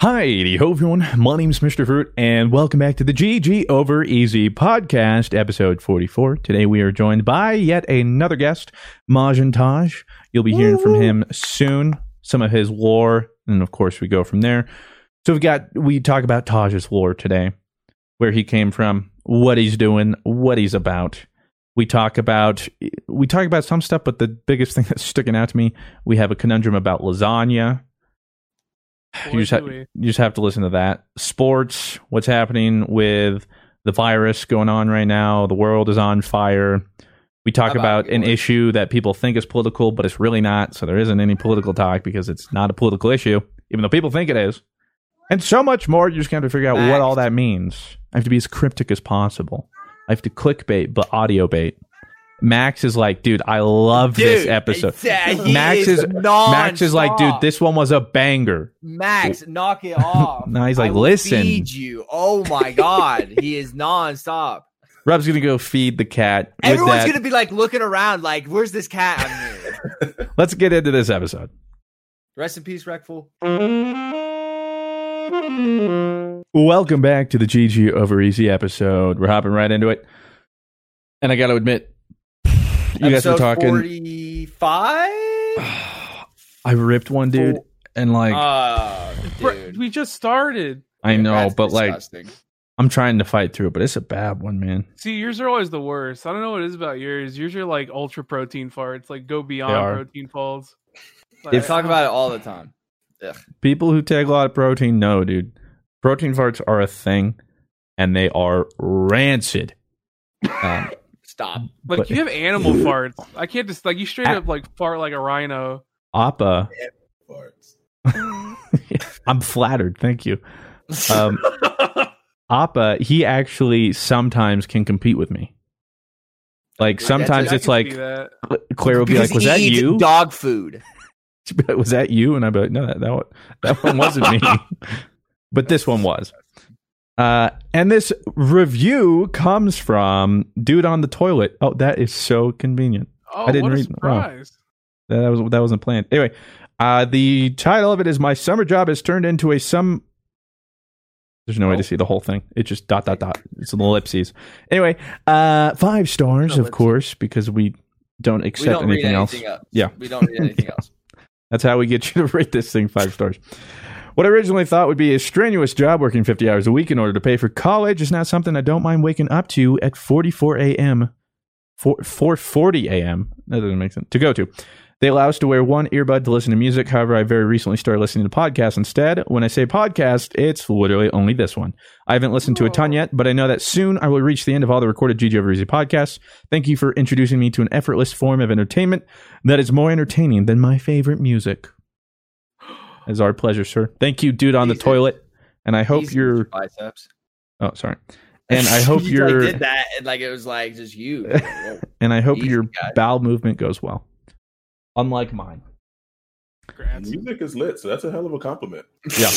Hi, ho everyone. My name's Mr. Fruit, and welcome back to the GG Over Easy podcast, episode 44. Today we are joined by yet another guest, Majin Taj. You'll be hearing from him soon, some of his lore, and of course we go from there. So we've got, we talk about Taj's lore today, where he came from, what he's doing, what he's about. We talk about, we talk about some stuff, but the biggest thing that's sticking out to me, we have a conundrum about lasagna you just, ha- you just have to listen to that. Sports, what's happening with the virus going on right now? The world is on fire. We talk about, an issue that people think is political, but it's really not. So there isn't any political talk because it's not a political issue, even though people think it is. And so much more. You just have to figure out what all that means. I have to be as cryptic as possible. I have to clickbait, but audio bait. Max is like, dude, I love this Dude, episode. it's- uh, he Max is is Max is like, dude, nonstop. this one was a banger. Max, knock it off. No, he's like, I will "Listen." Feed you. Oh my god, he is nonstop. Rob's gonna go feed the cat. With Everyone's that, gonna be like looking around, like, "Where's this cat?" I'm here. let's get into this episode. Rest in peace, Wreckful. Welcome back to the GG over easy episode. We're hopping right into it, and I got to admit, you guys were Episode talking. Forty-five. I ripped one dude, and like Oh, Bro, dude. we just started. I know, That's but like disgusting. I'm trying to fight through, it, but it's a bad one, man. See, yours are always the worst. I don't know what it is about yours. Yours are like ultra protein farts, like go are. beyond protein falls. we Like, talk about it all the time. People who take a lot of protein, no, dude. Protein farts are a thing, and they are rancid. Um, Stop. like but- you have animal farts. I can't just like you straight I- up like fart like a rhino. Appa, Farts. I'm flattered. Thank you. Um, Appa, he actually sometimes can compete with me. Like Dude, sometimes that's- I it's can like see that. Claire will be Because like, "Was he that eats you? Dog food. was that you?" And I'd be like, "No, that that one, that one wasn't me, but this one was." Uh, and this review comes from dude on the toilet. Oh, that is so convenient. Oh, I didn't what a read- wow. surprise! That that was that wasn't planned. Anyway, uh, the title of it is "My Summer Job Has Turned into a Some." There's Oh. no way to see the whole thing. It just dot dot dot. It's an ellipses. Anyway, uh, five stars, of Ellipses. course, because we don't We accept don't read anything else. anything else. Yeah. we don't read anything else. That's how we get you to rate this thing five stars. What I originally thought would be a strenuous job working 50 hours a week in order to pay for college is now something I don't mind waking up to at 44 a.m. 4, 4.40 a.m. That doesn't make sense. To go to. They allow us to wear one earbud to listen to music. However, I very recently started listening to podcasts instead. When I say podcast, it's literally only this one. I haven't listened to a ton yet, but I know that soon I will reach the end of all the recorded GG Over Easy podcasts. Thank you for introducing me to an effortless form of entertainment that is more entertaining than my favorite music. It's our pleasure, sir. Thank you, dude on the Jesus. toilet. And I hope He's- you're. biceps. Oh, sorry. And I hope You, like, you're. did that, and like it was like just you. Like, whoa. And I hope Easy, your guys. bowel movement goes well. Unlike mine. Congrats. Music is lit, so that's a hell of a compliment. Yeah.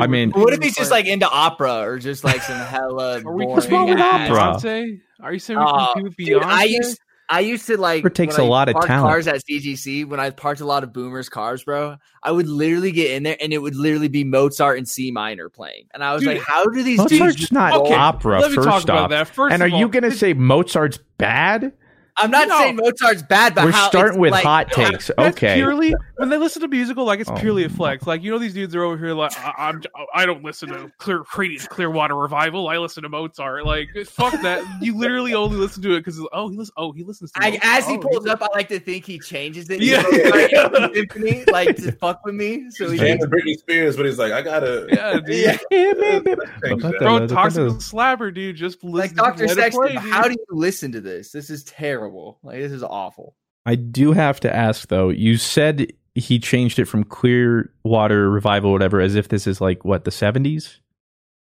I mean, What if he's just like into opera or just like some hella Are we boring wrong with ass- opera? Beyonce? Are you saying we Oh, can do dude, Beyonce? I used I used to like Opera takes when a I lot of parked talent. Cars at CGC when I parked a lot of boomers cars, bro. I would literally get in there and it would literally be Mozart in C minor playing, and I was Dude, like, how do these dudes? Mozart's not Okay, opera, let me first talk off. about that. First and are of all, you going to say Mozart's bad? I'm not No. saying Mozart's bad, but We're how it's starting with like- hot takes. That's okay. purely when they listen to musical, like it's Oh. purely a flex. Like you know, these dudes are over here like I, I'm. I don't listen to Clear Creedence Clearwater Revival. I listen to Mozart. Like fuck that. You literally only listen to it because oh he listen, oh he listens to. I, Mozart. as he Oh, pulls up, I like to think he changes it. Yeah. Yeah, Symphony, like to fuck with me. So he James Britney Spears, but he's like, I gotta. Yeah, dude. Yeah. Yeah, babe, babe. Change that. Bro, That's- toxic that's- slapper, dude. Just like listen. Doctor let it Sexton. play, dude. how do you listen to this? This is terrible. Like this is awful. I do have to ask though. You said he changed it from Clearwater Revival, whatever, as if this is like what the seventies.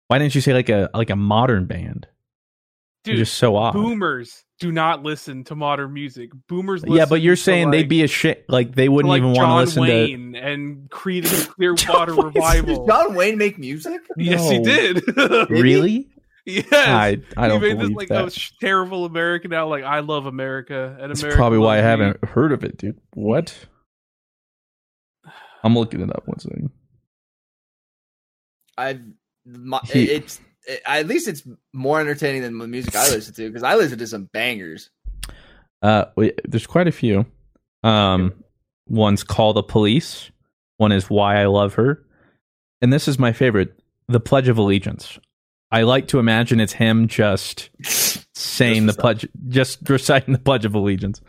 Why didn't you say like a like a modern band? dude? you're just so off. boomers do not listen to modern music. Boomers. Listen yeah, but you're to, saying like, they'd be a shit. Like they to, wouldn't like even John want to listen to. Wayne and Creedence Clearwater John Wayne- Does Revival. John Wayne make music? Yes, he No. did. Really? yes. I I don't he believe made this like that. those sh- terrible American now like I love America and That's America probably why I loves me. haven't heard of it, dude. What? I'm looking it up one second. I've my, He- it's it, at least it's more entertaining than the music I listen to because I listen to some bangers. Uh, wait, there's quite a few. Um, one's call the police. One is why I love her, and this is my favorite: the Pledge of Allegiance. I like to imagine it's him just saying the pledge, just reciting the Pledge of Allegiance.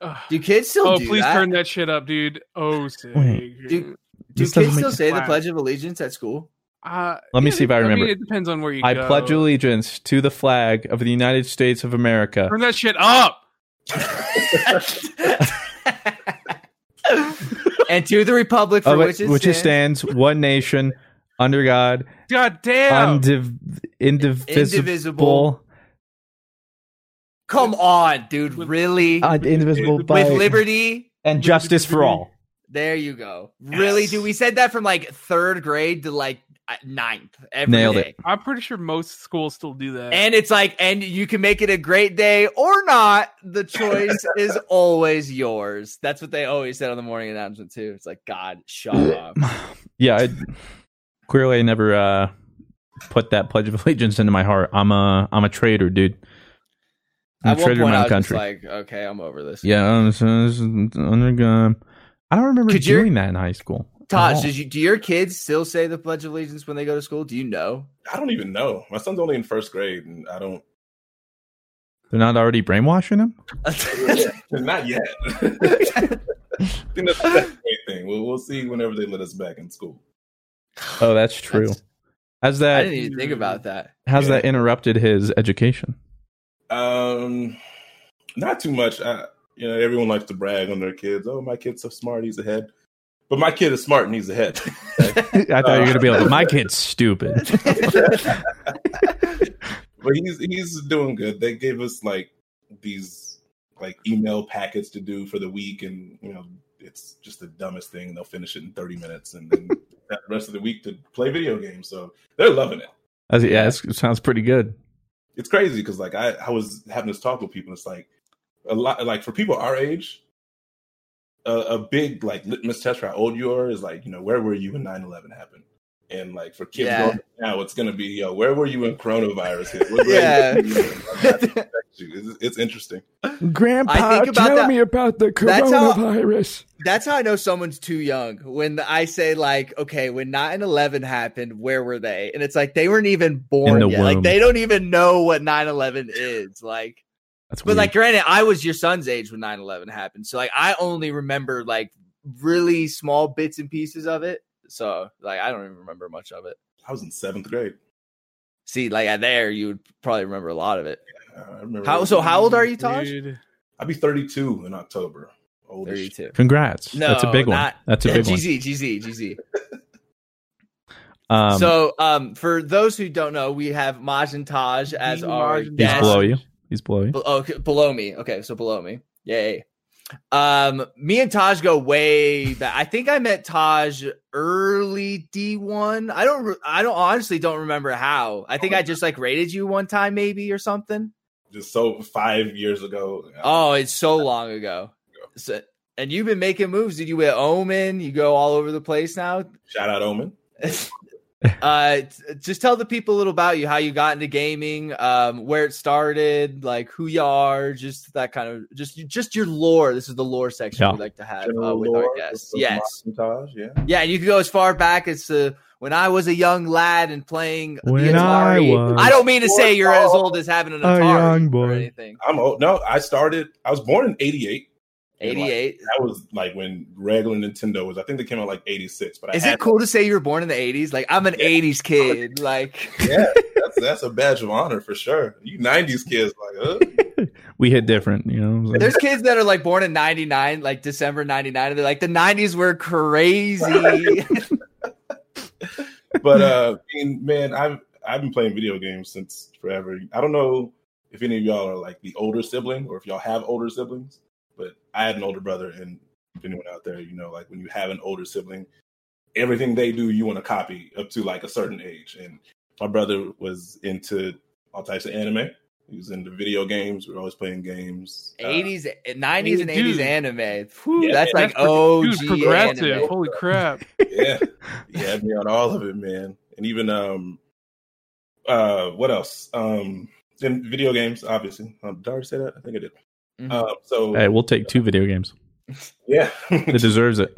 Ugh. Do kids still? Oh, do please that? turn that shit up, dude. Oh, sick. Wait. Dude, Do This kids doesn't still make- say the Wow. Pledge of Allegiance at school? Uh, Let me yeah, see if I remember. mean, uh, it depends on where you I go. pledge allegiance to the flag of the United States of America. Turn that shit up. and to the republic for Of it- which it Oh, which it stands, stands one nation under God, God damn. undiv- indivisible, Indivisible. Come on, dude, With- really? uh, indivisible by, With liberty, and justice for all. there you go. Really, dude, we said that from like third grade to like uh, ninth. every day. Nailed it. I'm pretty sure most schools still do that. And it's like, and you can make it a great day or not. The choice is always yours. That's what they always said on the morning announcement too. It's like, God, shut up. yeah, I, clearly I never uh, put that pledge of allegiance into my heart. I'm a I'm a traitor, dude. At I'm a one point, traitor in I my own was just country. like, okay, I'm over this. yeah, I'm, so- under God. I don't remember Could you- doing that in high school. at Taj, all. does you, do your kids still say the Pledge of Allegiance when they go to school? Do you know? I don't even know. My son's only in first grade, and I don't. they're not already brainwashing him? Not yet. I think that's, that's a great thing. We'll, we'll see whenever they let us back in school. Oh, that's true. That's- How's I that? didn't even think about that. How's that Yeah. interrupted his education? Um, not too much. I, you know, everyone likes to brag on their kids. Oh, my kid's so smart. He's ahead. But my kid is smart and he's ahead. I thought you were gonna be like, my kid's stupid. but he's he's doing good. They gave us like these like email packets to do for the week, and you know it's just the dumbest thing. They'll finish it in thirty minutes, and then that rest of the week to play video games. So they're loving it. I was- yeah, it's- it sounds pretty good. It's crazy because like I I was having this talk with people. and It's like a lot like for people our age. A, a big like litmus test for how old you are is like you know where were you when 9-11 happened and like for kids Yeah. growing up now it's gonna be yo where were you when coronavirus hit What grade Yeah. were you in? Like, that- it's, it's interesting. Grandpa, I think about tell that- me about the That's how- coronavirus. That's how I know someone's too young. When I say like, okay, when 9-11 happened, where were they? And it's like they weren't even born In the yet. Like womb. they don't even know what 9-11 is. Like, That's but weird. like granted, I was your son's age when 9-11 happened. So like I only remember like really small bits and pieces of it. So like I don't even remember much of it. I was in seventh grade. See, like at there you would probably remember a lot of it. I remember. How so how old are you, Taj? Dude. I'll be 32 in October. Old as shit. 32. Congrats. That's a big not- one. That's a big GZ, GZ, GZ. one. Um, so, um, for those who don't know, we have Majin Taj as The our Majin Taj. he's guest. below you. He's below you. Be- oh, okay, below me. Okay, so below me. Yay. Um, me and Taj go way back. I think I met Taj early D one. I don't. Re- I don't honestly don't remember how. I think I just like rated you one time, maybe or something. Just so five years ago. Oh, it's so long ago. So, and you've been making moves. Did you with Omen? You go all over the place now. Shout out Omen. uh, t- just tell the people a little about you, how you got into gaming, um, where it started, like who you are, just that kind of just just your lore. This is the lore section Yeah. we like to have uh, General with lore, our guests. just a Yes, montage, yeah. yeah, and you can go as far back as uh, when I was a young lad and playing When the I Atari. was- I don't mean to say you're as old as having an A Atari young boy. or anything. I'm old. No, I started. I was born in '88. And, like, Eighty-eight. that was like when regular Nintendo was. I think they came out like '86. But I Is had it cool to say you were born in the '80s? Like I'm an Yeah. '80s kid. Like Yeah, that's, that's a badge of honor for sure. You '90s kids, like, uh, we hit different, you know. It was There's kids that are like born in 99, like December 99, and they're like, the 90s were crazy. but uh, I mean, man, I've I've been playing video games since forever. I don't know if any of y'all are like the older sibling or if y'all have older siblings, but I had an older brother, and if anyone out there, you know, like when you have an older sibling, everything they do, you want to copy up to like a certain age. And my brother was into all types of anime. He was into video games. We were always playing games. Uh, 80s, 90s, and 80s Dude. anime. Whew, Yeah, that's man, like That's pro- OG dude, progressive. anime. Holy crap! yeah, he had me on all of it, man. And even um, uh, what else? Um, in video games, obviously. Um, did I already say that? I think I did. Mhm. Um, so Hey, we'll take two video games. yeah, It deserves it.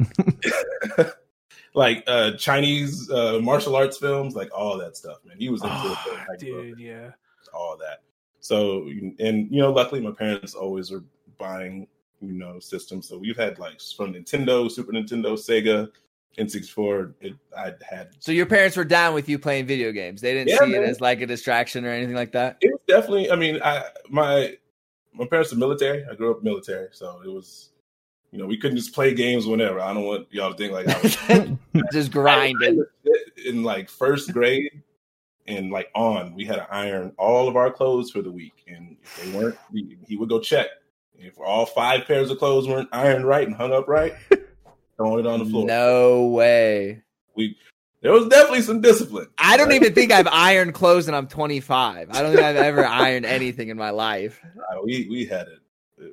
like uh, Chinese uh, martial arts films, like all that stuff, man. He was into it, Oh, like, dude, yeah. all that. So, and you know, luckily my parents always are buying, you know, systems. So we've had like from Nintendo, Super Nintendo, Sega, N64. It, I had So your parents were down with you playing video games. They didn't Yeah, see man. it as like a distraction or anything like that. it was definitely i mean i my my parents are military i grew up military so it was you know we couldn't just play games whenever i don't want y'all to think like i was Just grinding. in like first grade and like on we had to iron all of our clothes for the week and if they weren't he- he would go check if all five pairs of clothes weren't ironed right and hung up right throwing it on the floor No way. there was definitely some discipline I don't Like, even think I've ironed clothes and I'm 25. I don't think I've ever ironed anything in my life. Uh, we we had it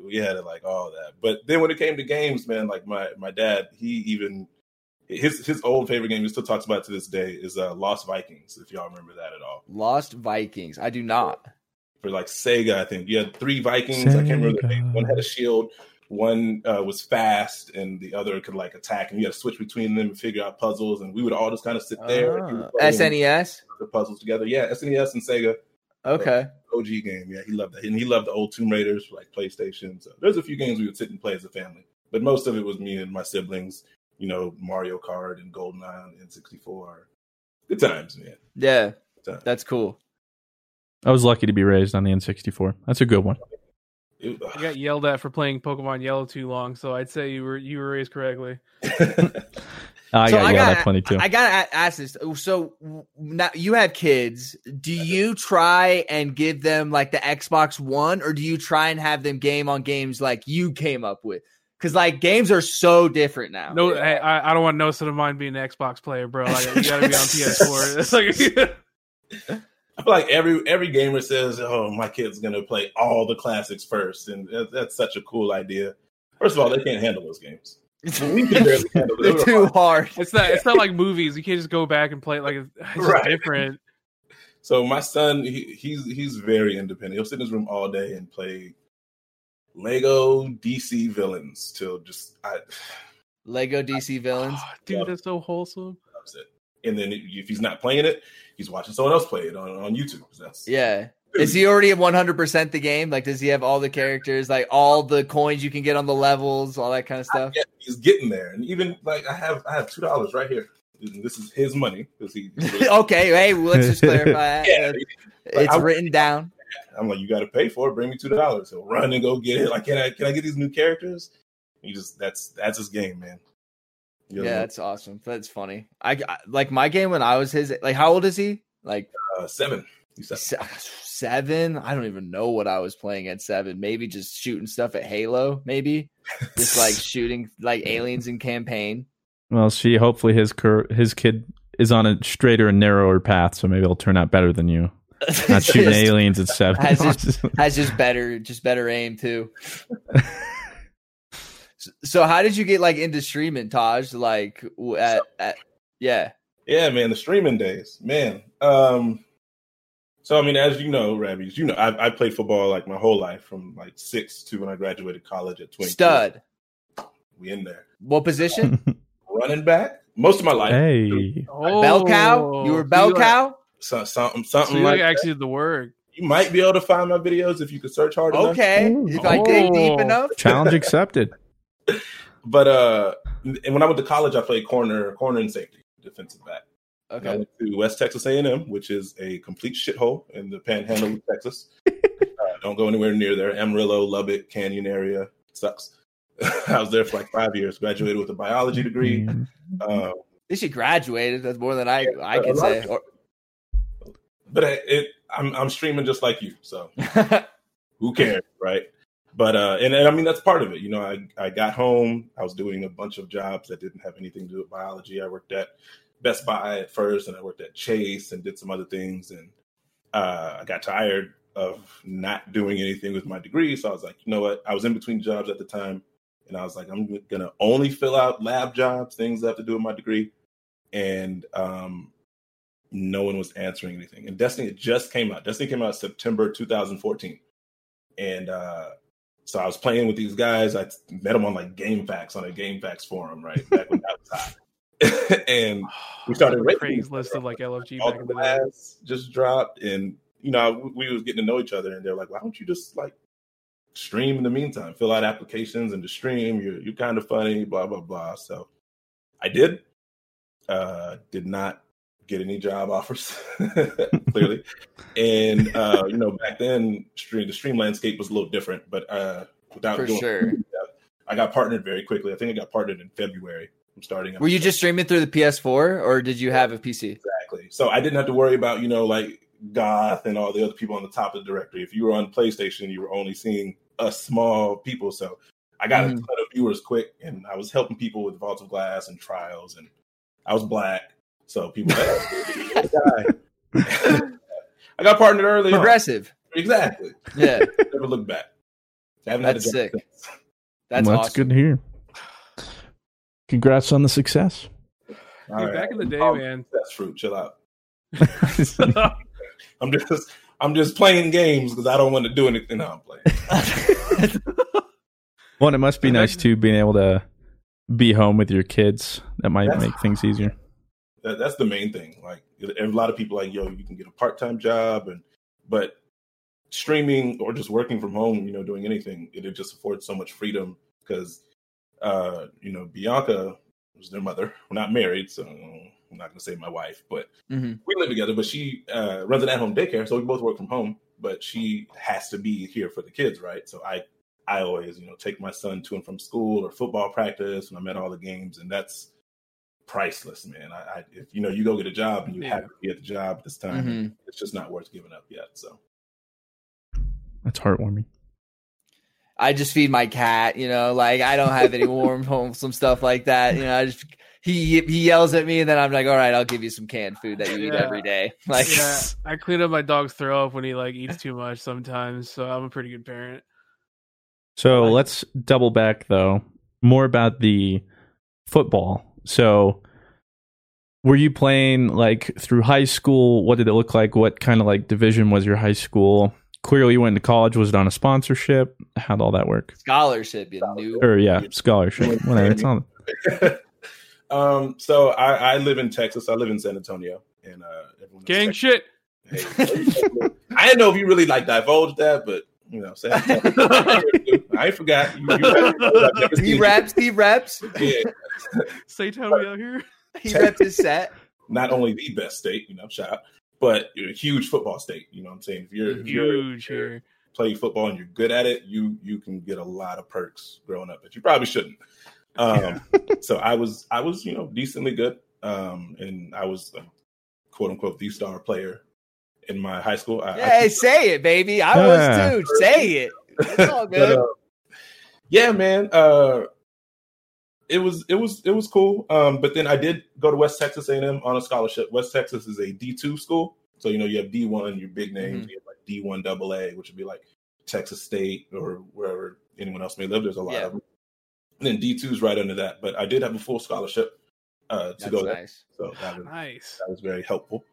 we had it like all that but then when it came to games man like my my dad he even his his old favorite game he still talks about it to this day is uh lost vikings if y'all remember that at all Lost Vikings. I do not. for like sega i think you had three vikings i can't remember the name Sega. one had a shield one uh, was fast and the other could like attack and you had to switch between them and figure out puzzles and we would all just kind of sit there and he would Ah. put SNES. the puzzles together yeah snes and sega Okay. og game yeah he loved that and he loved the old tomb raiders for like playstation so there's a few games we would sit and play as a family but most of it was me and my siblings you know mario kart and goldeneye and n64 good times man Yeah. Good times. That's cool. I was lucky to be raised on the N64. That's a good one. It- I got yelled at for playing Pokemon Yellow too long, so I'd say you were you were raised correctly. I So got I yelled gotta- at plenty too. I gotta a- ask this. So w- now you have kids. Do you try and give them like the Xbox One, or do you try and have them game on games like you came up with? Because like games are so different now. No, hey, I, I don't want no son of mine being an Xbox player, bro. Like, you gotta be on PS4. It's like, i feel like every every gamer says oh my kid's gonna play all the classics first and that, that's such a cool idea first of all they can't handle those games we can barely handle they're it. too hard. it's not it's not like movies. You can't just go back and play it like it's just Right. different. So my son, he, he's he's very independent. He'll sit in his room all day and play Lego DC villains till just I, Lego DC villains. Oh, dude, that's so wholesome. loves it. And then if he's not playing it, he's watching someone else play it on, on YouTube. That's Yeah. Is he already at 100% the game? Like, does he have all the characters, like all the coins you can get on the levels, all that kind of stuff? yeah, he's getting there. And even like I have I have two dollars right here. And this is his money because he. okay. Hey, well, let's just clarify. that. Yeah, it's I- written down. I'm like, you got to pay for it. Bring me two dollars. He'll run and go get it. Like, can I can I get these new characters? He just that's that's his game, man. He Yeah, doesn't- that's awesome. That's funny. I, I- like my game when I was his. Like, how old is he? Like uh, seven. He's seven. se- seven? I don't even know what I was playing at seven. Maybe just shooting stuff at Halo. Maybe just like shooting like aliens in campaign. well, see, hopefully his cur- his kid is on a straighter and narrower path, so maybe it'll turn out better than you. Not shooting Just- aliens at seven. Has his- Has just better, just better aim too. S- so, how did you get like into streaming, Taj? Like w- at, at yeah. Yeah, man, the streaming days, man. Um, so I mean, as you know, Rabbies, you know, I, I played football like my whole life, from like six to when I graduated college at twenty. Stud. we in there. What position? Running back, most of my life. hey. bell cow. You were bell Oh, so you, like- cow. So, something, So something you like like, that. actually did the work. You might be able to find my videos if you could search hard enough. Okay, if I dig Oh. deep enough. Challenge accepted. But uh, and when I went to college, I played corner, corner and safety, defensive back. And I Okay. went to West Texas A&M, which is a complete shithole in the panhandle of Texas. Uh, don't go anywhere near there. Amarillo, Lubbock, Canyon area sucks. I was there for like five years. Graduated with a biology degree. Mm. Um, This she graduated. That's more than I I a can lot say. of- but it, it, I'm I'm streaming just like you, so Or- who cares, right? But uh, and, and I mean that's part of it. You know, I I got home. I was doing a bunch of jobs that didn't have anything to do with biology. I worked at Best Buy at first, and I worked at Chase, and did some other things. And uh, I got tired of not doing anything with my degree, so I was like, you know what? I was in between jobs at the time, and I was like, I'm gonna only fill out lab jobs, things that have to do with my degree. And um, no one was answering anything. And Destiny it just came out. Destiny came out September 2014 and uh so I was playing with these guys. I met them on like GameFAQs on a GameFAQs forum, right? Back when that was hot. and We started Like rating Craigslist of like LFG all back in the the day. labs just dropped, and you know we- we was getting to know each other, and they're like, "Why don't you just like stream in the meantime? Fill out applications and just stream. You're you're kind of funny, blah blah blah." So I did. Uh, did not get any job offers clearly, and uh, you know back then stream the stream landscape was a little different, but uh, without For doing sure. I got partnered very quickly. I think I got partnered in February. I'm starting. up Were you just streaming through the PS4, or did you have a PC? Exactly. So I didn't have to worry about, you know, like Goth and all the other people on the top of the directory. If you were on PlayStation, you were only seeing us small people. So I got a Mhm. ton of viewers quick and I was helping people with Vault of Glass and trials and I was black. So people like, "Oh, guy." I got partnered early. on. Progressive. Exactly. Yeah, Never look back. I haven't had a that's job sick. since. That's well, awesome. good to hear. Congrats on the success. All Dude, right. Back in the day, Oh, man. That's fruit. Chill out. That's I'm just I'm just playing games because I don't want to do anything. No, I'm playing. One, it must be nice too being able to be home with your kids. That might That's- make things easier. that, that's the main thing. Like a lot of people, like yo, you can get a part time job, and but streaming or just working from home, you know, doing anything, it, it just affords so much freedom because, uh, you know, Bianca was their mother. We're not married, so I'm not gonna say my wife, but Mhm. we live together. But she uh, runs an at home daycare, so we both work from home. But she has to be here for the kids, right? So I. I always, you know, take my son to and from school or football practice, and I'm at all the games, and that's priceless, man. I, I if you know you go get a job and you Yeah. have to be at the job at this time, Mhm. it's just not worth giving up yet. So That's heartwarming. I just feed my cat, you know, like I don't have any warm home, some stuff like that. You know, I just he he yells at me, and then I'm like, all right, I'll give you some canned food that you eat Yeah. every day. Like, yeah, I clean up my dog's throw up when he like eats too much sometimes, so I'm a pretty good parent. So let's double back though. More about the football. So were you playing like through high school? What did it look like? What kind of like division was your high school? Clearly you went to college, was it on a sponsorship? How'd all that work? scholarship, you knew. Or yeah, scholarship. Whatever. It's all um so I, I live in Texas. I live in San Antonio and uh everyone knows Gang Texas. shit. Hey, I didn't know if you really like divulged that, but you know, San Antonio, I ain't forgot. You, you- I've never seen He you. reps, he reps, Yeah, Satan, we out here. he reps his set. not only the best state, you know, shout out, but you're a huge football state. You know what I'm saying? If you're, if you're Huge here. play football and you're good at it, you you can get a lot of perks growing up that you probably shouldn't. Um, so I was I was you know decently good, um, and I was a quote unquote the star player in my high school. I, I- Yeah, say it, baby. I Yeah. was too. Say it. It's all But, good. uh, yeah, man. Uh, it was it was it was cool. Um, but then I did go to West Texas A&M on a scholarship. West Texas is a D two school, so you know you have D one, your big names, Mm-hmm. you have like D one double A, which would be like Texas State or wherever anyone else may live. There's a lot Yeah. of them. And then D two is right under that. But I did have a full scholarship. uh, to That's go. There. nice. So that was, Nice. that was very helpful.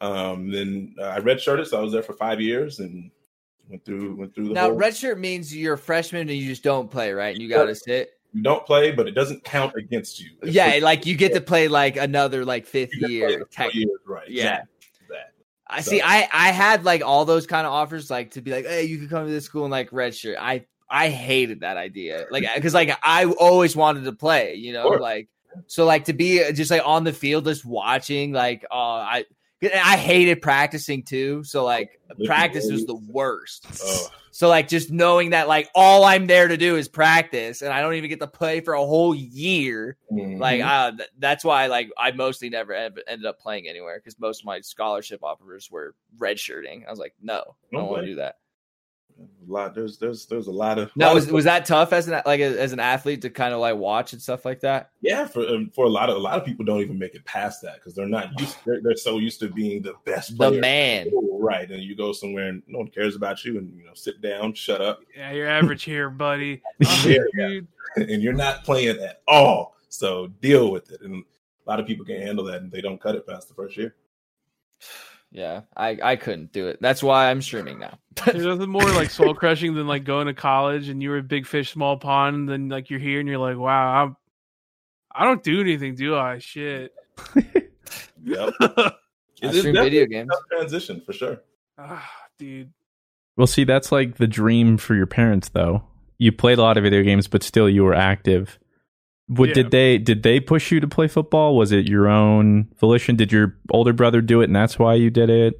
Um, then uh, I redshirted, so I was there for five years and went through went through the Now, whole. redshirt means you're a freshman and you just don't play, right? And you got to sit. you don't play, but it doesn't count against you. It's Yeah, just- like you get to play like another like fifth you get to play year. for four Tech. years, right? Yeah. exactly, exactly. I So- see. I I had like all those kind of offers, like to be like, hey, you could come to this school and like redshirt. I I hated that idea, like because like I always wanted to play, you know, Sure. like so like to be uh, just like on the field, just watching, like oh I. I hated practicing too, so like Lifting practice was weights. the worst. Oh, So like just knowing that like all I'm there to do is practice, and I don't even get to play for a whole year. mhm. Like uh, th- that's why like I mostly never ev- ended up playing anywhere because most of my scholarship offers were redshirting. I was like, no, I don't Don't want to play. do that. a lot. There's there's there's a lot of No, lot was of- was that tough as an like as an athlete to kind of like watch and stuff like that? yeah for um, for a lot of a lot of people don't even make it past that because they're not used they're, they're so used to being the best The player. Oh, man. right? And you go somewhere and no one cares about you, and you know sit down, shut up, Yeah, you're average here, buddy. Um, Yeah, yeah. Dude, and you're not playing at all. So deal with it. And a lot of people can handle that, and they don't cut it past the first year. Yeah, I I couldn't do it. That's why I'm streaming now. There's nothing more like soul crushing than like going to college and you were a big fish, small pond. And then like you're here and you're like, wow, I'm, I don't do anything, do I? Shit. Yep. I It's stream definitely video a games. tough transition for sure. Ah, dude. Well, see, that's like the dream for your parents, though. You played a lot of video games, but still you were active. What Yeah. did they did they push you to play football? Was it your own volition? Did your older brother do it, and that's why you did it?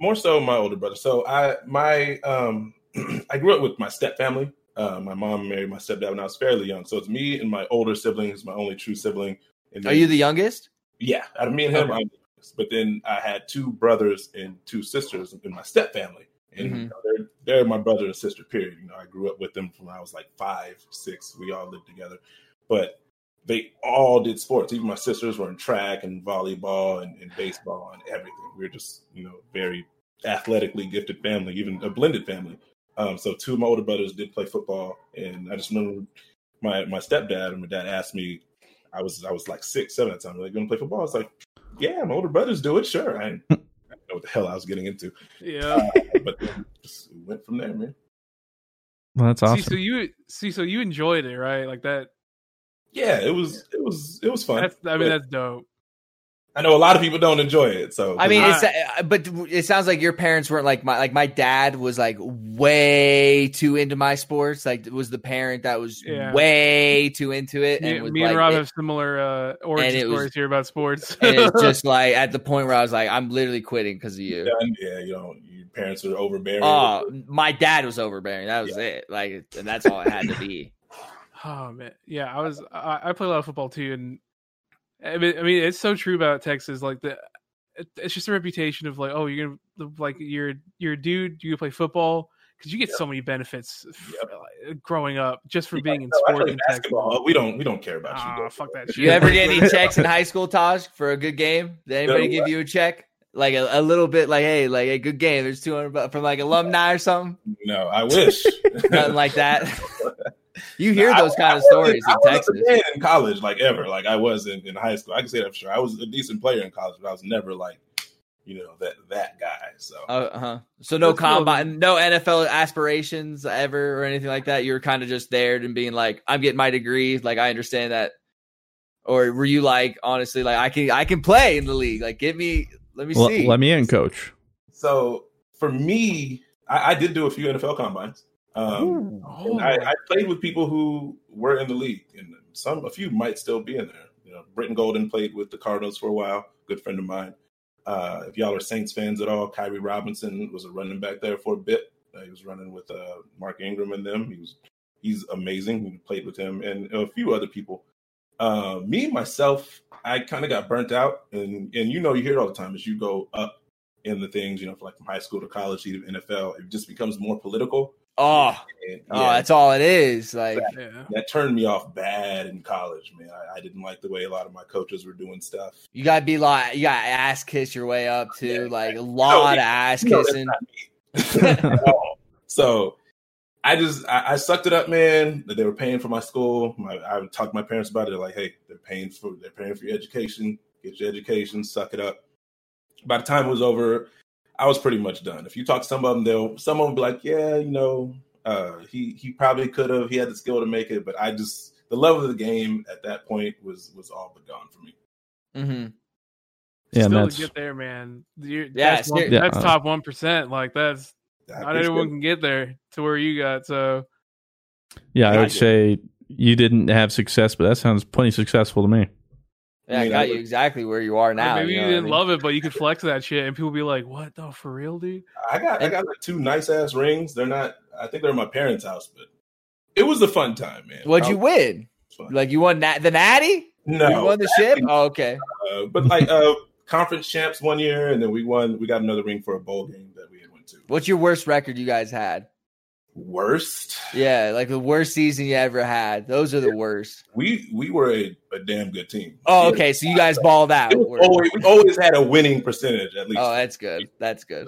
More so, my older brother. So I my um I grew up with my step family. Uh, my mom married my stepdad when I was fairly young. So it's me and my older sibling, who's my only true sibling. And Are then- you the youngest? Yeah, out of me and him. I'm the youngest. but then I had two brothers and two sisters in my step family, and you Mhm. know, they're they're my brother and sister. Period. You know, I grew up with them from when I was like five, six. We all lived together, but they all did sports. Even my sisters were in track and volleyball and, and baseball and everything. We were just you know very athletically gifted family, even a blended family. Um, so two of my older brothers did play football, and I just remember my my stepdad and my dad asked me I was I was like six, seven at the time. Like, gonna play football? I was like, yeah, my older brothers do it. Sure, I, didn't- I didn't know what the hell I was getting into, Yeah. but then just went from there, man. Well, that's awesome. See, so you see, so you enjoyed it, right? Like that. Yeah, it was it was it was fun. That's, I mean, that's dope. I know a lot of people don't enjoy it, so I mean, I- it's, uh, but it sounds like your parents weren't like my like my dad was like way too into my sports. Like was the parent that was Yeah. way too into it, Me, and was me and like, Rob it- have similar uh, origin it was- stories here about sports. and it's just like at the point where I was like, I'm literally quitting because of you. done. Yeah, you know, your parents are overbearing. Oh, my dad was overbearing. That was Yeah. it. Like, and that's all it had to be. Oh man, yeah, I was I, I play a lot of football too, and I mean, I mean it's so true about Texas. Like the, it, it's just a reputation of like, oh, you're gonna the- like you're you're a dude, you play football because you get so many benefits f- like, growing up just for being in No, I sports play in Texas. basketball. We don't we don't care about you. Ah, though. fuck that shit. You ever get any checks in high school, Taj, for a good game? Did anybody No. give you a check? Like a, a little bit, like hey, like a good game. There's 200 bu- from like alumni or something. No, I wish. nothing like that. You hear I- those kind of I stories wasn't- in I wasn't Texas. a man in college, like ever, like I was in, in high school. I can say that for sure. I was a decent player in college, but I was never like, you know, that that guy. So Uh huh. So no That's cool. combine, no NFL aspirations ever or anything like that. You were kind of just there and being like, "I'm getting my degree." Like I understand that. Or were you like, honestly, like I can, I can play in the league. Like, give me, let me L- see. let me in, coach. So for me, I, I did do a few NFL combines. Um, Oh, and I, I played with people who were in the league, and some a few might still be in there. You know, Britton Golden played with the Cardinals for a while. Good friend of mine. Uh, if y'all are Saints fans at all, Kyrie Robinson was a running back there for a bit. Uh, he was running with uh, Mark Ingram and them. He was he's amazing. We played with him and a few other people. Uh, me myself, I kind of got burnt out, and and you know you hear it all the time as you go up in the things, you know, from like from high school to college, even NFL, it just becomes more political. oh, And, oh, yeah, that's all it is. Like, yeah. that turned me off bad in college, man. I, I didn't like the way a lot of my coaches were doing stuff. you gotta be like, you gotta ass kiss your way up Yeah, to like a No, lot of ass no, that's kissing. not me. At all. So I just I, I sucked it up, man. That they were paying for my school. My, I talked to my parents about it. They're like, hey, they're paying for they're paying for your education. Get your education. Suck it up. By the time it was over, I was pretty much done. If you talk to some of them, they'll some of them be like, yeah, you know, uh, he he probably could have. He had the skill to make it, but I just the love of the game at that point was was all but gone for me. Mm-hmm. Yeah, and Still that's to get there, man. You're, Yeah, that's, it's one, scary. that's Yeah. top one percent. Like that's That not was everyone good. can get there to where you got. So yeah. I Yeah, I would did. say you didn't have success, but that sounds plenty successful to me. Yeah, I I mean, I got you would- exactly where you are like, now. maybe you, know what I didn't mean? love it, but you could flex that shit, and people be like, "What the for real, dude?" I got I got like two nice ass rings. They're not. I think they're at my parents' house, but it was a fun time, man. What'd you I- win? it was fun. Like you won na- the Natty? you No, won the ship? Oh, okay. uh, but like uh, conference champs one year, and then we won. We got another ring for a bowl game that we had went to. What's your worst record you guys had? Worst, Yeah, like the worst season you ever had. Those are the worst. we we were a, a damn good team. Oh, okay. So you guys balled out. It was We're- always, we always had a winning percentage at least. Oh, that's good. That's good.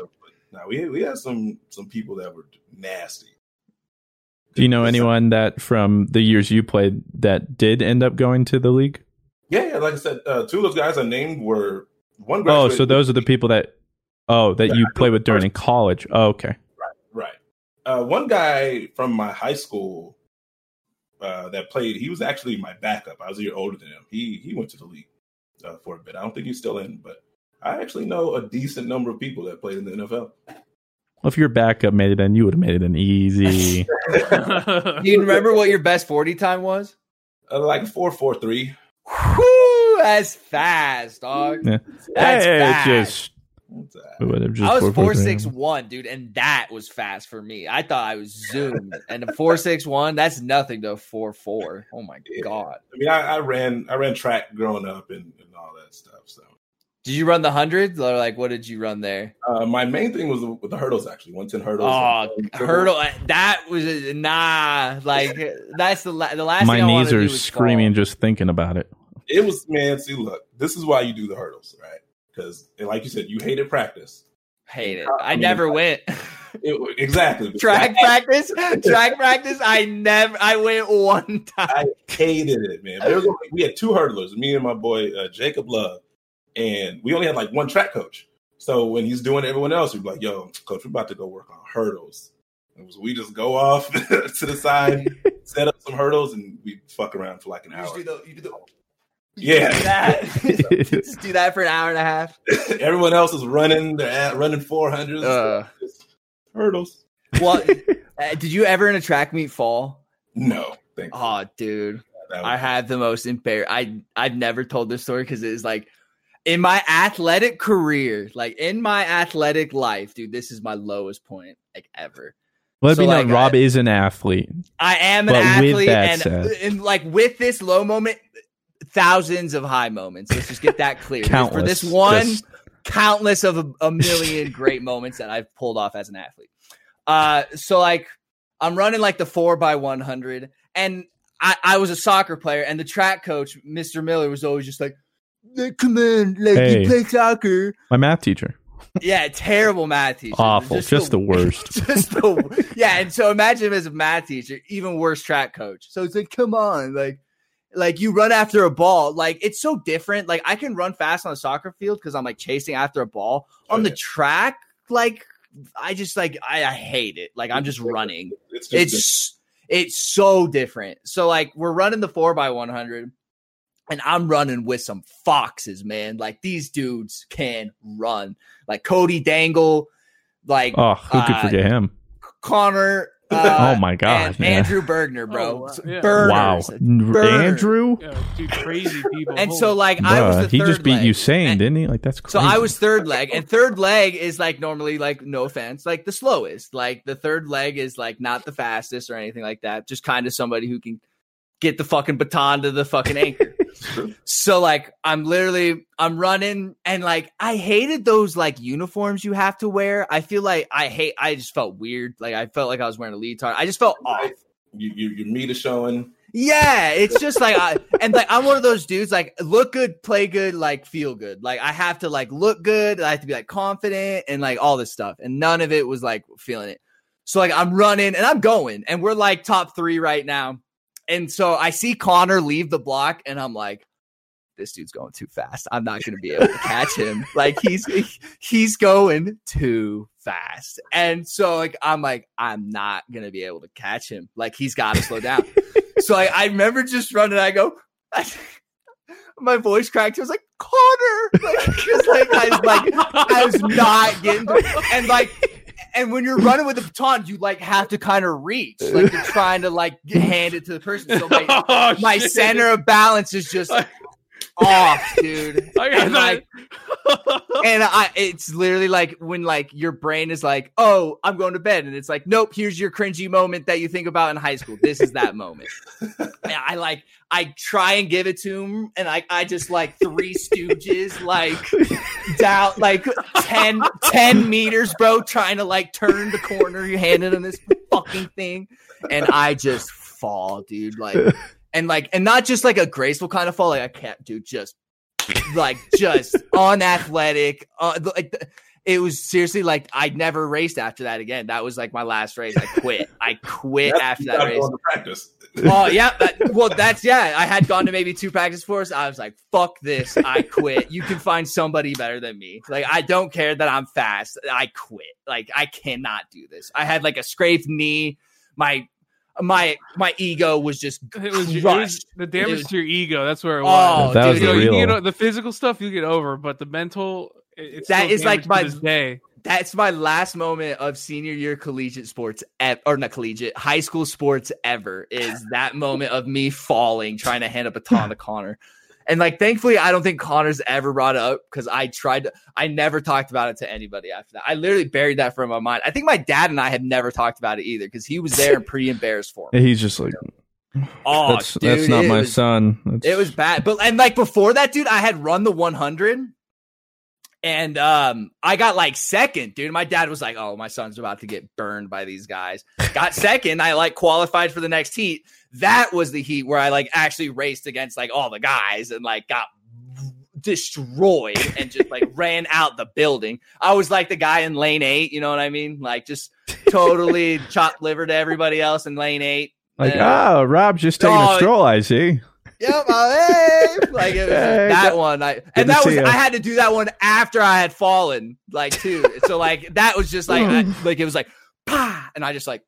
now we we had some some people that were nasty. uh, Do you know anyone that from the years you played that did end up going to the league? Yeah, yeah, like I said, uh, two of those guys I named were one. Oh, graduated- so those are the people that oh that you play with during college. Oh, okay. Right. Uh, one guy from my high school uh, that played, he was actually my backup. I was a year older than him. He he went to the league uh, for a bit. I don't think he's still in, but I actually know a decent number of people that played in the NFL. Well, if your backup made it in, you would have made it in easy. Do you remember what your best 40 time was? Uh, like four four three. Whew, that's fast, dog. Yeah. That's Hey, it's fast. just What's that? we would have just I was 443. 461, dude, and that was fast for me. I thought I was zoomed. and the 461, that's nothing to 44. Oh my Yeah. god. I mean, I, I ran I ran track growing up and, and all that stuff. So Did you run the 100s or like what did you run there? uh, my main thing was the, the hurdles actually. One ten hurdles. Oh, Um, hurdle that was a, nah, like that's the la- the last My thing I wanna knees do are is screaming fall. just thinking about it. It was man. See, look, this is why you do the hurdles, right? Because like you said, you hated practice. hate it. I never went. It- exactly. track I, practice, track practice. I never, I went one time. I hated it, man. There was only- we had two hurdlers, me and my boy uh, Jacob Love, and we only had like one track coach. So when he's doing everyone else, we'd be like, "Yo, coach, we're about to go work on hurdles." And so we just go off to the side, set up some hurdles, and we fuck around for like an hour. the, you do the, Yeah. that. just do that for an hour and a half. everyone else is running, they're at, running four hundreds Uh. hurdles. Well, uh, did you ever in a track meet fall? No, thank you. Oh, dude, That was- I had the most embar. I I've never told this story because it is like in my athletic career, like in my athletic life, dude. This is my lowest point like ever. Let So, me know. like, Rob I- is an athlete. I am an But with athlete, that and, uh, said- and, like with this low moment, thousands of high moments. Let's just get that clear. Countless. For this one, Just- countless of a, a million great moments that I've pulled off as an athlete. Uh, so like I'm running like the four by one hundred, and I, I was a soccer player, and the track coach, Mr. Miller, was always just like, "Hey, "Come on, like Hey. you play soccer." my math teacher. Yeah, terrible math teacher. Awful. Just the worst. just the yeah. And so imagine him as a math teacher, even worse track coach. So it's like, come on, like, like you run after a ball, like it's so different. Like I can run fast on a soccer field because I'm like chasing after a ball on the Okay. track. Like I just like I, I hate it. Like I'm just running. it's just It's it's so different. So like we're running the four by one hundred, and I'm running with some foxes, man. Like these dudes can run. Like Cody Dangle, like Oh, who could Uh, forget him? Connor. uh, oh my god, and man. Andrew Bergner, Oh, bro. wow. S- Yeah. wow, burners. N- Andrew. Yeah, dude, crazy people. And Holy so like I was Bruh, the he third just beat leg. Usain, And- didn't he? Like that's So crazy. I was third leg, and third leg is like normally like no offense, like the slowest. Like the third leg is like not the fastest or anything like that. Just kind of somebody who can get the fucking baton to the fucking anchor. so like I'm literally I'm running and like I hated those like uniforms you have to wear. I feel like I hate I just felt weird. Like I felt like I was wearing a leotard. I just felt off. you, you, your meat is showing. Yeah, it's just like I and like I'm one of those dudes like look good, play good, like feel good. Like I have to like look good, I have to be like confident and like all this stuff. And none of it was like feeling it. So like I'm running and I'm going and we're like top three right now. And so I see Connor leave the block and I'm like, this dude's going too fast. I'm not going to be able to catch him. Like he's he's going too fast. And so like I'm like I'm not going to be able to catch him. Like he's got to slow down. so I, I remember just running. I go. I, my voice cracked. I was like, Connor, like, 'cause, like, I was like, I was not getting, and like, and when you're running with the baton, you like have to kind of reach, like you're trying to like get- hand it to the person. So my, Oh, my shit. center of balance is just off, dude. I got And, like, that. and I, it's literally like when like your brain is like, oh, I'm going to bed, and it's like, nope, here's your cringy moment that you think about in high school. This is that moment. And I like, I try and give it to him, and I, I just like three stooges, like down, like 10, 10 meters, bro, trying to like turn the corner. You handed him this fucking thing, and I just fall, dude, like. And like, and not just like a graceful kind of fall. Like I can't, dude. Just like just unathletic. Uh, th- like th- it was seriously like I never raced after that again. That was like my last race. I quit. I quit That's- after I'm that race. going to practice. Oh yeah, that, well that's yeah. I had gone to maybe two practice fours. I was like, fuck this. I quit. You can find somebody better than me. Like I don't care that I'm fast. I quit. Like I cannot do this. I had like a scraped knee. My my my ego was just It was, it was crushed. the damage Dude. to your ego. That's where it was. Oh, That was dude, you know, the you real- get o- the physical stuff you get over, but the mental. it- It's That still is like damaged to my- this day. that's my last moment of senior year collegiate sports ev- or not collegiate high school sports ever is that moment of me falling trying to hand a baton to connor and like thankfully i don't think connor's ever brought it up because i tried to i never talked about it to anybody after that i literally buried that from my mind i think my dad and i have never talked about it either because he was there and pretty embarrassed for me And he's just like, oh that's, that's dude, not it my was- son. That's- it was bad. But and like before that, dude, I had run the 100 and um I got like second, dude. My dad was like, "Oh, my son's about to get burned by these guys." Got second. I like qualified for the next heat. That was the heat where I like actually raced against like all the guys and like got destroyed and just like ran out the building. I was like the guy in lane 8, you know what I mean? Like just totally chopped liver to everybody else in lane 8. like, Yeah. ah, Rob's just taking Oh, a it- stroll, I see. Yep, I'm, hey. Like it was Hey, that go- one. I to and that was see ya. I had to do that one after I had fallen, like too. so like that was just like I, Mm. like it was like pa, and I just like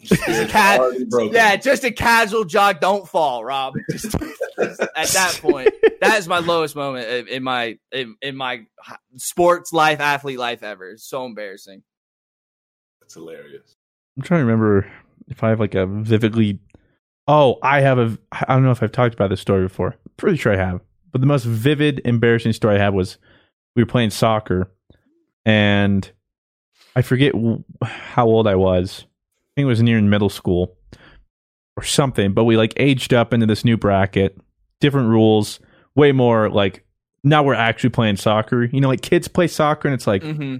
just a cat. Already broken. Yeah, just a casual jog. Don't fall, Rob. Just- just at that point, that is my lowest moment in, in my in, in my h- sports life, athlete life ever. It's so embarrassing. That's hilarious. I'm trying to remember if I have like a vividly. Oh, I have a. I don't know if I've talked about this story before. Pretty sure I have. But the most vivid, embarrassing story I had was we were playing soccer, and I forget w- how old I was. I think it was near in middle school or something. But we like aged up into this new bracket, different rules, way more like now we're actually playing soccer. You know, like kids play soccer, and it's like hmm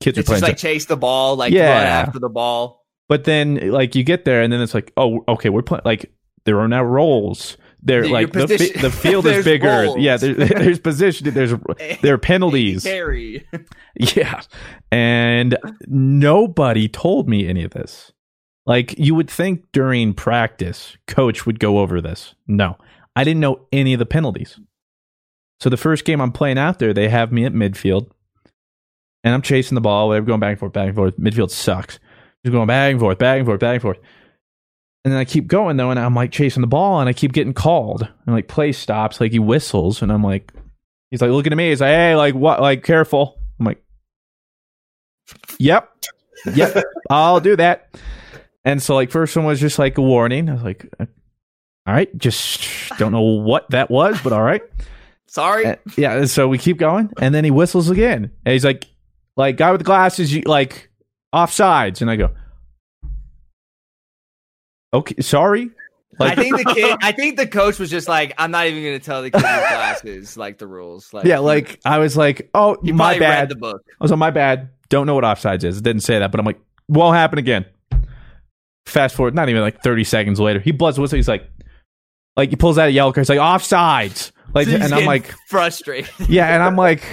kids are It's just playing. soccer. like chase the ball, like Mm-hmm. Yeah. run after the ball. But then, like, you get there, and then it's like, oh, okay, we're playing. Like, there are now roles. There, Your like, the, fi- position- the field is There's bigger. roles. Yeah, there, there's position. There's there are penalties. Terry. Yeah, and nobody told me any of this. Like, you would think during practice, coach would go over this. No, I didn't know any of the penalties. So the first game I'm playing out there, they have me at midfield, and I'm chasing the ball. We're going back and forth, back and forth. Midfield sucks. Just going back and forth, back and forth, back and forth. And then I keep going though, and I'm like chasing the ball, and I keep getting called. And like play stops, like he whistles, and I'm like, he's like looking at me. He's like, hey, like what? Like careful. I'm like, yep, yep, I'll do that. And so like first one was just like a warning. I was like, uh, all right, just don't know what that was, but all right. Sorry. Uh, yeah, and so we keep going, and then he whistles again, and he's like, "Like guy with the glasses, you like offsides," and I go, "Okay, sorry." Like, I think the kid. I think the coach was just like, I'm not even going to tell the kid in classes like the rules. Like, yeah, like I was like, "Oh, he my probably read bad." the book. I was like, "My bad." Don't know what offsides is. It didn't say that, but I'm like, "Won't happen again." Fast forward, not even like 30 seconds later, he blows the whistle. He's like, like he pulls out a yellow card. He's like, "Offsides!" Like, He's and I'm getting like, frustrated. Yeah, and I'm like,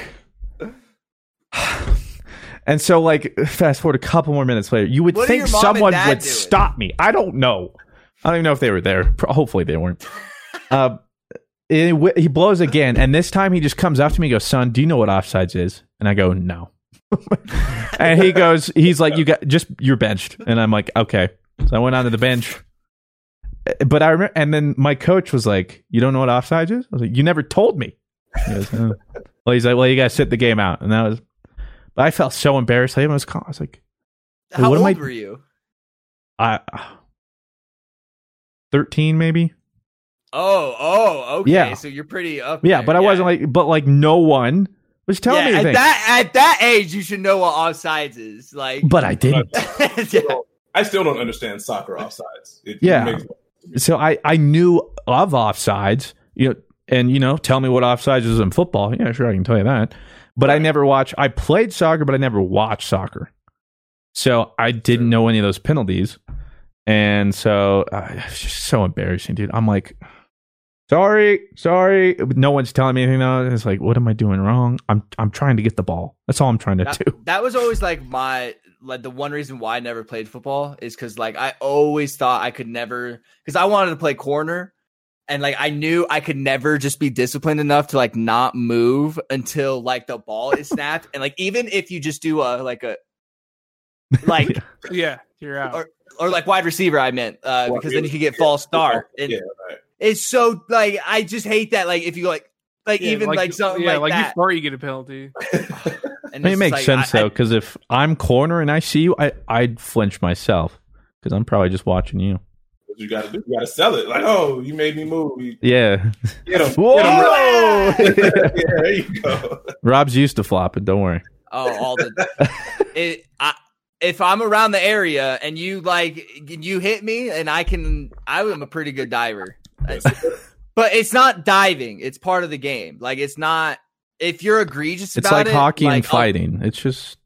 And so, like, fast forward a couple more minutes later, you would What are think your mom and someone dad would doing? stop me. I don't know. I don't even know if they were there. Pro- Hopefully, they weren't. uh, it w- he blows again, and this time he just comes up to me and goes, "Son, do you know what offsides is?" And I go, "No." and he goes, "He's like, you got just you're benched." And I'm like, "Okay." So I went onto the bench. Uh, But I remember, and then my coach was like, "You don't know what offsides is?" I was like, "You never told me." He goes, "Oh." Well, he's like, "Well, you got to sit the game out," and that was. But I felt so embarrassed. I was, I was like, How What am old I- were you? I, uh, thirteen maybe. Oh, oh, okay. Yeah. So you're pretty up. Yeah, there, but I wasn't like, but like no one was telling yeah, me at anything. that at that age, you should know what offsides is. Like, but I didn't. Yeah. I still don't understand soccer offsides. It, it Yeah. makes- So I I knew of offsides. You know, and you know, tell me what offsides is in football. Yeah, sure, I can tell you that. But I never watch. I played soccer, but I never watched soccer. So I didn't know any of those penalties, and so uh, it's just so embarrassing, dude. I'm like, sorry, sorry. No one's telling me anything now. It's like, what am I doing wrong? I'm I'm trying to get the ball. That's all I'm trying to that, do. that was always like my like the one reason why I never played football is because like I always thought I could never because I wanted to play corner and like I knew I could never just be disciplined enough to like not move until like the ball is snapped and like even if you just do a like a like Yeah. Yeah, you're out. or like wide receiver I meant uh, Wide because then you could get receiver, false start and yeah, right. it's so like I just hate that like if you go like like Yeah, even like, something yeah, like, you that fart, you get a penalty. and I mean, it's it makes like, sense I- I- though, because if I'm corner and I see you, I I'd flinch myself because I'm probably just watching you. What you gotta do, you gotta sell it. Like, oh, you made me move. You Yeah. Get him. Whoa! yeah, there you go. Rob's used to flopping. Don't worry. Oh, all the it. I, if I'm around the area and you like you hit me and I can, I am a pretty good diver. But it's not diving; it's part of the game. Like it's not. If you're egregious It's about like it, oh. hockey and I'll- fighting. It's just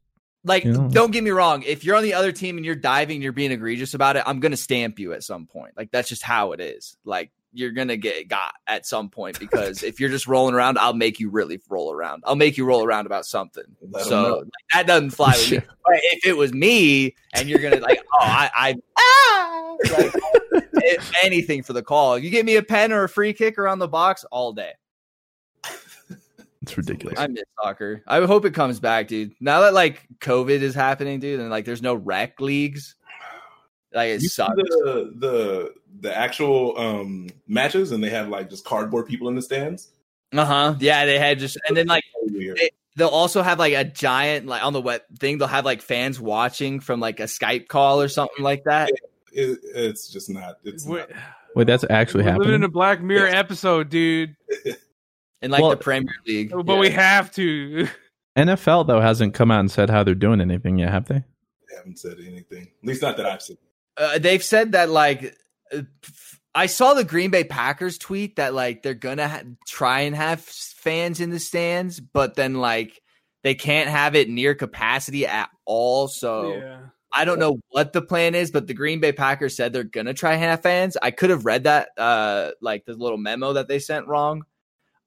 like, you know? don't get me wrong. If you're on the other team and you're diving, and you're being egregious about it. I'm gonna stamp you at some point. Like that's just how it is. Like you're gonna get got at some point because if you're just rolling around, I'll make you really roll around. I'll make you roll around about something. Let 'em so know. like, that doesn't fly with me. Shit. But if it was me and you're gonna like, oh, I, I ah, like, if anything for the call. You give me a pen or a free kick around the box all day. it's ridiculous. I miss soccer. I hope it comes back, dude. Now that like COVID is happening, dude, and like there's no rec leagues, like it You see sucks. the, the the actual um matches, and they have like just cardboard people in the stands. Oh, Uh huh. Yeah, they had just and then like Weird. It- they'll also have like a giant like on the web thing. They'll have like fans watching from like a Skype call or something like that. It- it's just not. It's We're, not. Wait, that's actually we're living in happening. a Black Mirror Yes. episode, dude. In like Well- the Premier League, But we have to. NFL though hasn't come out and said how they're doing anything yet, have they? They haven't said anything. At least not that I've seen. uh, they've said that like uh, I saw the Green Bay Packers tweet that like they're gonna ha- try and have s- fans in the stands, but then like they can't have it near capacity at all. So Yeah. I don't know what the plan is, but the Green Bay Packers said they're gonna try and have fans. I could have read that uh like the little memo that they sent wrong.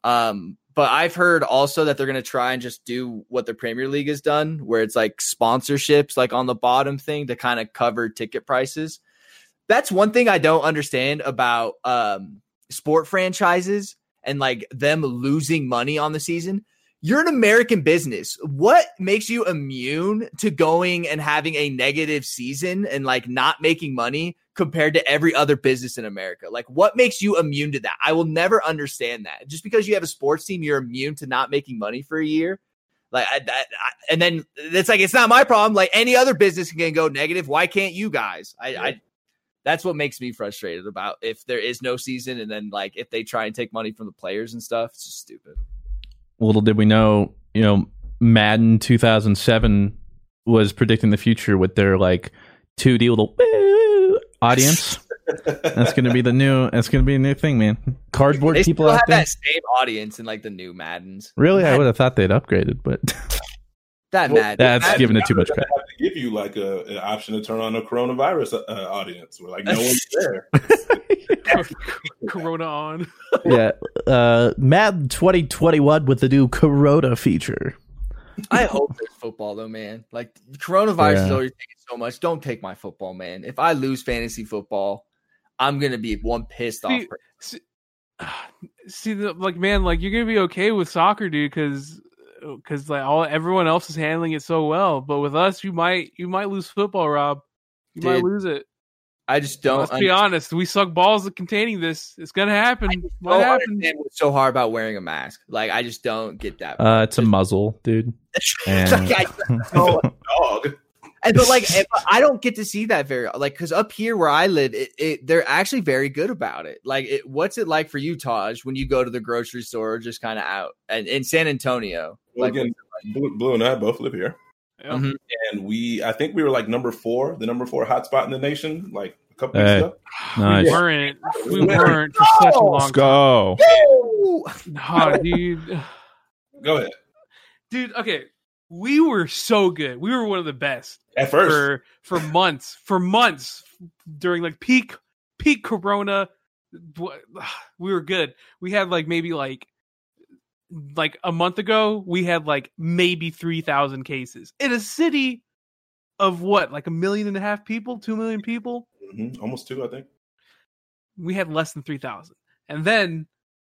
Um but I've heard also that they're gonna try and just do what the Premier League has done, where it's like sponsorships like on the bottom thing to kind of cover ticket prices. That's one thing I don't understand about um sport franchises and like them losing money on the season you're an American business. What makes you immune to going and having a negative season and like not making money compared to every other business in America? Like, what makes you immune to that? I will never understand that. Just because you have a sports team, you're immune to not making money for a year. Like, I, that I, and then it's like, it's not my problem. Like, any other business can go negative. Why can't you guys? I, I, that's what makes me frustrated about if there is no season and then like if they try and take money from the players and stuff. It's just stupid. Little did we know, you know, Madden 2007 was predicting the future with their like 2D little woo audience. that's gonna be the new. That's gonna be a new thing, man. Cardboard They people still out have there. that same audience in like the new Maddens. Really, I would have thought they'd upgraded, but That Well, Madden. that's Madden- giving it too much credit. They have to give you like a, an option to turn on a coronavirus uh, audience where like no one's there. Corona on. yeah. Uh, Madden 2021 with the new Corona feature. I hope there's football though, man. Like coronavirus is Yeah. already taking so much. Don't take my football, man. If I lose fantasy football, I'm gonna be one pissed off. See- See, the, like man, like you're gonna be okay with soccer, dude, because because like all everyone else is handling it so well. But with us, you might you might lose football, Rob. You might Dude, lose it. I just don't. Let's be understand- honest. We suck balls at containing this. It's gonna happen. don't What happened? understand what's so hard about wearing a mask. Like I just don't get that. Uh, it's a muzzle, dude. and- Like, I don't- Dog. And, but like, if, I don't get to see that very like because up here where I live, it, it they're actually very good about it. Like, it, what's it like for you, Taj, when you go to the grocery store, or just kind of out and in San Antonio? Well, Like, again, Blue, Blue and I both live here, Yeah. Mhm. and we I think we were like number four, the number four hotspot in the nation, like a couple Hey. weeks ago. Nice. We Let's weren't. We weren't for such a long time. go. Woo! Nah, dude. Go ahead. Dude, okay. We were so good. We were one of the best At first, for for months, for months during like peak peak corona. We were good. We had like maybe like like a month ago, we had like maybe 3,000 cases in a city of what? Like a million and a half people, 2 million people? Mhm, almost two, I think. we had less than 3000 and then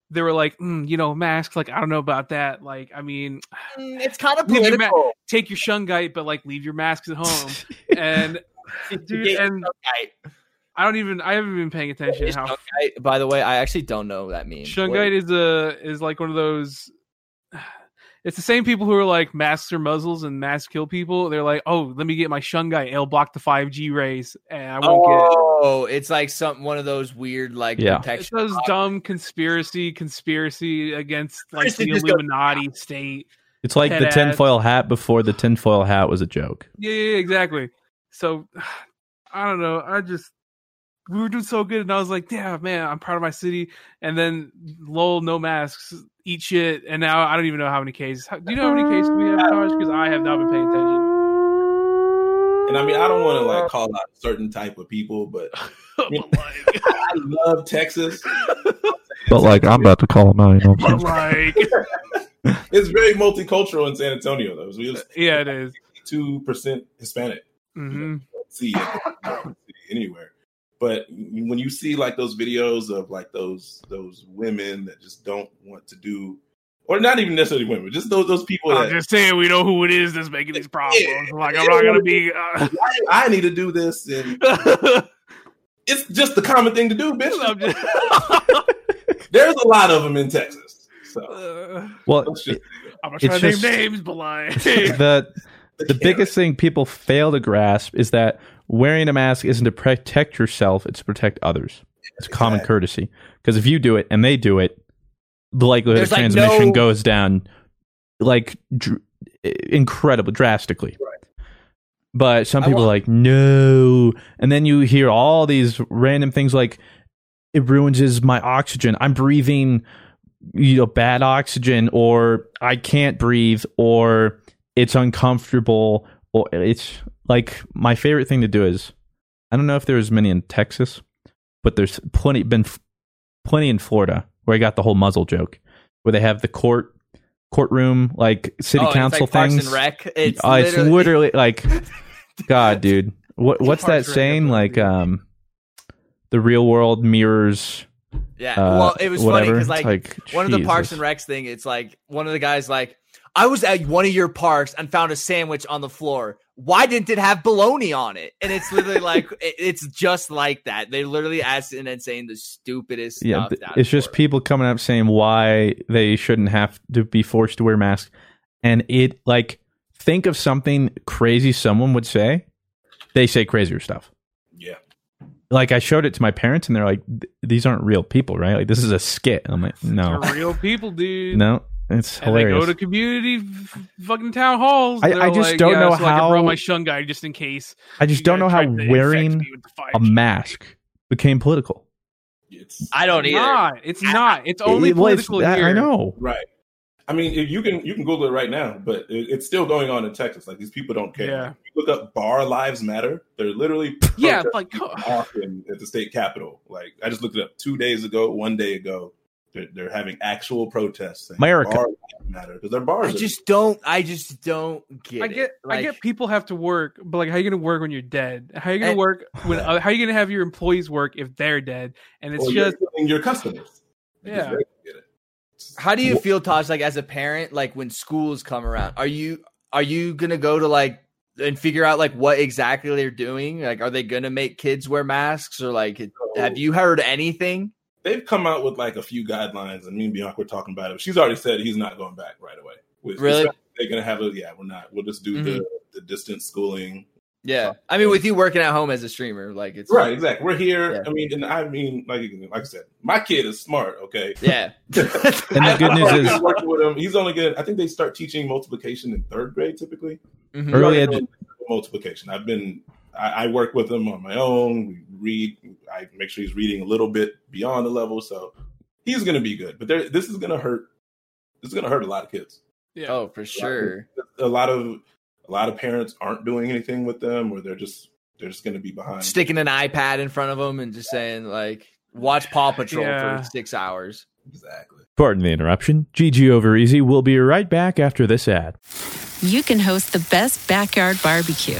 they were like mm, you know masks like i don't know about that like i mean Mm, It's kind of Leave your ma- political. take your shungite but like leave your masks at home and dude, Yeah, and shungite. i don't even i haven't been paying attention to It's how shungite. By the way, I actually don't know what that means. shungite is a is like one of those it's the same people who are like masks are muzzles and masks kill people they're like oh let me get my shungite it'll block the 5g rays and i won't get it Oh, it's like some one of those weird like Yeah. It's protection. those dumb conspiracy, conspiracy against like Conspiracy the just goes- Illuminati state. It's like the Head tinfoil hat before the tinfoil hat was a joke. Yeah, yeah, yeah, exactly. So I don't know. I just we were doing so good, and I was like, "Yeah, man, I'm proud of my city." And then, lol, no masks, eat shit, and now I don't even know how many cases. How, do you know how many cases we have, Taj? Because I have not been paying attention. And I mean, I don't want to like call out a certain type of people, but but like, I love Texas. But like, I'm about to call him out. You but like, It's very multicultural in San Antonio, though. We have yeah, it is. two percent Hispanic. Mhm. see it anywhere. But when you see like those videos of like those those women that just don't want to do, or not even necessarily women, just those those people I'm that just saying, we know who it is that's making these problems. Like, I'm not gonna be. Uh, I, I need to do this, and it's just the common thing to do, I'm bitch. just- There's a lot of them in Texas, so Uh, well, let's just I'm not It's trying to name just- names, but like, the the biggest thing people fail to grasp is that wearing a mask isn't to protect yourself; it's to protect others. It's common Exactly. courtesy. Because if you do it and they do it, the likelihood There's, of like, transmission no- goes down like dr- incredible, drastically. But some I people wa- are like, no, and then you hear all these random things like it ruins is my oxygen. I'm breathing you know bad oxygen or i can't breathe or it's uncomfortable or it's like my favorite thing to do is i don't know if there's many in texas but there's plenty been f- plenty in florida where i got the whole muzzle joke where they have the court courtroom like city Oh, it's council like Parks things and Rec. It's, Uh, it's literally, literally like god dude what, what's that Parks and Rec saying episode, like dude. um the real world mirrors Yeah. uh, well, it was funny whatever. because It's like, like, one of the Parks Jesus. and Recs thing, it's like one of the guys like, I was at one of your parks and found a sandwich on the floor. Why didn't it have bologna on it? And it's literally like it- it's just like that. They literally asked and then saying the stupidest yeah stuff. th- down it's just Florida. people coming up saying why they shouldn't have to be forced to wear masks and it like think of something crazy someone would say they say crazier stuff yeah. like i showed it to my parents and they're like "Th- these aren't real people right like this is a skit and i'm like no They're real people, dude. no it's And they go hilarious to community f- fucking town halls. I- They're I just like, don't yeah, know so I can how- brought my shun guy just in case. i just you don't know guys how tried to infect wearing me with the 5G. a mask became political It's I don't It's either. not. It's not. It's only It- well, it's- political that- here. i know right. I mean, if you can you can Google it right now, but it, it's still going on in Texas. Like these people don't care. Yeah. You look up "Bar Lives Matter." They're literally Yeah, protesting like, co- often at the state capitol. Like I just looked it up two days ago, one day ago. They're, they're having actual protests. saying America. bars don't matter because their bars. I are- just don't. I just don't get. I get, It. Like, I get. People have to work, but like, how you gonna work when you're dead? How you gonna And- work when? Uh, how you gonna have your employees work if they're dead? And it's well, you're just, killing your customers. Yeah. They get it. How do you feel, Taj? Like as a parent, like when schools come around, are you are you gonna go to like and figure out like what exactly they're doing? Like, are they gonna make kids wear masks or like? it- Have you heard anything? They've come out with like a few guidelines, and me and Bianca were talking about it. She's already said he's not going back right away. Which- Really? Mm-hmm. They're gonna have a yeah. We're not. We'll just do the the distance schooling. Yeah, I mean, with you working at home as a streamer, like it's Right. Exactly. We're here. Yeah. I mean, and I mean, like like I said, my kid is smart. Okay. Yeah, And the good news I'm is working with him. He's only good. I think they start teaching multiplication in third grade typically. Mhm. early Right. edu- multiplication. I've been I, I work with him on my own. We read. I make sure he's reading a little bit beyond the level, so he's going to be good. But there, this is going to hurt. This is going to hurt a lot of kids. yeah. Oh, for sure. A lot of a lot of parents aren't doing anything with them, or they're just they're just going to be behind. Sticking an iPad in front of them and just saying like, watch Paw Patrol Yeah. for six hours. Exactly. Pardon the interruption. GG over easy. We'll be right back after this ad. you can host the best backyard barbecue.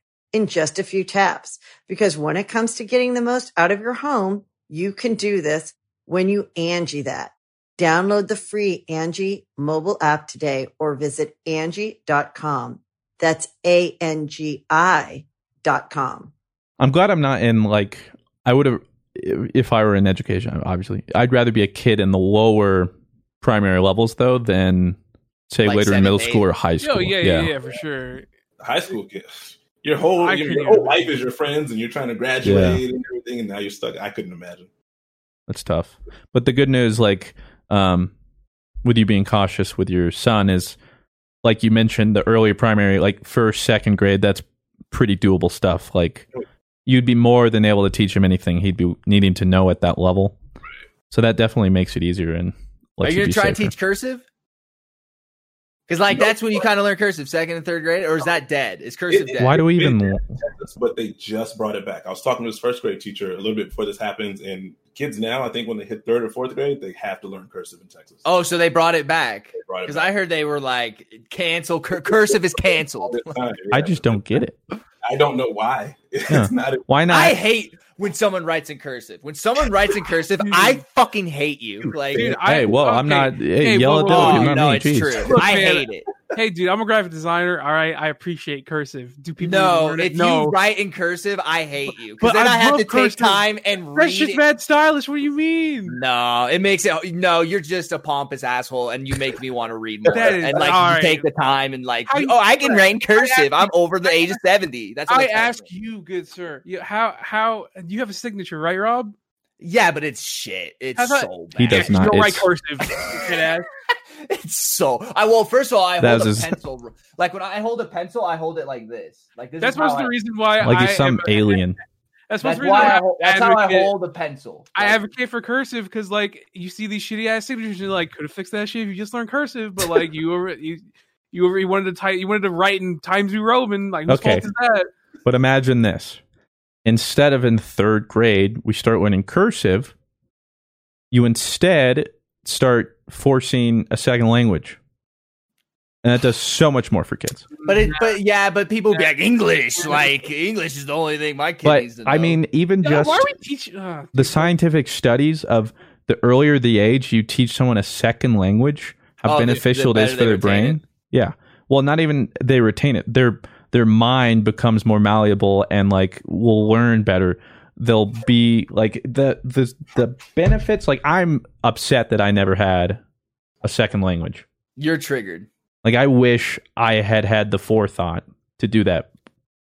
in just a few taps. Because when it comes to getting the most out of your home, you can do this when you Angie that. Download the free Angie mobile app today or visit Angie.com. That's A-N-G-I dot com. I'm glad I'm not in like I would have if I were in education. Obviously, I'd rather be a kid in the lower primary levels though than say Like later seven, in middle eight? school or high Oh school. yeah, yeah, yeah, for sure. High school kids. Your whole I your, couldn't your whole even- life is your friends, and you're trying to graduate and everything, and now you're stuck. I couldn't imagine. That's tough. But the good news, like, um, with you being cautious with your son, is like you mentioned the early primary, like first, second grade. That's pretty doable stuff. Like, you'd be more than able to teach him anything he'd be needing to know at that level. So that definitely makes it easier and. Are lets you gonna be try and safer. teach cursive? Because like that's when you kind of learn cursive, second and third grade, or is that dead? Is cursive It- dead? Why do we Been even? there in Texas, but they just brought it back. I was talking to this first grade teacher a little bit before this happens, and kids now, I think when they hit third or fourth grade, they have to learn cursive in Texas. Oh, so they brought it back. They brought it Because back. I heard they were like cancel cur- cursive is canceled. I just don't get it. I don't know why. It's Yeah. not. Why not? I hate when someone writes in cursive. When someone writes in cursive, I fucking hate you. Like, oh, Dude, hey, I- whoa! I'm okay. not. Hey, Hey, yell whoa, at whoa, Doug. whoa. not no, me. it's Jeez. true. Look, I man, hate it. hey, dude, I'm a graphic designer. All right, I appreciate cursive. Do people No, learn it? if you write in cursive, I hate you. Because But then I, I have love to take cursive. time and That's read. just it. bad stylish. What do you mean? No, it makes it. No, you're just a pompous asshole, and you make me want to read more. That is- and like, you all right. take the time and like, How you- you oh, I can doing? write in I cursive. asked I'm over the age of seventy. That's what I it's telling ask me. you, good sir. You, how how you have a signature, right, Rob? Yeah, but it's shit. It's How's that- so bad. He does You not. don't write it's- cursive. Deadass. It's so. I well, first of all, I That hold a was his- pencil. Like when I hold a pencil, I hold it like this. Like this. That's is how most of I- the reason why like I he's some am- alien. That's, That's most of the reason why why I I'm hold. That's how I advocate- hold a pencil. I Like, advocate for cursive because, like, you see these shitty ass signatures, and you're like, could have fixed that shit if you just learned cursive. But like, you over you you, over, you wanted to type, you wanted to write in Times New Roman. Like, whose Okay. fault is that? But imagine this: instead of in third grade, we start learning cursive. You instead start forcing a second language, and that does so much more for kids. But it, but yeah, but people be like English. Like English is the only thing my kid But needs to know. I mean, even Yeah, just why are we teaching? Uh, the scientific studies of the earlier the age you teach someone a second language, how Oh, the- the beneficial it better is for they their retain brain. Yeah. Well, not even they retain it. Their their mind becomes more malleable and like will learn better. They'll be like the the the benefits. Like I'm upset that I never had a second language. you're triggered. Like I wish I had had the forethought to do that.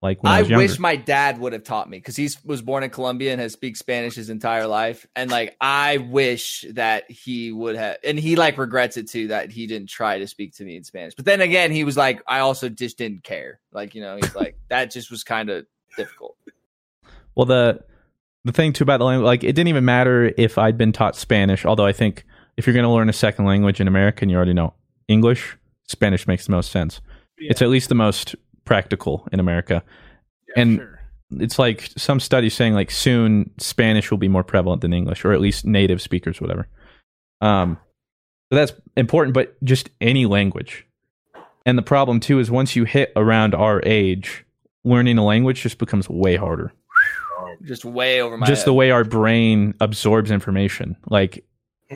Like when I, I was younger. wish my dad would have taught me because he was born in Colombia and has speak Spanish his entire life. And like, I wish that he would have, and he like regrets it too that he didn't try to speak to me in Spanish. But then again, he was like, I also just didn't care. Like, you know, he's like, that just was kind of difficult. Well, the the thing too about the language, like it didn't even matter if I'd been taught Spanish. Although I think if you're going to learn a second language in American, you already know English. Spanish makes the most sense. It's at least the most practical in America. and sure. it's like some studies saying like soon Spanish will be more prevalent than English, or at least native speakers, whatever. Um, so that's important, but just any language. And the problem too is once you hit around our age, learning a language just becomes way harder Just way over my just head. the way our brain absorbs information like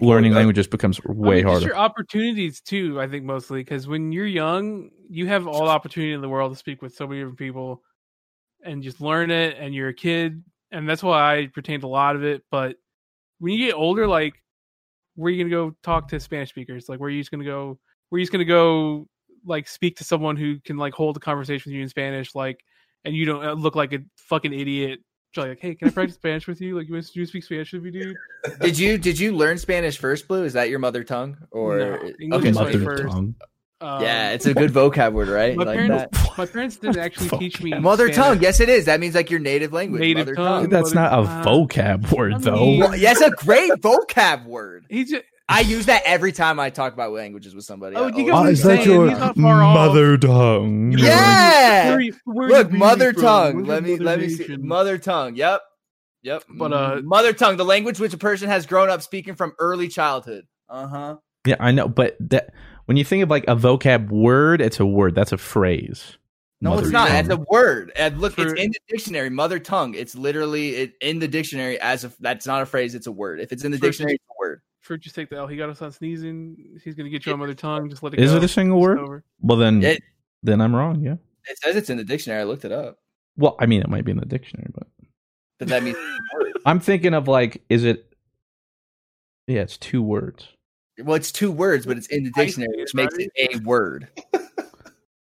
learning languages becomes I way mean, harder Just your opportunities too. I think mostly because when you're young, you have all the opportunity in the world to speak with so many different people, and just learn it. And you're a kid, and that's why I retained a lot of it. But when you get older, like, where are you gonna go talk to Spanish speakers? Like, where are you just gonna go? Where are you just gonna go? Like, speak to someone who can like hold a conversation with you in Spanish, like, and you don't uh, look like a fucking idiot. Just Like, hey, can I practice Spanish with you? Like, you want to speak Spanish with me, dude? did you, did you learn Spanish first, Blue? Is that your mother tongue? Or, No, English okay, is so my it's- first. Um, yeah, it's a good vocab word, right? my Like parents, that. my parents didn't actually teach me Mother tongue. Spanish. Yes, it is. That means like your native language. Native mother tongue. tongue. that's not a vocab word though Well, yes, a great vocab word. He just, I use that every time I talk about languages with somebody. Oh, I you always- got what he's saying. He's not far off. tongue yeah. Where are you- where are you Look, really mother from? tongue. Where's Let me your let me mother see. nation? Mother tongue. Yep. Yep. But, uh, mother tongue, the language which a person has grown up speaking from early childhood. Uh-huh. yeah i know but that when you think of like a vocab word it's a word that's a phrase No, Mother it's not. That's tongue. a word. And look, True. it's in the dictionary. Mother tongue. It's literally it, in the dictionary as a that's not a phrase, it's a word. If it's in the True. dictionary, it's a word. Fruit, just take the L. He got us on sneezing. He's gonna get you on mother tongue. Just let it Is go. it a single It's word? over. well then It- then i'm wrong yeah It says it's in the dictionary. I looked it up. well i mean it might be in the dictionary but But that means i'm thinking of like is it yeah it's two words well, it's two words, but it's in the dictionary, which makes it a word.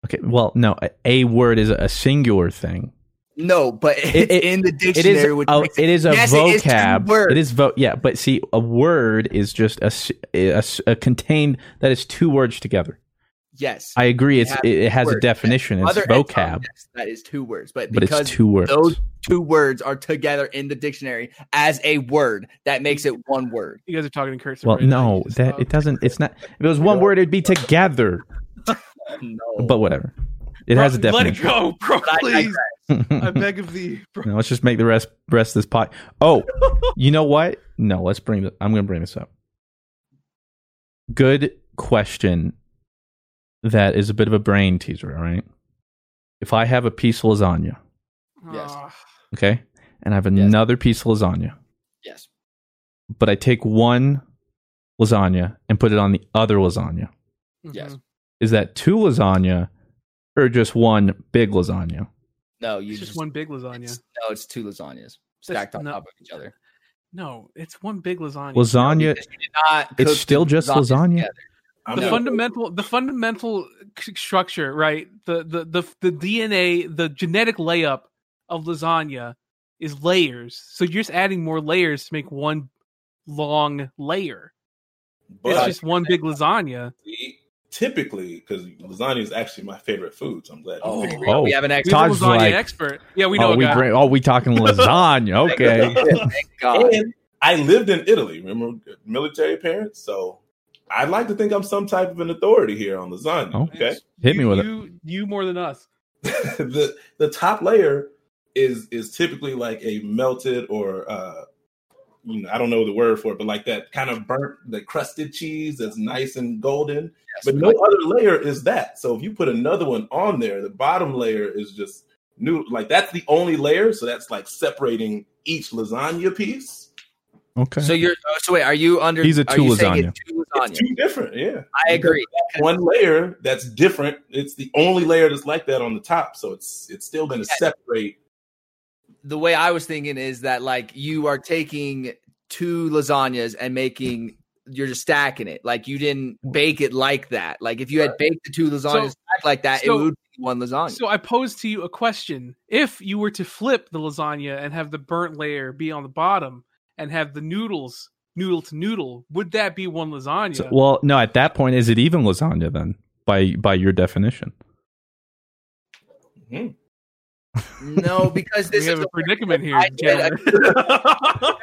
okay well no a, a word is a singular thing No, but it's it- in the it dictionary. is which a, makes it is a Yes, it is two vocab. words. It is vo- yeah, but see, a word is just a, s- a s- a contained that is two words together. yes. I agree. You It's have it, it has a words. definition. It's Mother and vocab, tongue, yes, that is two words, but but because it's two words. those two words are together in the dictionary as a word, that makes it one word. You guys are talking in cursive. well, right now. no, You just that stopped. it doesn't. It's not. If it was one word, it'd be together. No, But whatever, it Bro, has a Let it definition. go, bro. I Please, I beg of thee, bro. No, let's just make the rest rest this pot. Oh, you know what? No, let's bring. The, I'm going to bring this up. Good question. That is a bit of a brain teaser. All right. If I have a piece of lasagna, Yes. Ah, okay, and I have Yes. another piece of lasagna, yes, but I take one lasagna and put it on the other lasagna, mhm. Yes. is that two lasagna or just one big lasagna? No, you It's just one big lasagna. It's, no, it's two lasagnas stacked on no- top of each other. No, it's one big lasagna. Lasagna. Because you did not It's cook still two just lasagnas lasagna? together. I'm the not- fundamental the fundamental c- structure right the, the the the dna the genetic layup of lasagna is layers so you're just adding more layers to make one long layer it's but just one big lasagna typically, because lasagna is actually my favorite food, so I'm glad. you Oh, figured it out. Oh. we have an we have a Todd's extra. lasagna like, expert yeah we know oh, a we guy bring, oh, we talking lasagna. Okay. Thank God. And I lived in Italy. Remember, military parents. So I like to think I'm some type of an authority here on lasagna. Oh. Okay, Hit me You- with it. you, you more than us the the top layer is is typically like a melted or uh, you know I don't know the word for it, but like that kind of burnt, the crusted cheese that's nice and golden. Yes, But we no like- other layer is that. So if you put another one on there, the bottom layer is just new. Like that's the only layer. So that's like separating each lasagna piece. Okay. So you're oh, so wait, are you under? He's a are two you saying lasagna. it's two It's lasagna. two different. Yeah, I agree. one layer that's different. It's the only layer that's like that on the top. So it's it's still going to separate. The way I was thinking is that like you are taking two lasagnas and making you're just stacking it. Like you didn't bake it like that. Like if you had baked the two lasagnas stacked like that, so- it would be one lasagna. so i pose to you a question if you were to flip the lasagna and have the burnt layer be on the bottom and have the noodles noodle to noodle would that be one lasagna So- well, no, at that point, is it even lasagna then? By by your definition. no, because this we have is a predicament here, I did- gentlemen. Because if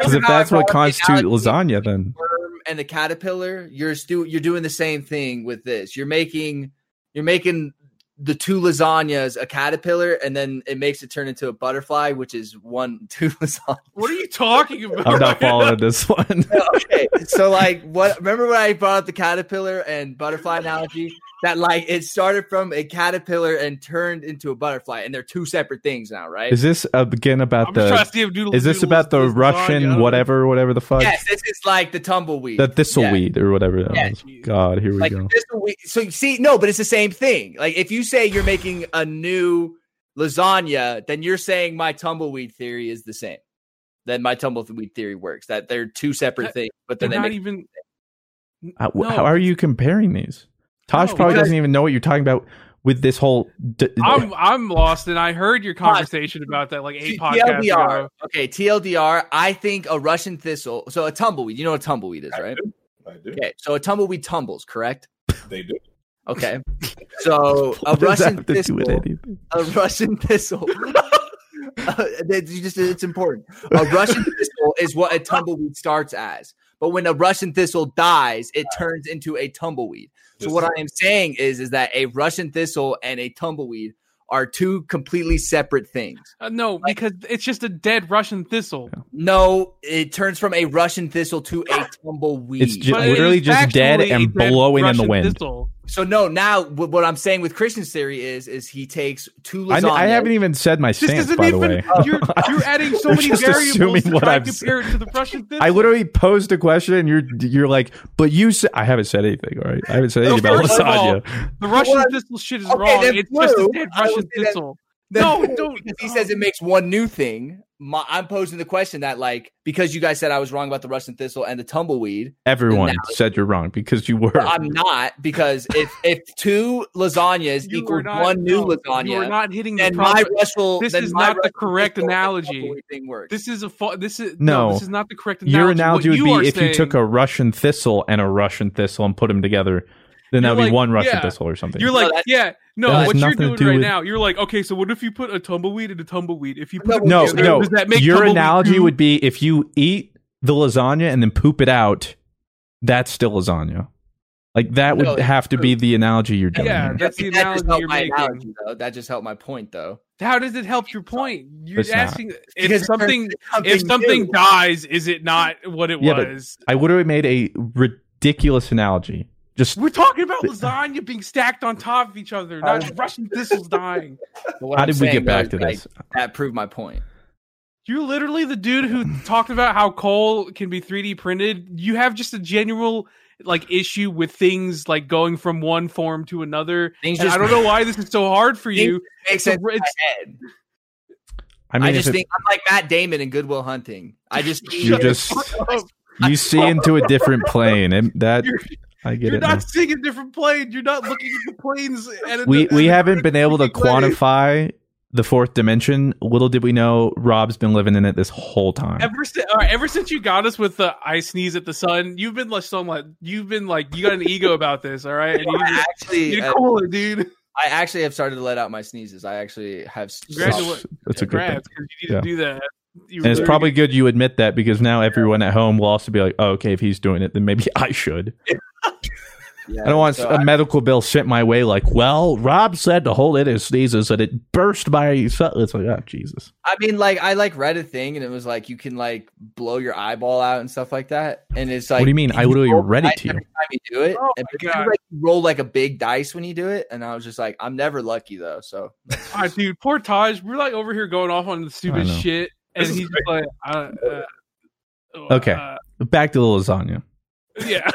Remember how I that's what brought up the constitutes analogy lasagna, then worm and the caterpillar, you're still you're doing the same thing with this. You're making you're making the two lasagnas a caterpillar, and then it makes it turn into a butterfly, which is one two lasagna. What are you talking about? I'm not following this one. okay, so like what? Remember when I brought up the caterpillar and butterfly analogy? That like it started from a caterpillar and turned into a butterfly, and they're two separate things now, right? Is this uh, again about I'm just trying to the? see if Doodle Is this Doodle about the is lasagna. I Russian don't whatever whatever the fuck? yes, this is like the tumbleweed. The thistleweed or whatever that Yeah. was. God, here we like go. just a week. So you see, no, but it's the same thing. Like if you say you're making a new lasagna, then you're saying my tumbleweed theory is the same. Then my tumbleweed theory works. That they're two separate That- things, but They're then they not make even. Uh, wh- No. How are you comparing these? Tosh No, probably because- doesn't even know what you're talking about with this whole. D- I'm I'm lost, and I heard your conversation about that like eight podcasts TLDR. ago. Okay, TLDR. I think a Russian thistle. So a tumbleweed. You know what a tumbleweed is, right? I do. Okay, so a tumbleweed tumbles, correct? They do. Okay, so a What does that Russian have to do thistle. with anything? a Russian thistle. Uh, it's just it's important. A Russian thistle is what a tumbleweed starts as, but when a Russian thistle dies, it turns into a tumbleweed. So This what is- I am saying is, is that a Russian thistle and a tumbleweed are two completely separate things. Uh, no, because it's just a dead Russian thistle. No, it turns from a Russian thistle to a tumbleweed. It's ju- it Literally is just dead factually and a dead blowing in the Russian wind. thistle. so no. Now, wh- what I'm saying with Christian's theory is, is he takes two I, lasagna. I haven't even said my This stance, isn't by the even. Oh, way. You're you're adding so You're many just variables to assuming what try I've and compare it to the Russian thistle. I literally posed a question, and you're you're like, but you said I haven't said anything, all right? I haven't said anything about first of all, lasagna. the Russian What? thistle shit is Okay, wrong. then It's just a blue, dead I would Russian say that- thistle. Then- No, don't. Because he says it makes one new thing. My, I'm posing the question that, like, because you guys said I was wrong about the Russian thistle and the tumbleweed, Everyone said you're wrong because you were. but I'm not. Because if if two lasagnas You are equals not- one new no, You are lasagna, not hitting the then my proper- Russell, This then is my not the Russian correct thistle and analogy. tumbleweed Thing works. This is a fa- this is No. This is not the correct analogy. Your What analogy would you are be if you saying- took a Russian thistle and a Russian thistle and put them together, then that You're would like, be one Russian yeah. thistle or something. You're No, like, that's- yeah, no. that has What you're nothing to doing do right with- now, you're like, okay, so what if you put a tumbleweed in a tumbleweed? If you put it no, together, no. does that make Your tumbleweed analogy two? would be if you eat the lasagna and then poop it out, that's still lasagna. Like that would No, it's have to be the analogy you're doing. Yeah, here. that's the That just analogy helped you're my making. analogy, though. That just helped my point, though. How does it help your point? You're It's not. asking Because if it something turns into if something new. dies, is it not what it Yeah, but- was? I would have made a ridiculous analogy. Just We're talking about lasagna being stacked on top of each other, not Russian thistles dying. But what how I'm did we saying, get back though, to is, like, this? that proved my point. You're literally the dude who talked about how coal can be 3D printed. You have just a general like issue with things like going from one form to another. Things And just- I don't know why this is so hard for Things you. Makes It's- sense in my head. I I, mean, just if it- think I'm like Matt Damon in Goodwill Hunting. I just you just you see into a different plane, and that You're- I get You're it. now. not seeing a different plane. You're not looking at the planes. And at We the- we and haven't been able to freaking plane. quantify the fourth dimension. Little did we know, Rob's been living in it this whole time. Ever since, all right, ever since you got us with the I sneeze at the sun, you've been like somewhat. You've been like you got an ego about this, all right? And you, I actually, you're I, cool, it, dude. I actually have started to let out my sneezes. I actually have. Congratulations. That's a good thing. Congrats, 'cause you need Yeah. to do that. You And it's really- probably good you admit that because now everyone at home will also be like, oh, okay, if he's doing it, then maybe I should. I don't want um, so a I- medical bill sent my way like, well, Rob said to hold in his sneezes and it burst my. Su-. It's like, oh, Jesus. I mean, like I like read a thing and it was like you can like blow your eyeball out and stuff like that. And it's like, do you mean? I literally read it to you. Every time you do it, Oh and my you, God. like, roll like a big dice when you do it. And I was just like, I'm never lucky though. So Ah, dude, poor Taj. We're like over here going off on the I stupid know. shit, and This is he's just like, I, uh, Okay. uh, Back to the lasagna. yeah.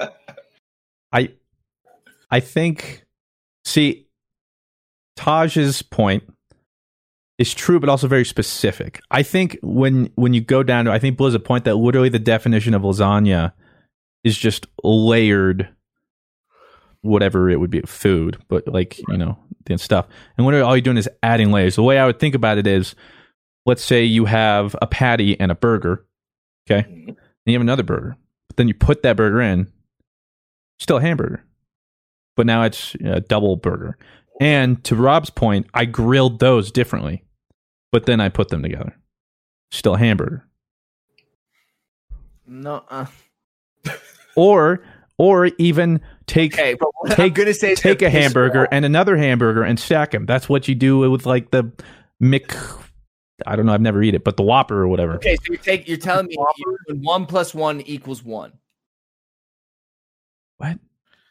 I I think see Taj's point is true but also very specific. I think when when you go down to I think Bla's a point that literally the definition of lasagna is just layered whatever it would be food, but like, you know, and stuff. And literally all you're doing is adding layers. The way I would think about it is let's say you have a patty and a burger, okay? And you have another burger. But then you put that burger in still a hamburger, but now it's a double burger. And to Rob's point, I grilled those differently, but then I put them together. Still a hamburger. no. Uh, Or or even take okay, but what I'm take gonna say is take gonna a piss me hamburger off. and another hamburger and stack them. That's what you do with like the Mick. I don't know. I've never eat it, but the Whopper or whatever. Okay, so you take. You're telling me you- one plus one equals one. What?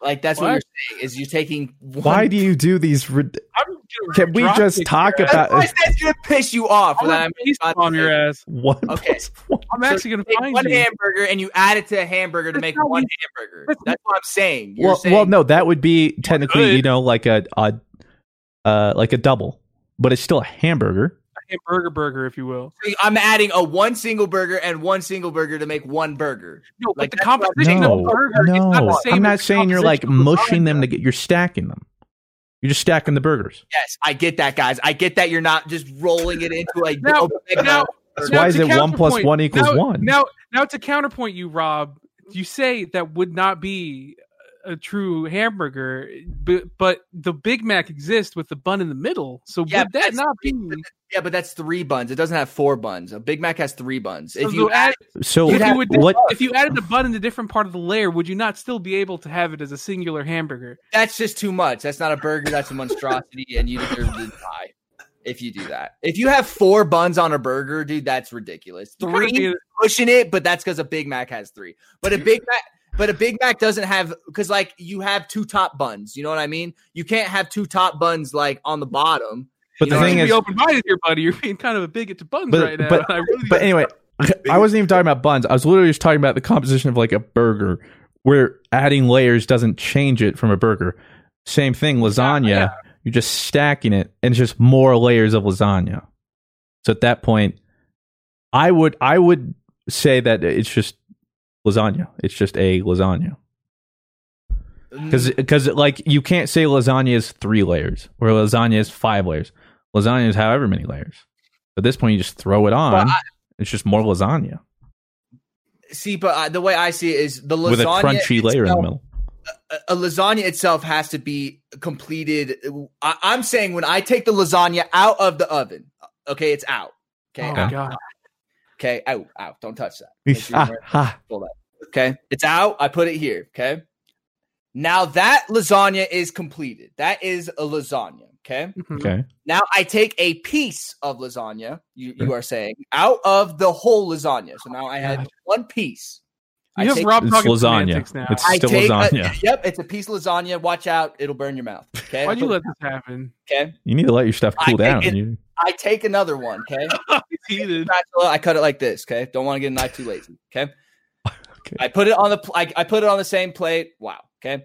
Like that's what, What? you're saying is you're taking. One Why do you do these? rid- I'm gonna Can we drop just kick talk your ass. about That's why that's gonna piss you off. I'm when gonna I'm face about to palm your say- ass. one? Okay. plus one? I'm So actually gonna take find one you. hamburger and you add it to a hamburger to That's make not one me. hamburger. That's- That's what I'm saying. You're well, saying well, no, that would be technically, could. you know, like a, a uh, like a double, but it's still a hamburger. Hamburger burger, if you will. I'm adding a one single burger and one single burger to make one burger. No, Like, but the that's what I'm composition saying. of No, the burger is not the no, same I'm not as the saying you're like composition of the mushing them lasagna. to get. You're stacking them. You're just stacking the burgers. Yes, I get that, guys. I get that you're not just rolling it into a. Now- a- now- That's Now, why to is it one plus counterpoint- one equals now- one? Now, now to counterpoint you, Rob, you say that would not be a true hamburger, but, but the Big Mac exists with the bun in the middle. So Yeah, would but that that's- not be? yeah, but that's three buns. It doesn't have four buns. A Big Mac has three buns. So If you add, so if you, have- would, what? if you added the bun in a different part of the layer, would you not still be able to have it as a singular hamburger? that's just too much. That's not a burger. That's a monstrosity, and you deserve to die if you do that. If you have four buns on a burger, dude, that's ridiculous. You gotta be Three pushing it, but that's because a Big Mac has three. But a Big Mac, but a Big Mac doesn't have because like you have two top buns. You know what I mean? You can't have two top buns like on the bottom. But the you know, thing be is, open minded here, buddy. You're being kind of a bigot to buns but right now. but, I really but anyway, I wasn't even talking about buns. I was literally just talking about the composition of like a burger, where adding layers doesn't change it from a burger. Same thing, lasagna. You're just stacking it, and it's just more layers of lasagna. So at that point, I would I would say that it's just lasagna. It's just a lasagna because because like you can't say lasagna is three layers or lasagna is five layers. Lasagna is however many layers. At this point, you just throw it on. Well, I- it's just more lasagna See, but I, the way I see it is the lasagna with a crunchy layer in the itself- middle. a- a lasagna itself has to be completed. I, I'm saying when I take the lasagna out of the oven, okay, it's out. Okay, oh, out, God. okay, out, out. Don't touch that. Make sure you Ah, don't ha. pull that. Okay, it's out. I put it here. Okay, now that lasagna is completed. That is a lasagna. Okay, Mm-hmm. Okay. now I take a piece of lasagna. You you are saying out of the whole lasagna. So now I have one piece. I You have take- Rob It's talking semantics now. lasagna. It's I still take a- lasagna. yep, it's a piece of lasagna. Watch out, it'll burn your mouth. Okay, Why'd you let this happen? Okay, you need to let your stuff I cool take down. it- You- I take another one. Okay. Heated. Spatula, I cut it like this. Okay. Don't want to get a knife too lazy. Okay. I put it on the pl- I, I put it on the same plate. Wow. Okay.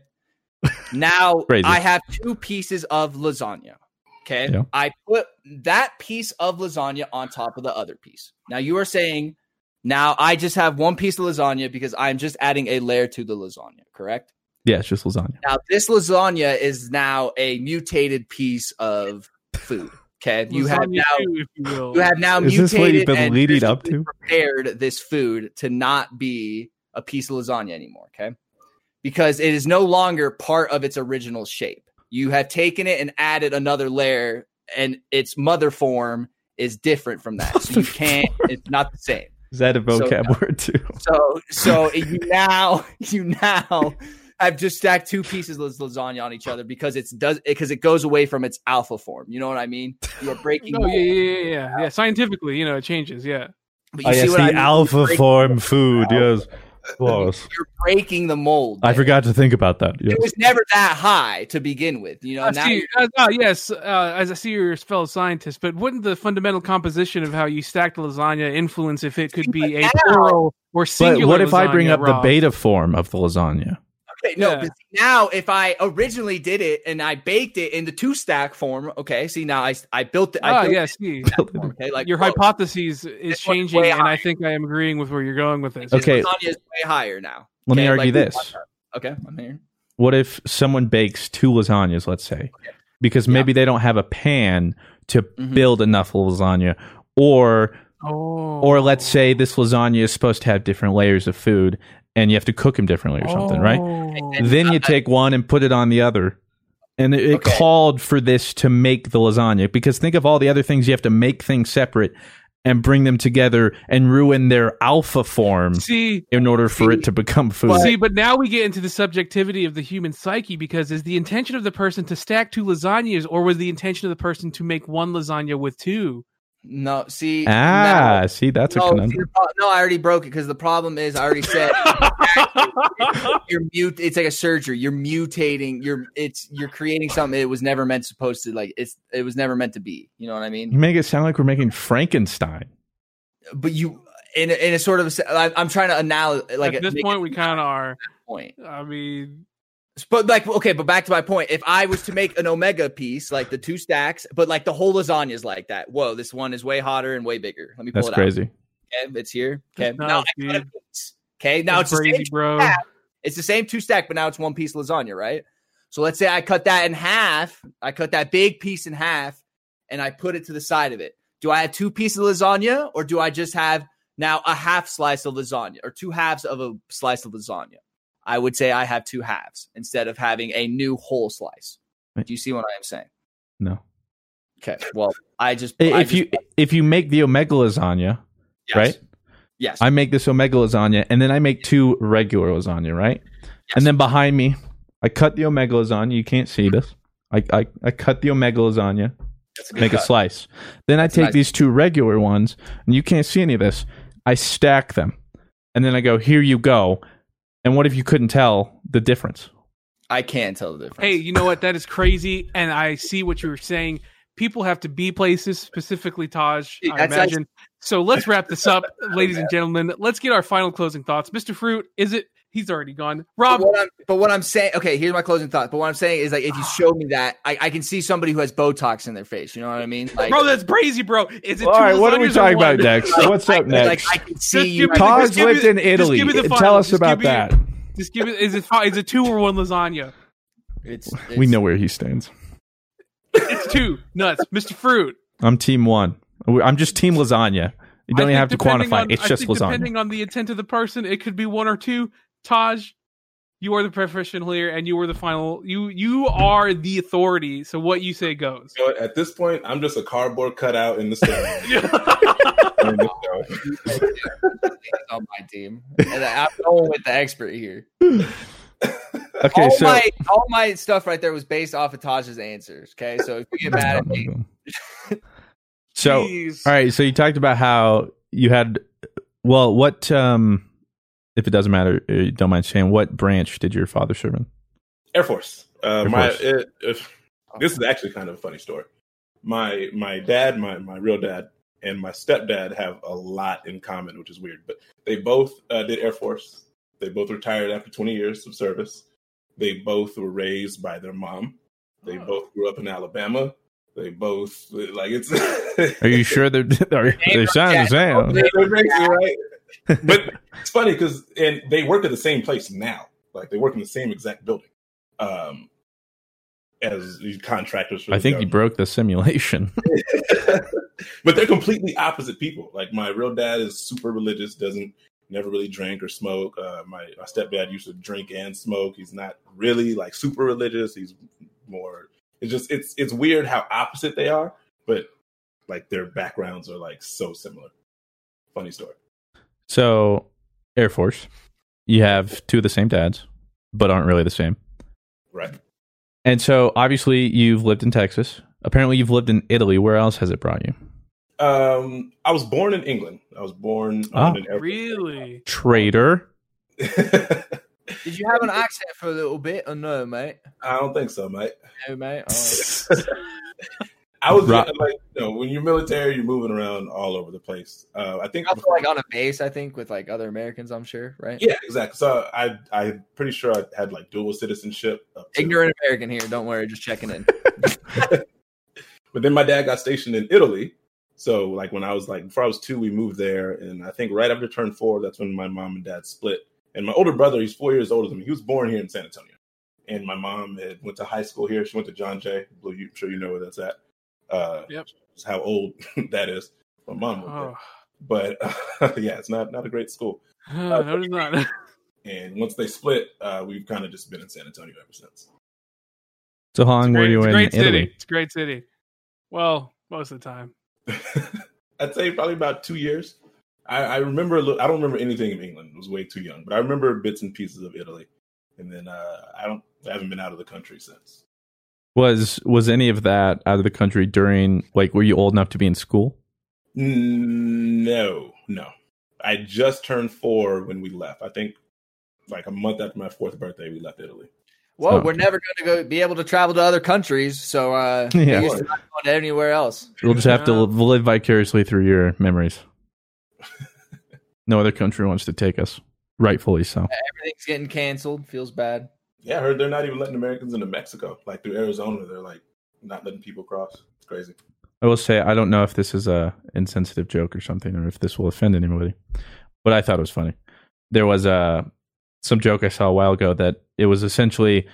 Now Crazy. I have two pieces of lasagna. Okay. Yeah. I put that piece of lasagna on top of the other piece. Now you are saying now I just have one piece of lasagna because I'm just adding a layer to the lasagna, correct? Yeah, it's just lasagna. Now this lasagna is now a mutated piece of food. Okay. You have Lasagna now too, if you will. you have now Is mutated this what you've been and leading up to? prepared this food to not be a piece of lasagna anymore. Okay, because it is no longer part of its original shape. You have taken it and added another layer, and its mother form is different from that. So you Mother can't. form. It's not the same. Is that a vocab word too? So so you now you now have just stacked two pieces of lasagna on each other because it's does because it goes away from its alpha form. You know what I mean? You are breaking. No, Oh, yeah, mold. yeah, yeah, yeah, yeah. Scientifically, you know, it changes. Yeah. But I Oh, see mean? alpha Breaking- form food. Yes, Yes. you're breaking the mold. I there. forgot to think about that. Yes. It was never that high to begin with. You know, I now see, uh, uh, yes, uh, as I see you're a fellow scientist, but wouldn't the fundamental composition of how you stack the lasagna influence if it could be a plural or but singular? what if I lasagna, bring up the Rob? beta form of the lasagna? okay, no, yeah. but now if I originally did it and I baked it in the two stack form, okay, see now I I built it. I Ah, built yeah, it see. form, okay, like Your whoa, hypothesis is one's changing, way and I think I am agreeing with where you're going with this. this Okay. lasagna is way higher now. Let me Okay, argue like, this. Okay, I'm here. What if someone bakes two lasagnas, let's say, because maybe they don't have a pan to Mm-hmm. Mhm. build enough lasagna, or Oh. or let's say this lasagna is supposed to have different layers of food, and you have to cook them differently or something, right? Oh. Then you take one and put it on the other, and it, it Okay. called for this to make the lasagna. Because think of all the other things you have to make things separate and bring them together and ruin their alpha form Oh. See, in order for it to become food. See, but now we get into the subjectivity of the human psyche because is the intention of the person to stack two lasagnas or was the intention of the person to make one lasagna with two? No, see, ah, now- see, that's a no, see, conundrum. the pro- no, I already broke it because the problem is I already said you're mute. It's like a surgery. You're mutating. You're it's you're creating something it was never meant supposed to like. It's it was never meant to be. You know what I mean? You make it sound like we're making Frankenstein. but you in a- in a sort of se- I- I'm trying to analyze like At this make point, a we kind of are. point. I mean, But like okay, but back to my point. If I was to make an omega piece, like the two stacks, but like the whole lasagna is like that. Whoa, this one is way hotter and way bigger. Let me pull That's it crazy. out. Okay, it's here. Okay, That's now nuts, I cut a dude. piece. Okay, now that's it's the same crazy, bro. stack. It's the same two stack, but now it's one piece lasagna, right? So let's say I cut that in half. I cut that big piece in half and I put it to the side of it. Do I have two pieces of lasagna or do I just have now a half slice of lasagna or two halves of a slice of lasagna? I would say I have two halves instead of having a new whole slice. Do you see what I am saying? No. Okay. Well, I just I- I If just- you if you make the omega lasagna, yes, right? Yes. I make this omega lasagna and then I make two regular lasagna, right? And then behind me, I cut the omega lasagna. You can't see this. I I, I cut the omega lasagna, That's good make a cut. slice. Then I a take nice- these two regular ones, and you can't see any of this. I stack them. And then I go, "Here you go." And what if you couldn't tell the difference? I can tell the difference. Hey, you know what? That is crazy. And I see what you were saying. People have to be places, specifically Taj, I That's- that's- imagine. So let's wrap this up, Oh, ladies and gentlemen. Let's get our final closing thoughts. Mr. Fruit, is it? He's already gone. Rob, But what I'm, but what I'm saying, okay, here's my closing thought. But what I'm saying is, like, if you show me that, I, I can see somebody who has Botox in their face. You know what I mean? Like, bro, that's crazy, bro. Is it two All right, what are we lasagnas or talking one? about next? What's I, up next? like I can see give you. me the- Taj just give me lived the- in just give Italy. me the Tell final. us Just about give me your- that. Just give it. Is it fi- is it two or one lasagna? It's, we it's- know where he stands. It's two nuts, Mr. Fruit. I'm team one. I'm just team lasagna. You I don't even think have to depending quantify. on- it's I just think lasagna. Depending on the intent of the person, it could be one or two. Taj, you are the professional here, and you are the final. You you are the authority. So what you say goes. You know what? At this point, I'm just a cardboard cutout in the stand. In the show. on my team. And I- I'm going with the expert here. okay, Oh all so my all my stuff right there was based off of Taj's answers. Okay, so if you get mad at me, so Jeez. all right. So you talked about how you had. Well, what um, if it doesn't matter? uh, you Don't mind saying what branch did your father serve in? Air Force. Uh, Air my Force. It, if, this is actually kind of a funny story. my my dad, my my real dad, and my stepdad have a lot in common, which is weird. But they both uh, did Air Force. They both retired after 20 years of service. They both were raised by their mom. They both grew up in Alabama. They both like it's Are you sure they're, they're they sound the same? They're crazy, right? but it's funny because and they work at the same place now. Like they work in the same exact building, um, as these contractors. For I the think you government. broke the simulation. but they're completely opposite people. Like my real dad is super religious, doesn't never really drink or smoke. Uh, my my stepdad used to drink and smoke. He's not really like super religious. He's more. It's just it's it's weird how opposite they are, but like their backgrounds are like so similar. Funny story. so, Air Force, you have two of the same dads, but aren't really the same. Right. And so, obviously, you've lived in Texas. Apparently, you've lived in Italy. Where else has it brought you? Um, I was born in England. I was born Ah. on an airplane. Really? Traitor. Did you have an accent for a little bit? Oh no, mate. I don't think so, mate. No, mate. Oh. I was Right. like, you know, when you're military, you're moving around all over the place. Uh, I think Also, like on a base, I think, with like other Americans, I'm sure, right? Yeah, exactly. So I I'm pretty sure I had like dual citizenship. up to- Ignorant American here. Don't worry, just checking in. But then my dad got stationed in Italy. So like when I was like before I was two, we moved there, and I think right after I turned four, that's when my mom and dad split. And my older brother, he's four years older than me. He was born here in San Antonio, and my mom had went to high school here. She went to John Jay. Blue, you- I'm sure you know where that's at. Uh, Yep. that's how old that is. My mom went there. Oh, but yeah, it's not not a great school. no, it's not. And once they split, uh, we've kind of just been in San Antonio ever since. So, how long were Great- you it's a in great Italy? city. It's a great city. Well, most of the time. I'd say probably about two years. I, I remember. a little- I don't remember anything of England. I was way too young, but I remember bits and pieces of Italy. And then uh, I don't. I haven't been out of the country since. Was was any of that out of the country during like were you old enough to be in school? Mm, No, no. I just turned four when we left. I think like a month after my fourth birthday, we left Italy. Well, So- we're never going to go be able to travel to other countries, so uh, Yeah. yeah, not going anywhere else. We'll just have to Yeah. live, live vicariously through your memories. no other country wants to take us, rightfully so. Everything's getting canceled. Feels bad. Yeah, I heard they're not even letting Americans into Mexico. Like through Arizona, they're like not letting people cross. It's crazy. I will say I don't know if this is a insensitive joke or something, or if this will offend anybody, but I thought it was funny. There was a some joke I saw a while ago that it was essentially,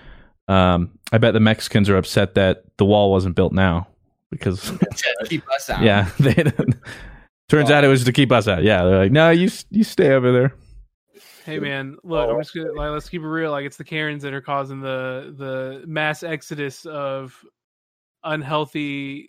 um, I bet the Mexicans are upset that the wall wasn't built now because Just keep us out. Yeah, they didn't- turns out it was to keep us out. Yeah, they're like, no, you s- you stay over there. Hey man, look, I'm just gonna like let's keep it real. Like it's the Karens that are causing the the mass exodus of unhealthy.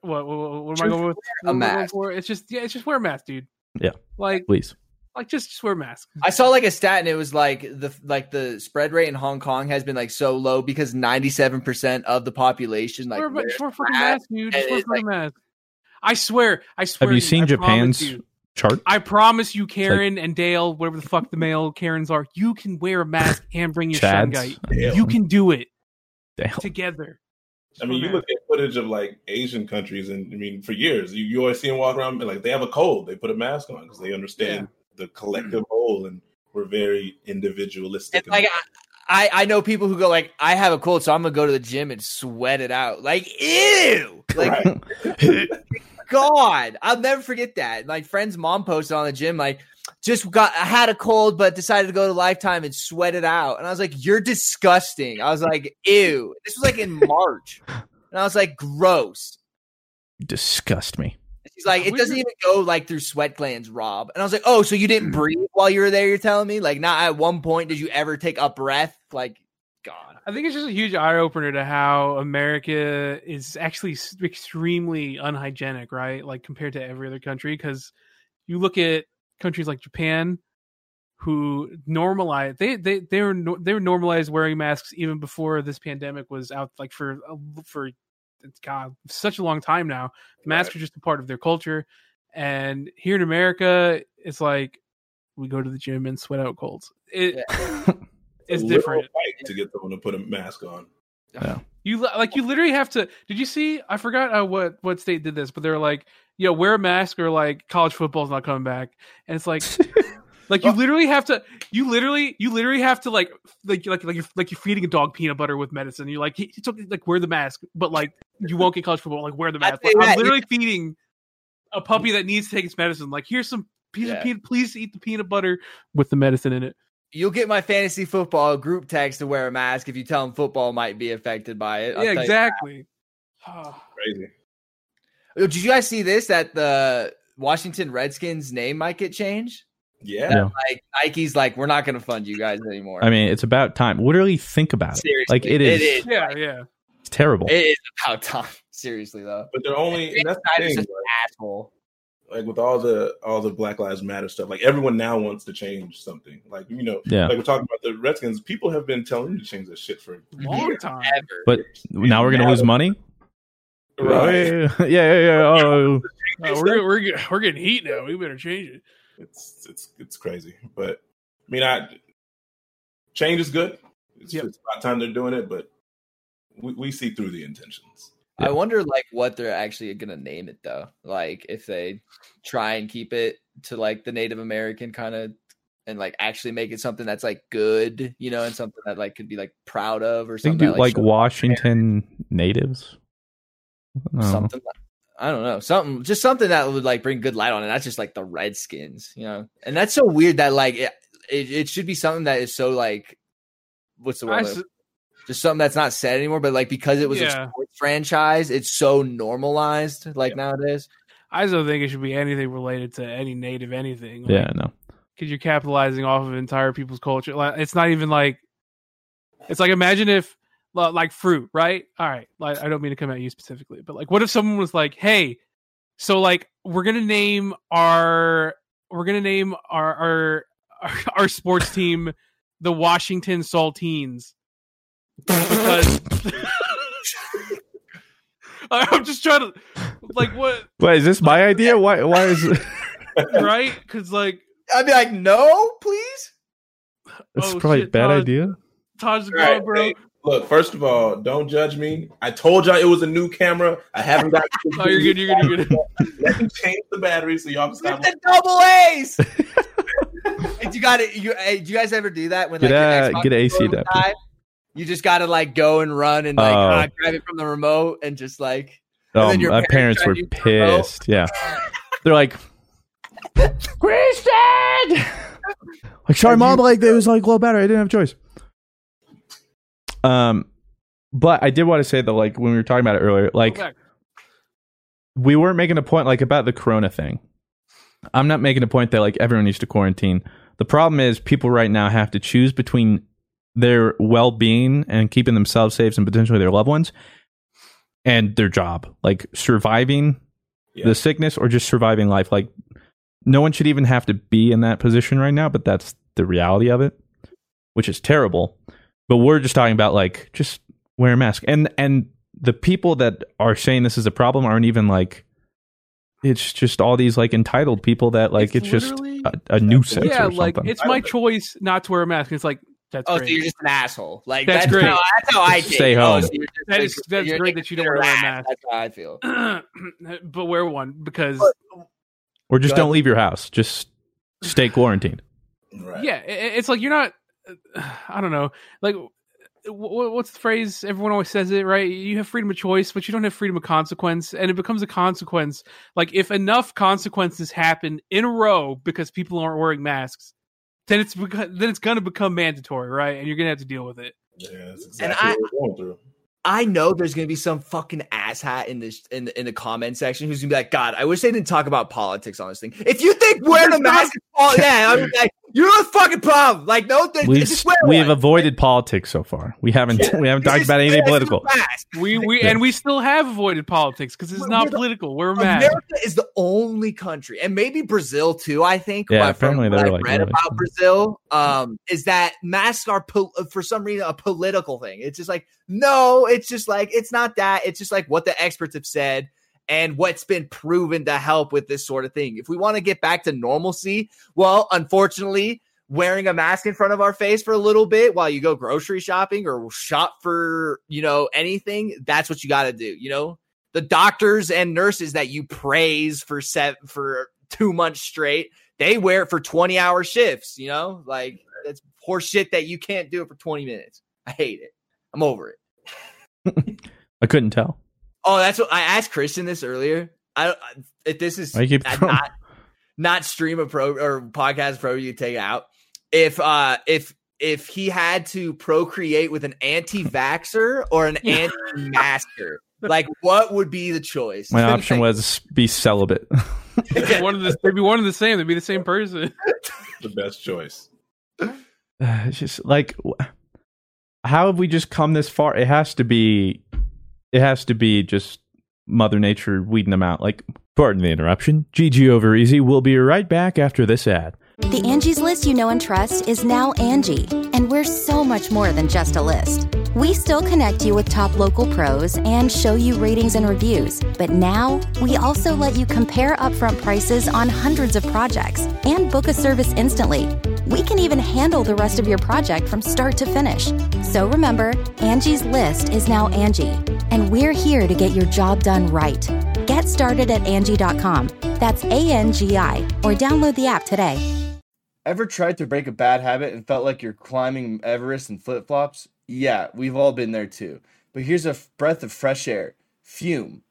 What what, what, what am I going a with? What am I going mask. for? It's just yeah, it's just wear a mask, dude. Yeah. like Please, like just just wear a mask. I saw like a stat, and it was like the like the spread rate in Hong Kong has been like so low because ninety seven percent of the population like wear, a ma- just wear a fucking mask, mask, dude. Just and wear a it's fucking mask. I swear, I swear. have you to seen I promise Japan's you. chart? I promise you, Karen and Dale, whatever the fuck the male Karens are, you can wear a mask and bring your Chads. shungite. You can do it Damn. together. Just I wear mean, a you mask. look at footage of like Asian countries, and I mean, for years, you, you always see them walk around and, like they have a cold. They put a mask on because they understand the collective whole, and we're very individualistic. And like I, I know people who go like I have a cold, so I'm gonna go to the gym and sweat it out. Like ew, like Right. God, I'll never forget that. My friend's mom posted on the gym like just got I had a cold, but decided to go to Lifetime and sweat it out. And I was like, "You're disgusting." I was like, "Ew." This was like in March, and I was like, "Gross." You disgust me. And She's like, I "It doesn't wonder- even go like through sweat glands, Rob." And I was like, "Oh, so you didn't breathe while you were there? You're telling me like not at one point did you ever take a breath? Like, God." I think it's just a huge eye opener to how America is actually s- extremely unhygienic, right? Like compared to every other country, because you look at countries like Japan, who normalize they they they were no, they were normalized wearing masks even before this pandemic was out, like for for God such a long time now. Masks are just a part of their culture, and here in America, it's like we go to the gym and sweat out colds. It, a It's literal different. Fight to get someone to put a mask on. You li- like you literally have to. Did you see? I forgot uh, what what state did this, but they're like, you know, wear a mask or like college football's not coming back, and it's like. Like you Oh. literally have to, you literally, you literally have to like, like, like, like, you're, like you're feeding a dog peanut butter with medicine. You're like, he, he took like wear the mask, but like you won't get college football. Like wear the mask. think Like, I'm that- literally feeding a puppy that needs to take its medicine. Like here's some piece Yeah. of peanut. Please eat the peanut butter with the medicine in it. You'll get my fantasy football group text to wear a mask if you tell them football might be affected by it. I'll tell yeah, you- exactly. Ah. Crazy. Oh, Did you guys see this? That the Washington Redskins name might get changed. Yeah. Yeah. Like Nike's, like we're not going to fund you guys anymore. I mean, it's about time. Literally, think about it. seriously, Like it is, It is, yeah, yeah. terrible. it is about time. Seriously though, But they're only and that's the Snyder's thing. just Like, an asshole. like with all the all the Black Lives Matter stuff, like everyone now wants to change something. Like you know, Yeah. like we're talking about the Redskins. People have been telling them to change this shit for Long time. Ever. but now we're gonna Now- lose money. Oh, right. yeah, yeah, yeah, yeah. Oh, Uh, we're, we're get- we're getting heat now. We better change it. It's it's it's crazy. But I mean, I change is good. It's, Yep. it's about time they're doing it, but we, we see through the intentions. I wonder like what they're actually gonna name it though. Like if they try and keep it to like the Native American kind of and like actually make it something that's like good, you know, and something that like could be like proud of or they can something. do that, like shows Washington natives. No. something I don't know. Something just something that would like bring good light on it. That's just like the Redskins, you know. And that's so weird that like it it, it should be something that is so like what's the I word? s- just something that's not said anymore, but like because it was Yeah. a sports franchise, it's so normalized like nowadays. I just don't think it should be anything related to any native anything. Yeah, no. because you're capitalizing off of entire people's culture. Like, it's not even like, it's like imagine if li- like fruit, right? All right, like I don't mean to come at you specifically, but like, what if someone was like, hey, so like we're gonna name our we're gonna name our our our, our sports team the Washington Saltines because. I'm just trying to, like, what, Wait, is this my idea? Why? Why is? right? Because, like, I'd be like, no, please. It's Oh, probably a shit, bad Todd. idea. Todd's All right, gone, Oh, bro. hey, look, first of all, don't judge me. I told y'all it was a new camera. I haven't got. Oh, you're good. You're good. You're good. Let me change the battery so y'all can With stop. the double A's. and you got to You, hey, do you guys ever do that when Get like, a- your Xbox get a AC controller adapter. died? You just got to like go and run and like Oh. uh, grab it from the remote and just like. And Oh, then your my parents parents were tried to use the remote. pissed. Yeah, they're like, Christian. Like sorry, mom. Like it was like low battery. I didn't have a choice. Um, but I did want to say that like when we were talking about it earlier, like Go back. we weren't making a point like about the corona thing. I'm not making a point that like everyone needs to quarantine. The problem is people right now have to choose between their well-being and keeping themselves safe and potentially their loved ones and their job, like surviving Yeah. the sickness or just surviving life. Like no one should even have to be in that position right now, but that's the reality of it, which is terrible. But we're just talking about like just wear a mask. And and the people that are saying this is a problem aren't even like it's just all these like entitled people that like it's, It's just uh, literally- a, a nuisance Yeah, or like something. it's my choice not to wear a mask. and It's like that's Oh, great. so you're just an asshole. Like That's that's, great. How, that's how I take Stay it. home. Oh, so you're just, That is- that's you're great just that you don't wear a relaxed. mask. That's how I feel. but wear one because or just Go ahead. don't leave your house. Just stay quarantined. Right. yeah, i- i- it's like you're not. I don't know. Like, wh- wh- what's the phrase? Everyone always says it, right? You have freedom of choice, but you don't have freedom of consequence, and it becomes a consequence. Like, if enough consequences happen in a row because people aren't wearing masks, then it's beca- then it's gonna become mandatory, right? And you're gonna have to deal with it. Yeah, that's exactly And I- what we're going through. I know there's gonna be some fucking asshat in this in the, in the comment section who's gonna be like, God, I wish they didn't talk about politics on this thing. If you think wearing a mask, is all, yeah, I'm like, you're the fucking problem. Like, no, th- We've just wear we've one. avoided politics so far. We haven't we haven't talked Just about anything wear political. the mask. We we Yeah. and we still have avoided politics because it's We're- not we're the- political. We're mad. America is the only country, and maybe Brazil too. I think. Yeah, my friend, apparently what they're, I've like, read really- about Brazil um, is that masks are pol- for some reason a political thing. It's just like no, it's just like it's not that. It's just like what the experts have said and what's been proven to help with this sort of thing. If we want to get back to normalcy, well, unfortunately. wearing a mask in front of our face for a little bit while you go grocery shopping or shop for, you know, anything, that's what you got to do, you know? The doctors and nurses that you praise for set for 2 months straight, they wear it for 20-hour shifts, you know? Like that's horse shit that you can't do it for 20 minutes. I hate it. I'm over it. I couldn't tell. Oh, that's what I asked Christian this earlier. I don't if this is I keep throwing- not not stream a pro or podcast pro you take out. If uh if if he had to procreate with an anti-vaxer or an anti-masker, like what would be the choice? My option was be celibate. one of the they'd be one of the same. They'd be the same person. the best choice. it's just like wh- how have we just come this far? It has to be it has to be just Mother Nature weeding them out. Like pardon the interruption. GG over easy. We'll be right back after this ad. The Angie's list you know and trust is now Angie, and we're so much more than just a list. We still connect you with top local pros and show you ratings and reviews, but now we also let you compare upfront prices on hundreds of projects and book a service instantly. We can even handle the rest of your project from start to finish. So remember, Angie's list is now Angie, and we're here to get your job done right. Get started at Angie.com. That's A N G I, or download the app today. Ever tried to break a bad habit and felt like you're climbing Everest in flip flops? Yeah, we've all been there too. But here's a f- breath of fresh air Fume.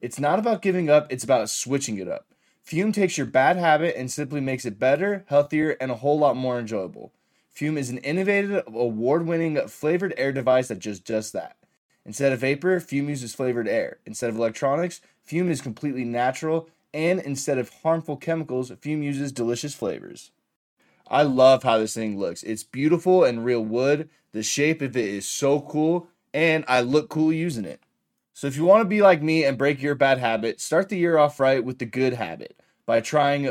It's not about giving up, it's about switching it up. Fume takes your bad habit and simply makes it better, healthier, and a whole lot more enjoyable. Fume is an innovative, award winning flavored air device that just does that. Instead of vapor, Fume uses flavored air. Instead of electronics, Fume is completely natural. And instead of harmful chemicals, Fume uses delicious flavors. I love how this thing looks. It's beautiful and real wood. The shape of it is so cool, and I look cool using it. So if you want to be like me and break your bad habit, start the year off right with the good habit by trying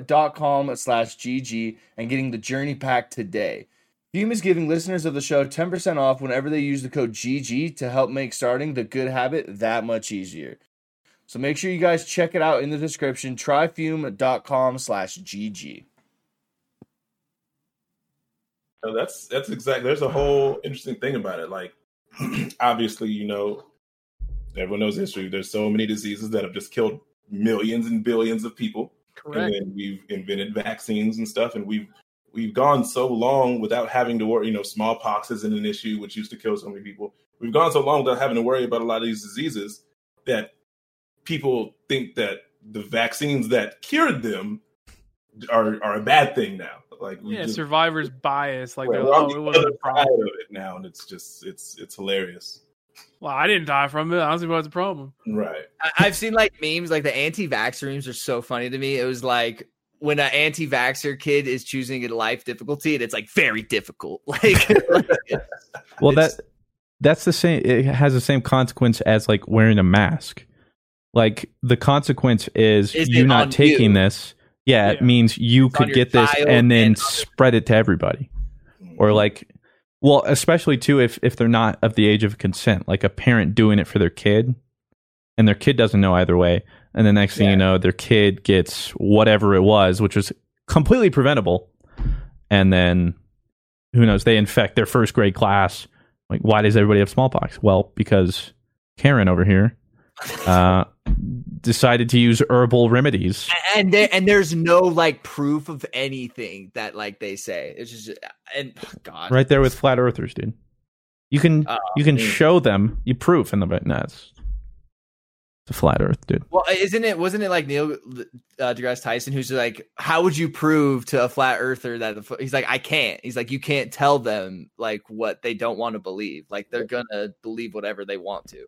fume.com slash GG and getting the journey pack today. Fume is giving listeners of the show 10% off whenever they use the code GG to help make starting the good habit that much easier. So make sure you guys check it out in the description. Try fume.com slash GG. No, that's that's exactly. There's a whole interesting thing about it. Like, obviously, you know, everyone knows history. There's so many diseases that have just killed millions and billions of people. Correct. And then we've invented vaccines and stuff, and we've we've gone so long without having to worry. You know, smallpox isn't an issue, which used to kill so many people. We've gone so long without having to worry about a lot of these diseases that people think that the vaccines that cured them are are a bad thing now. Like, we Yeah, just- survivor's bias. Like, Right, they're we're like, on oh, it the wasn't other a side problem. of it now, and it's just it's it's hilarious. Well, I didn't die from it. I don't see what's the problem. Right. I- I've seen like memes, like the anti-vaxxer memes are so funny to me. It was like when an anti-vaxxer kid is choosing a life difficulty, and it's like very difficult. Like, Well, that that's the same. It has the same consequence as like wearing a mask. Like the consequence is, Is you it not on taking you? this. Yeah, it Yeah. means you It's on could your get this child and then and other- spread it to everybody, Mm-hmm. Mm-hmm. or like, well, especially too if if they're not of the age of consent, like a parent doing it for their kid, and their kid doesn't know either way, and the next thing you know, their kid gets whatever it was, which was completely preventable, and then who knows they infect their first grade class like why does everybody have smallpox well because karen over here uh decided to use herbal remedies and there, and there's no like proof of anything that like they say. It's just and oh, God, right there with flat earthers dude you can Oh, you can dude. show them you proof and the no, it's, it's a flat earth dude Well, isn't it? Wasn't it like Neil uh, deGrasse Tyson who's like, "How would you prove to a flat earther that the, fl-" he's like, I can't." He's like, "You can't tell them like what they don't want to believe. Like they're gonna believe whatever they want to."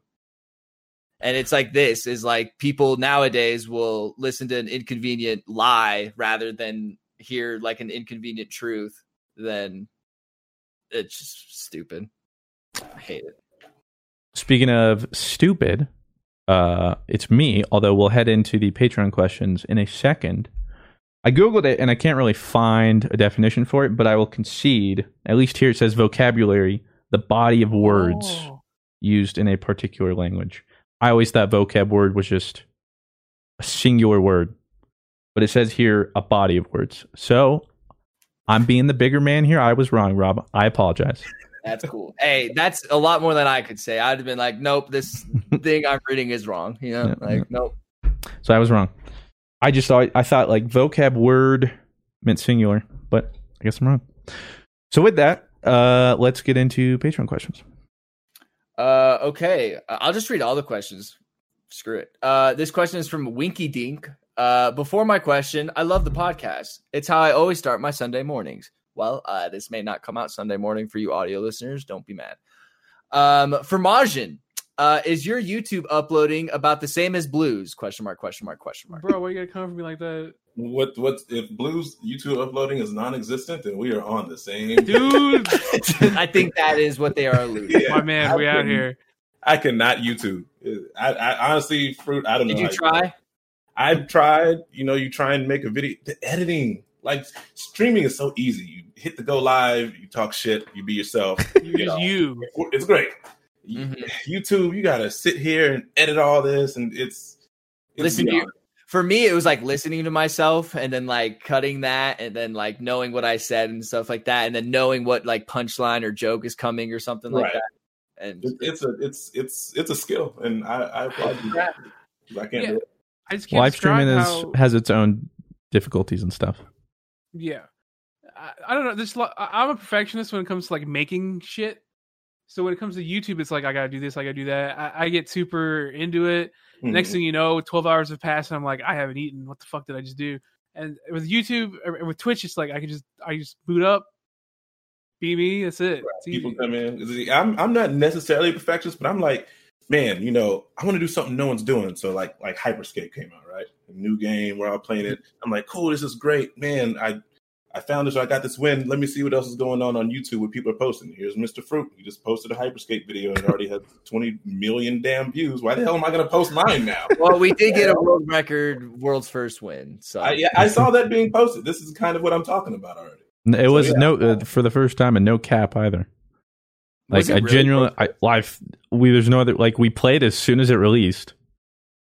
And it's like this is like people nowadays will listen to an inconvenient lie rather than hear like an inconvenient truth. Then it's just stupid. I hate it. Speaking of stupid, uh, it's me, although we'll head into the Patreon questions in a second. I Googled it and I can't really find a definition for it, but I will concede, at least here it says vocabulary, the body of words Oh. used in a particular language. I always thought vocab word was just a singular word, but it says here a body of words. So I'm being the bigger man here. I was wrong, Rob. I apologize. That's cool. hey, that's a lot more than I could say. I'd have been like, nope, this thing I'm reading is wrong. You know, Yeah, like, yeah. nope. So I was wrong. I just thought I thought like vocab word meant singular, but I guess I'm wrong. So with that, uh, let's get into Patreon questions. Uh, okay, Uh, I'll just read all the questions. Screw it. Uh, this question is from Winky Dink. Uh, before my question, I love the podcast. It's how I always start my Sunday mornings. Well, uh, this may not come out Sunday morning for you audio listeners. Don't be mad. Um, for Majin, uh, is your YouTube uploading about the same as Blues? Question mark. Question mark. Question mark. Bro, why you gotta come for me like that? What what if Blue's YouTube uploading is non-existent? Then we are on the same. Dude, I think that is what they are alluding. Yeah, my man, I we out couldn't- here. I cannot YouTube. I, I honestly, fruit. I don't Did know. you how try? I've tried. You know, you try and make a video. The editing, like streaming, is so easy. You hit the go live. You talk shit. You be yourself. You just you. It's great. YouTube, you gotta sit here and edit all this, and it's, it's Listen to beyond- you. For me, it was like listening to myself and then like cutting that and then like knowing what I said and stuff like that, and then knowing what like punchline or joke is coming or something like Right. that. And It- It's a it's it's it's a skill, and I I applaud you. I can't do it. I just can't Live describe streaming is, how- has its own difficulties and stuff. Yeah, I, I don't know. This lo- I- I'm a perfectionist when it comes to like making shit. So when it comes to YouTube, it's like I gotta do this, I gotta do that. I, I get super into it. Next Mhm. thing you know, 12 hours have passed, and I'm like, I haven't eaten. What the fuck did I just do? And with YouTube or with Twitch, it's like I can just I just boot up, be me. That's it. It's easy. people come in. See, I'm I'm not necessarily a perfectionist, but I'm like, man, you know, I want to do something no one's doing. So like like Hyperscape came out, right? A new game, we're all playing it. I'm like, cool, this is great, man. I I found this, I got this win. Let me see what else is going on on YouTube. What people are posting. Here's Mr. Fruit. He just posted a Hyperscape video and it already has 20 million damn views. Why the hell am I going to post mine now? well, we did get a world record, world's first win. So I, yeah, I saw that being posted. This is kind of what I'm talking about already. N- It So, was yeah. no uh, for the first time and no cap either. Like Was I it really genuinely, I, live we there's no other like we played as soon as it released,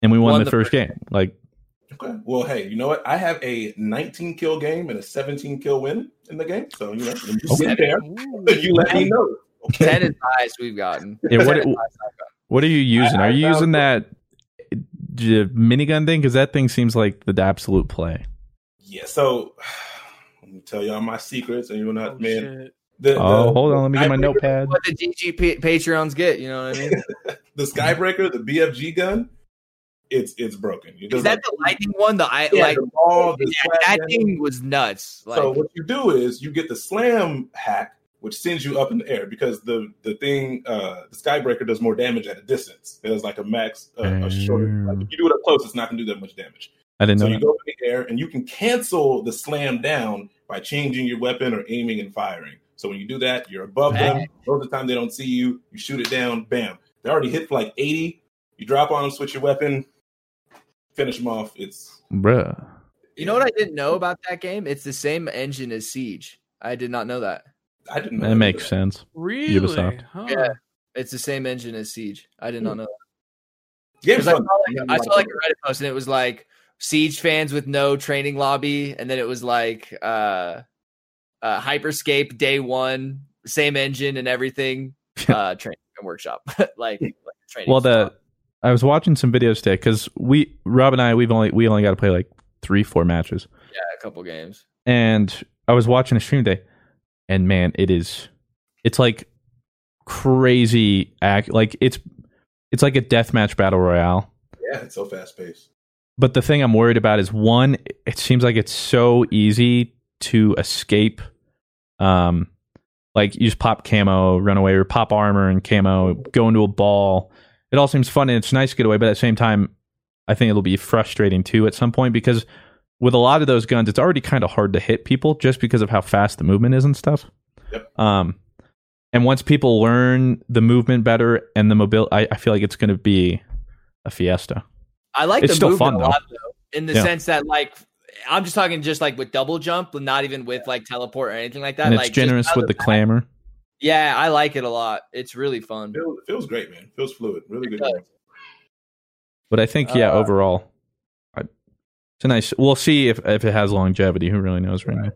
and we won, the, first game. Like Okay. Well, hey, you know what? I have a 19 kill game and a 17 kill win in the game. So you know, when you sit there, you let me know. ten is the highest we've gotten. Yeah, what- 10 is the highest I've gotten. What are you using? I- are I you found- using that j- minigun thing? Because that thing seems like the absolute play. Yeah. So let me tell y'all my secrets, and you're not man. Oh, Shit. The, Oh, the- hold on, let me get my Skybreaker- notepad. What the GG pa- Patreons get, you know what I mean? The Skybreaker, the BFG gun, it's it's broken. It Is doesn't- that the lightning one? The I Yeah, like the ball, the Yeah, slash that damage. thing was nuts. Like so what you do is you get the slam hack, which sends you up in the air because the the thing uh the skybreaker does more damage at a distance. It has like a max uh, a short. Like if you do it up close, it's not gonna do that much damage. I didn't so know you that. go up in the air and you can cancel the slam down by changing your weapon or aiming and firing. So when you do that, you're above them. Most of the time they don't see you. You shoot it down. Bam. They already hit like 80. You drop on them, switch your weapon, finish them off. It's Bruh. you know what I didn't know about that game? It's the same engine as Siege. I did not know that. I didn't. know That makes sense. Really? Ubisoft. Huh. Yeah, it's the same engine as Siege. I did Hmm. not know. That. Game's 'Cause I saw, fun. like, I saw like a Reddit post, and it was like Siege fans with no training lobby, and then it was like uh, uh Hyperscape Day One, same engine and everything. Uh, training and workshop, like, like training. Well, the I was watching some videos today because we Rob and I we've only we only got to play like three four matches, yeah, a couple games. and I was watching a stream today, and man, it is it's like crazy act like it's it's like a deathmatch battle royale. Yeah, it's so fast paced. But the thing I'm worried about is one, it seems like it's so easy to escape. Um, like you just pop camo, run away, or pop armor and camo, go into a ball. It all seems fun and it's nice to get away, but at the same time, I think it'll be frustrating too at some point because with a lot of those guns, it's already kind of hard to hit people just because of how fast the movement is and stuff. Yep. Um, and once people learn the movement better and the mobile, I, I feel like it's going to be a fiesta. I like It's the still movement fun, a lot though. though, in the Yeah. sense that like I'm just talking just like with double jump, but not even with like teleport or anything like that. and it's like just generous out with of the clamor. Yeah, I like it a lot. It's really fun. Feels, feels great, man. Feels fluid. Really good. does. game. But I think, yeah, Uh, overall, I, it's a nice. We'll see if if it has longevity. Who really knows right, now?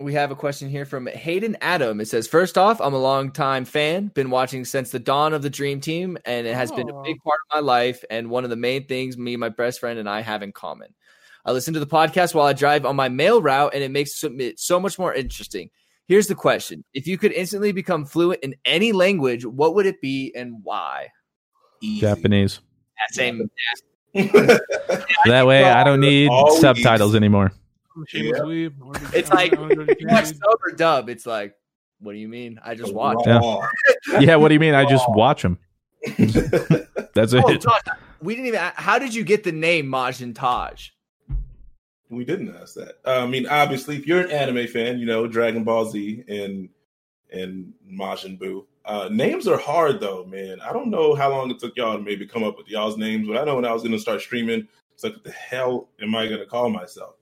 we have a question here from Hayden Adam. It says, First off, I'm a longtime fan, been watching since the dawn of the Dream Team, and it has been a big part of my life and one of the main things me, my best friend, and I have in common. I listen to the podcast while I drive on my mail route, and it makes it so much more interesting. Here's the question If you could instantly become fluent in any language, what would it be and why? Japanese. That same. That way, I don't need Always. subtitles anymore. Yeah. It's like you watch sub or dub. It's like, what do you mean? I just watched. Yeah. yeah. What do you mean? I just watch them. That's Oh, it. Josh, we didn't even. How did you get the name Majin Taj? We didn't ask that. Uh, I mean, obviously, if you're an anime fan, you know Dragon Ball Z and and Majin Buu. Uh, names are hard though, man. I don't know how long it took y'all to maybe come up with y'all's names, but I know when I was going to start streaming, it's like, what the hell am I going to call myself?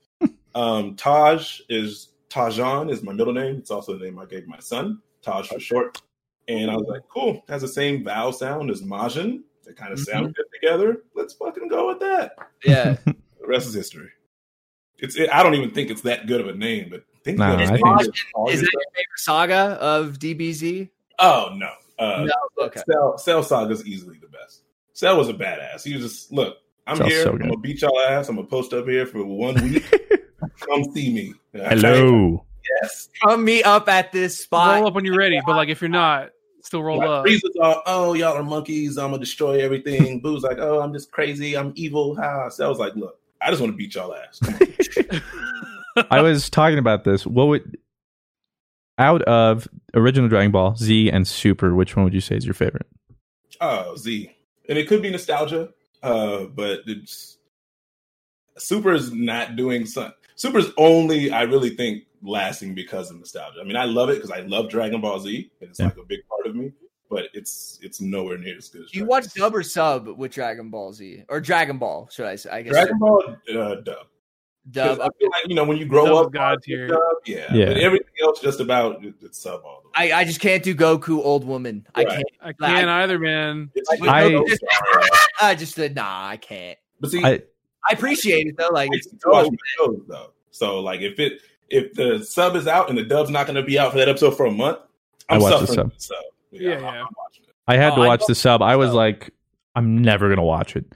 um, Taj is Tajan is my middle name. It's also the name I gave my son, Taj for short. And I was like, cool, has the same vowel sound as Majin. They kind of sound good together. Let's fucking go with that. Yeah. The rest is history. It's. It, I don't even think it's that good of a name, but think Nah, of it. I think- All Majin, your is that stuff. your favorite saga of DBZ? Oh no. Uh, No, okay. Cell, Cell Saga's easily the best. Cell was a badass. He was just look. I'm Cell's here. so I'm good. gonna beat y'all ass. I'm gonna post up here for one week. Come see me. Yeah, Hello. Yes. Come meet up at this spot. Roll up when you're ready, but like if you're not, still roll Like, up. Frieza's all, oh, y'all are monkeys. I'm gonna destroy everything. Boo's like, oh, I'm just crazy. I'm evil. Ha. Cell's like, look, I just want to beat y'all ass. Come on. I was talking about this. What would out of original Dragon Ball Z and Super, which one would you say is your favorite? Oh, Z. And it could be nostalgia, uh, but it's Super's not doing some Super's only, I really think, lasting because of nostalgia. I mean, I love it because I love Dragon Ball Z, and it's Yeah. like a big part of me, but it's it's nowhere near as good as Do you watch dub or sub with Dragon Ball Z or Dragon Ball? Should I say? I guess Dragon Ball uh, dub. 'Cause dub. I feel like, you know, when you grow Dub is up, God you tier. dub, yeah. Yeah. But everything else just about it- it's sub all the way. I, I just can't do Goku old woman. I Right. can't. I can't either, man. It's I- just- I- it's sorry. I just said nah. I can't. but see, I I appreciate it though. Like I it's used to watch my shows though. So like if it if the sub is out and the dub's not going to be out for that episode for a month, I I'm watch the suffering. sub. with the Yeah, sub. I'm- yeah. I'm watching it. I had Oh, to I watch know. the sub. I was like, I'm never gonna watch it.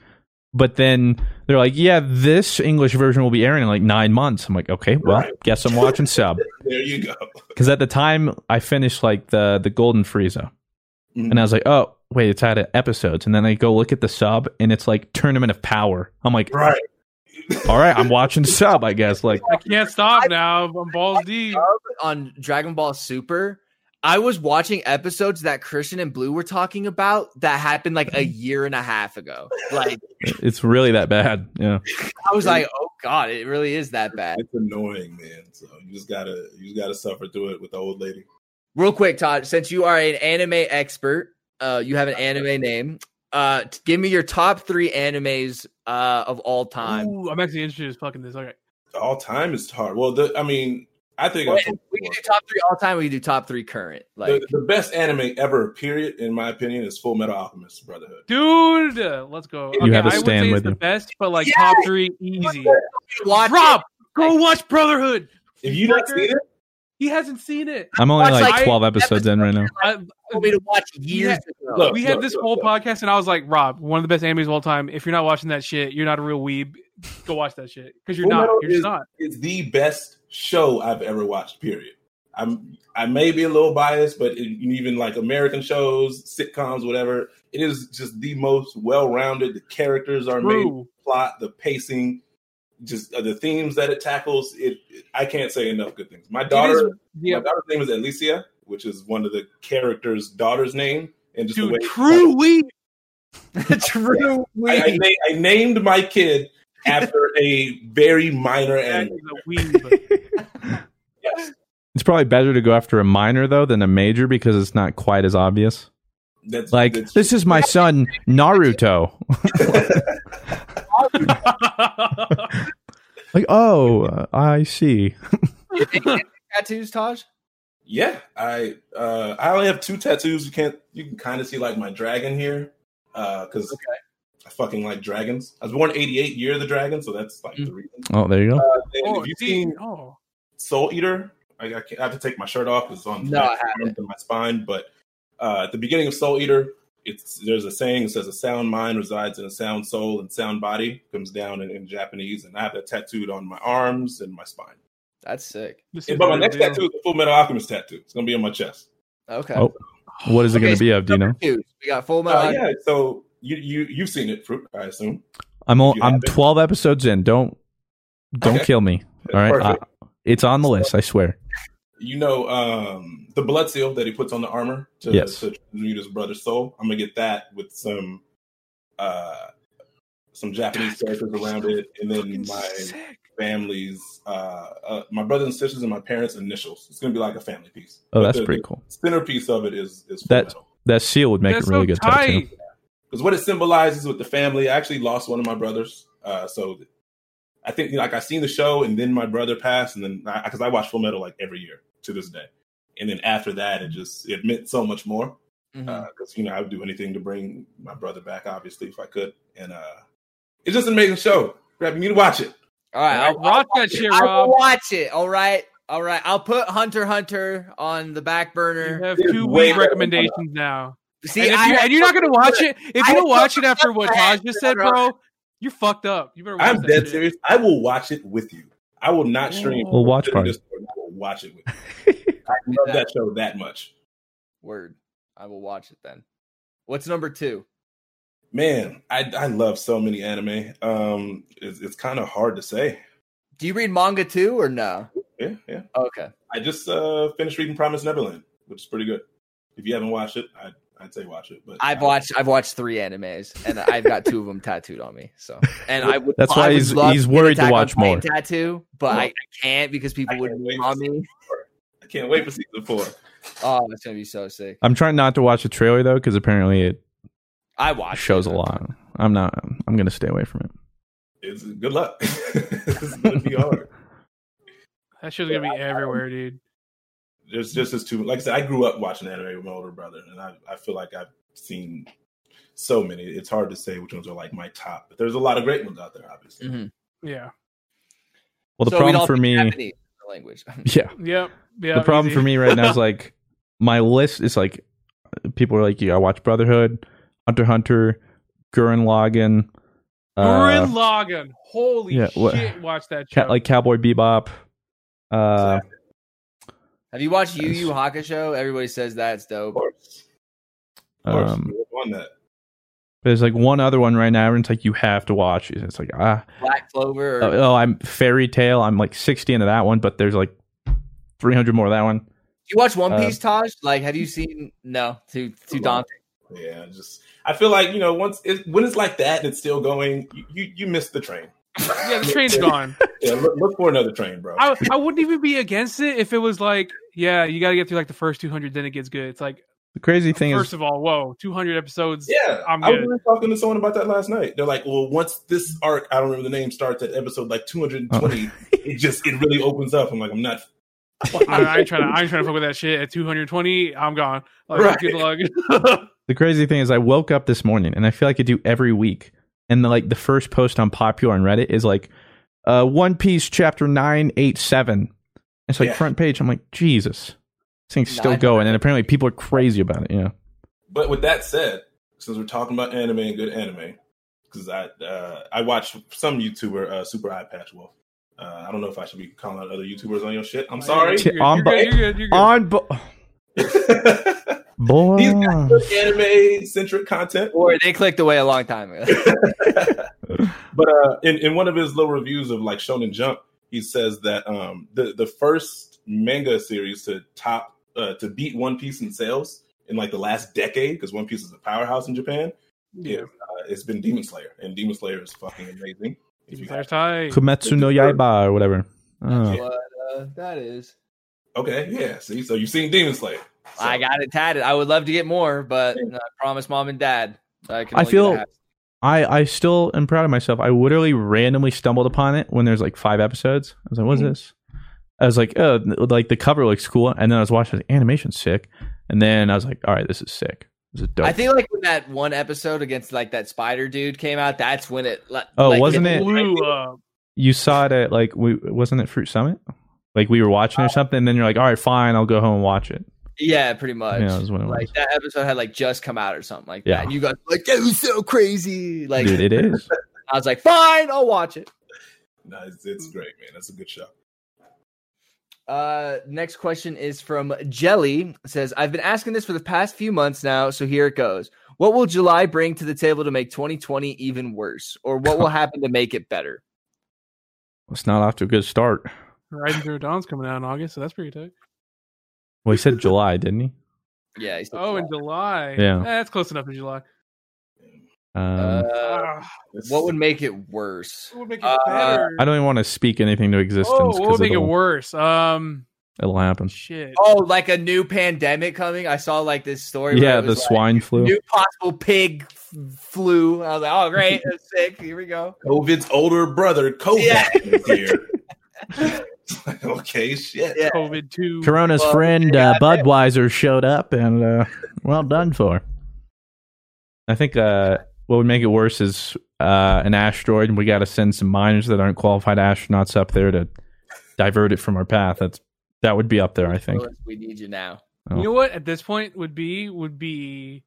But then they're like, yeah, this English version will be airing in like nine months. I'm like, okay, well, Right. guess I'm watching sub. There you go. Because at the time, I finished like the the Golden Frieza, Mhm. and I was like, oh wait, it's out of episodes. And then I go look at the sub, and it's like Tournament of Power. I'm like, Right. all right, I'm watching sub, I guess. Like, I can't stop now. I'm balls deep. dub on Dragon Ball Super. I was watching episodes that Christian and Blue were talking about that happened like a year and a half ago. Like it's really that bad. Yeah, I was like, oh god, it really is that bad. It's annoying, man. So you just gotta you just gotta suffer through it with the old lady. Real quick, Todd, since you are an anime expert, uh, you have an anime name. Uh, t- give me your top three animes uh of all time. Ooh, I'm actually interested in fucking this. Okay. All time is hard. Well, the, I mean, I think I Wait, told you we can before. do top three all time. We can do top three current. Like the, the best anime ever, period, in my opinion, is Full Metal Alchemist Brotherhood. Dude, let's go. You Okay, have a I would stand say with it's the him. best, but like top three easy. watch Rob, it. go watch Brotherhood. If you not seen it, He hasn't seen it. I'm only Watch, like, like, 12 episodes in right now. I- told me to watch years ago. Look, we had look, this look, whole look. podcast, and I was like, Rob, one of the best animes of all time. If you're not watching that shit, you're not a real weeb. Go watch that shit because you're Full not. Metal You're just is- not. is the best show I've ever watched. Period. I'm I may be a little biased, but in, even like American shows, sitcoms, whatever, it is just the most well-rounded. The characters are made, True. plot, the pacing, just uh, the themes that it tackles. It, it- I can't say enough good things. My It is- daughter, yeah, my daughter's name is Alicia, which is one of the characters' daughter's name, and just the way dude, true weeb. True. I, I, na- I named my kid after a very minor That and is a weeb. It's probably better to go after a minor though than a major because it's not quite as obvious. that's Like that's- this is my son Naruto. Like oh, uh, I see. tattoos, Taj. Yeah, I uh I only have two tattoos. You can't you can kind of see like my dragon here, uh, because I fucking like dragons. I was born '88, Mm. year of the dragon, so that's like the reason. Oh, there you go. And oh, if you've dude, seen oh. Soul Eater, I, I, can't, I have to take my shirt off. It's on No, I my, my spine. But uh, at the beginning of Soul Eater, it's there's a saying that says a sound mind resides in a sound soul and sound body comes down in, in Japanese. And I have that tattooed on my arms and my spine. That's sick. And- but my next tattoo is a Full Metal Alchemist tattoo. It's gonna be on my chest. Okay. Oh, what is it going to be of? Do you know? Dude, we got Full Metal. Uh, Alchemist. yeah. So you you you've seen it, Fruit? I assume. I'm all, I'm 12 episodes in. Don't don't Okay. kill me. All right, uh, Perfect. I- it's on the list. I swear. You know um, the blood seal that he puts on the armor to, Yes. to transmute his brother's soul. I'm gonna get that with some uh, some Japanese characters around it, and then my family's uh, uh, my brothers and sisters and my parents' initials. It's gonna be like a family piece. Oh, that's the- pretty the cool. Centerpiece of it is is That that seal would make That's a really so good tattoo. tight. because what it symbolizes with the family. I actually lost one of my brothers, uh, so I think you know, like I seen the show, and then my brother passed, and then because I, watch Full Metal like every year to this day, and then after that, it just it meant so much more because Mm-hmm. Mm. you know I would do anything to bring my brother back, obviously if I could, and uh, it's just an amazing show. Grab you need to watch it. All right, I'll, Watch I'll that shit, it. I Rob. will watch it. All right, all right. I'll put Hunter x Hunter on the back burner. You have two weird recommendations now. See, and, if I you, had and you're not gonna something watch good. it. If I had you don't watch it something after what good I Taj had just to said, throw bro, you're fucked up. You better. Watch I'm that dead shit. serious. I will watch it with you. I will not stream. We'll watch party. I will watch it with you. I love that show that much. Word. I will watch it then. What's number two? Man, I I love so many anime. Um, it's, it's kind of hard to say. Do you read manga too or no? Yeah, yeah. Okay. I just uh finished reading Promise Neverland, which is pretty good. If you haven't watched it, I'd I'd say watch it. But I've watched I've watched three animes and I've got two of them tattooed on me. So and I would That's I why would he's- love he's to get worried to Attack on watch more. Titan tattoo, but I, I can't because people wouldn't wait on me. I can't wait for season four. Oh, it's gonna be so sick. I'm trying not to watch the trailer though, because apparently it I watched shows a lot. I'm not. I'm going to stay away from it. It's good luck. it's gonna be hard. That shit's gonna be everywhere, dude. There's just as too like I said, I grew up watching anime with my older brother, and I, I feel like I've seen so many. It's hard to say which ones are like my top, but there's a lot of great ones out there, obviously. Mm-hmm. Yeah. Well, the So we'd problem all for be me, Japanese language. yeah, Yep. Yeah. the problem for me right now is like my list is like people are like, yeah, I watch Brotherhood, Hunter x Hunter, Gurren Lagann, uh, Gurren Lagann. Holy yeah, what- shit! Watch that show. ca- like Cowboy Bebop. Uh, Have you watched Yu Yu Hakusho? Everybody says that's dope. Of course, um, you won that. there's like one other one right now. Everyone's like, you have to watch. it." It's like ah, Black Clover. oh, Or, oh, I'm Fairy Tale. I'm like 60 into that one, but there's like 300 more of that one. you watch One uh, Piece, Taj? Like, have you seen? No, too too daunting. Yeah, just I feel like you know once it, when it's like that and it's still going, you you, you missed the train. yeah, the train's gone. Yeah, look, look for another train, bro. I, I wouldn't even be against it if it was like, yeah, you got to get through like the first 200, then it gets good. It's like, The crazy thing first is, of all, whoa, 200 episodes. yeah, I'm I was good. really talking to someone about that last night. They're like, "Well, once this arc, I don't remember the name, starts at episode like 220, Oh. it just it really opens up." I'm like, "I'm not." I, I ain't trying to, I ain't trying to fuck with that shit. At 220, I'm gone. Like, Right. Good luck. the crazy thing is, I woke up this morning and I feel like I do every week. And the, like the first post on popular on Reddit is like, uh, One Piece chapter 987. It's like Yeah. front page. I'm like, Jesus, this thing's still Nine- going. And apparently people are crazy about it. Yeah. But with that said, since we're talking about anime and good anime, because I uh, I watch some YouTuber uh, Super Eye Patch Wolf. Uh, I don't know if I should be calling out other YouTubers on your shit. I'm sorry. You're good, On you're good, bo- you're good, you're good. on bo- These boy. Oh. guys put anime centric content. Or they clicked away a long time ago. But uh, in, in one of his little reviews of like Shonen Jump, he says that um, the the first manga series to top uh, to beat One Piece in sales in like the last decade because One Piece is a powerhouse in Japan. Yeah. Is, uh, it's been Demon Slayer, and Demon Slayer is fucking amazing. If you There's time. Kumetsu no Yaiba or whatever. Oh. But uh, that is. okay, yeah. See, so you've seen Demon Slayer. So- I got it tatted. I would love to get more, but uh, I promise mom and dad. I, can I only feel- get half. I I still am proud of myself. I literally randomly stumbled upon it when there's like five episodes. I was like, Mm-hmm. "What's this?" I was like, "Oh, like the cover looks cool," and then I was watching the animation's sick, and then I was like, "All right, this is sick. This is dope." I think like when that one episode against like that spider dude came out, that's when it. le- Oh, like, wasn't it- Blew up. you saw it at like we wasn't it Fruit Summit? Like we were watching Oh. or something, and then you're like, all right, fine, I'll go home and watch it. Yeah, pretty much. Yeah, that's what it like was. that episode had like just come out or something like Yeah. that. And you guys were like that was so crazy. Like Dude, it is. I was like, fine, I'll watch it. No, it's, it's great, man. That's a good show. Uh, next question is from Jelly. It says, I've been asking this for the past few months now, so here it goes. What will July bring to the table to make 2020 even worse, or what will happen to make it better? It's not off to a good start. Riding Through Dawn's coming out in August, so that's pretty tight. Well, he said July, didn't he? Yeah. Oh, in July. Yeah. Eh, that's close enough to July. Um, ah. Uh, what would make it worse? What would make it Uh, better? I don't even want to speak anything to existence. Oh, what 'cause would make it it'll- worse? Um, It'll happen. shit. Oh, like a new pandemic coming. I saw like this story. where Yeah, it the was, like, swine flu. New possible pig f- flu. I was like, oh great, that's sick. Here we go. COVID's older brother, COVID, Yeah. is here. okay, shit. Yeah. COVID two. Corona's Well, friend yeah, uh, I bet. Budweiser showed up, and uh, well done for. I think uh, what would make it worse is uh, an asteroid, and we got to send some miners that aren't qualified astronauts up there to divert it from our path. That's that would be up there, I think. Willis, we need you now. Oh. You know what? At this point, would be would be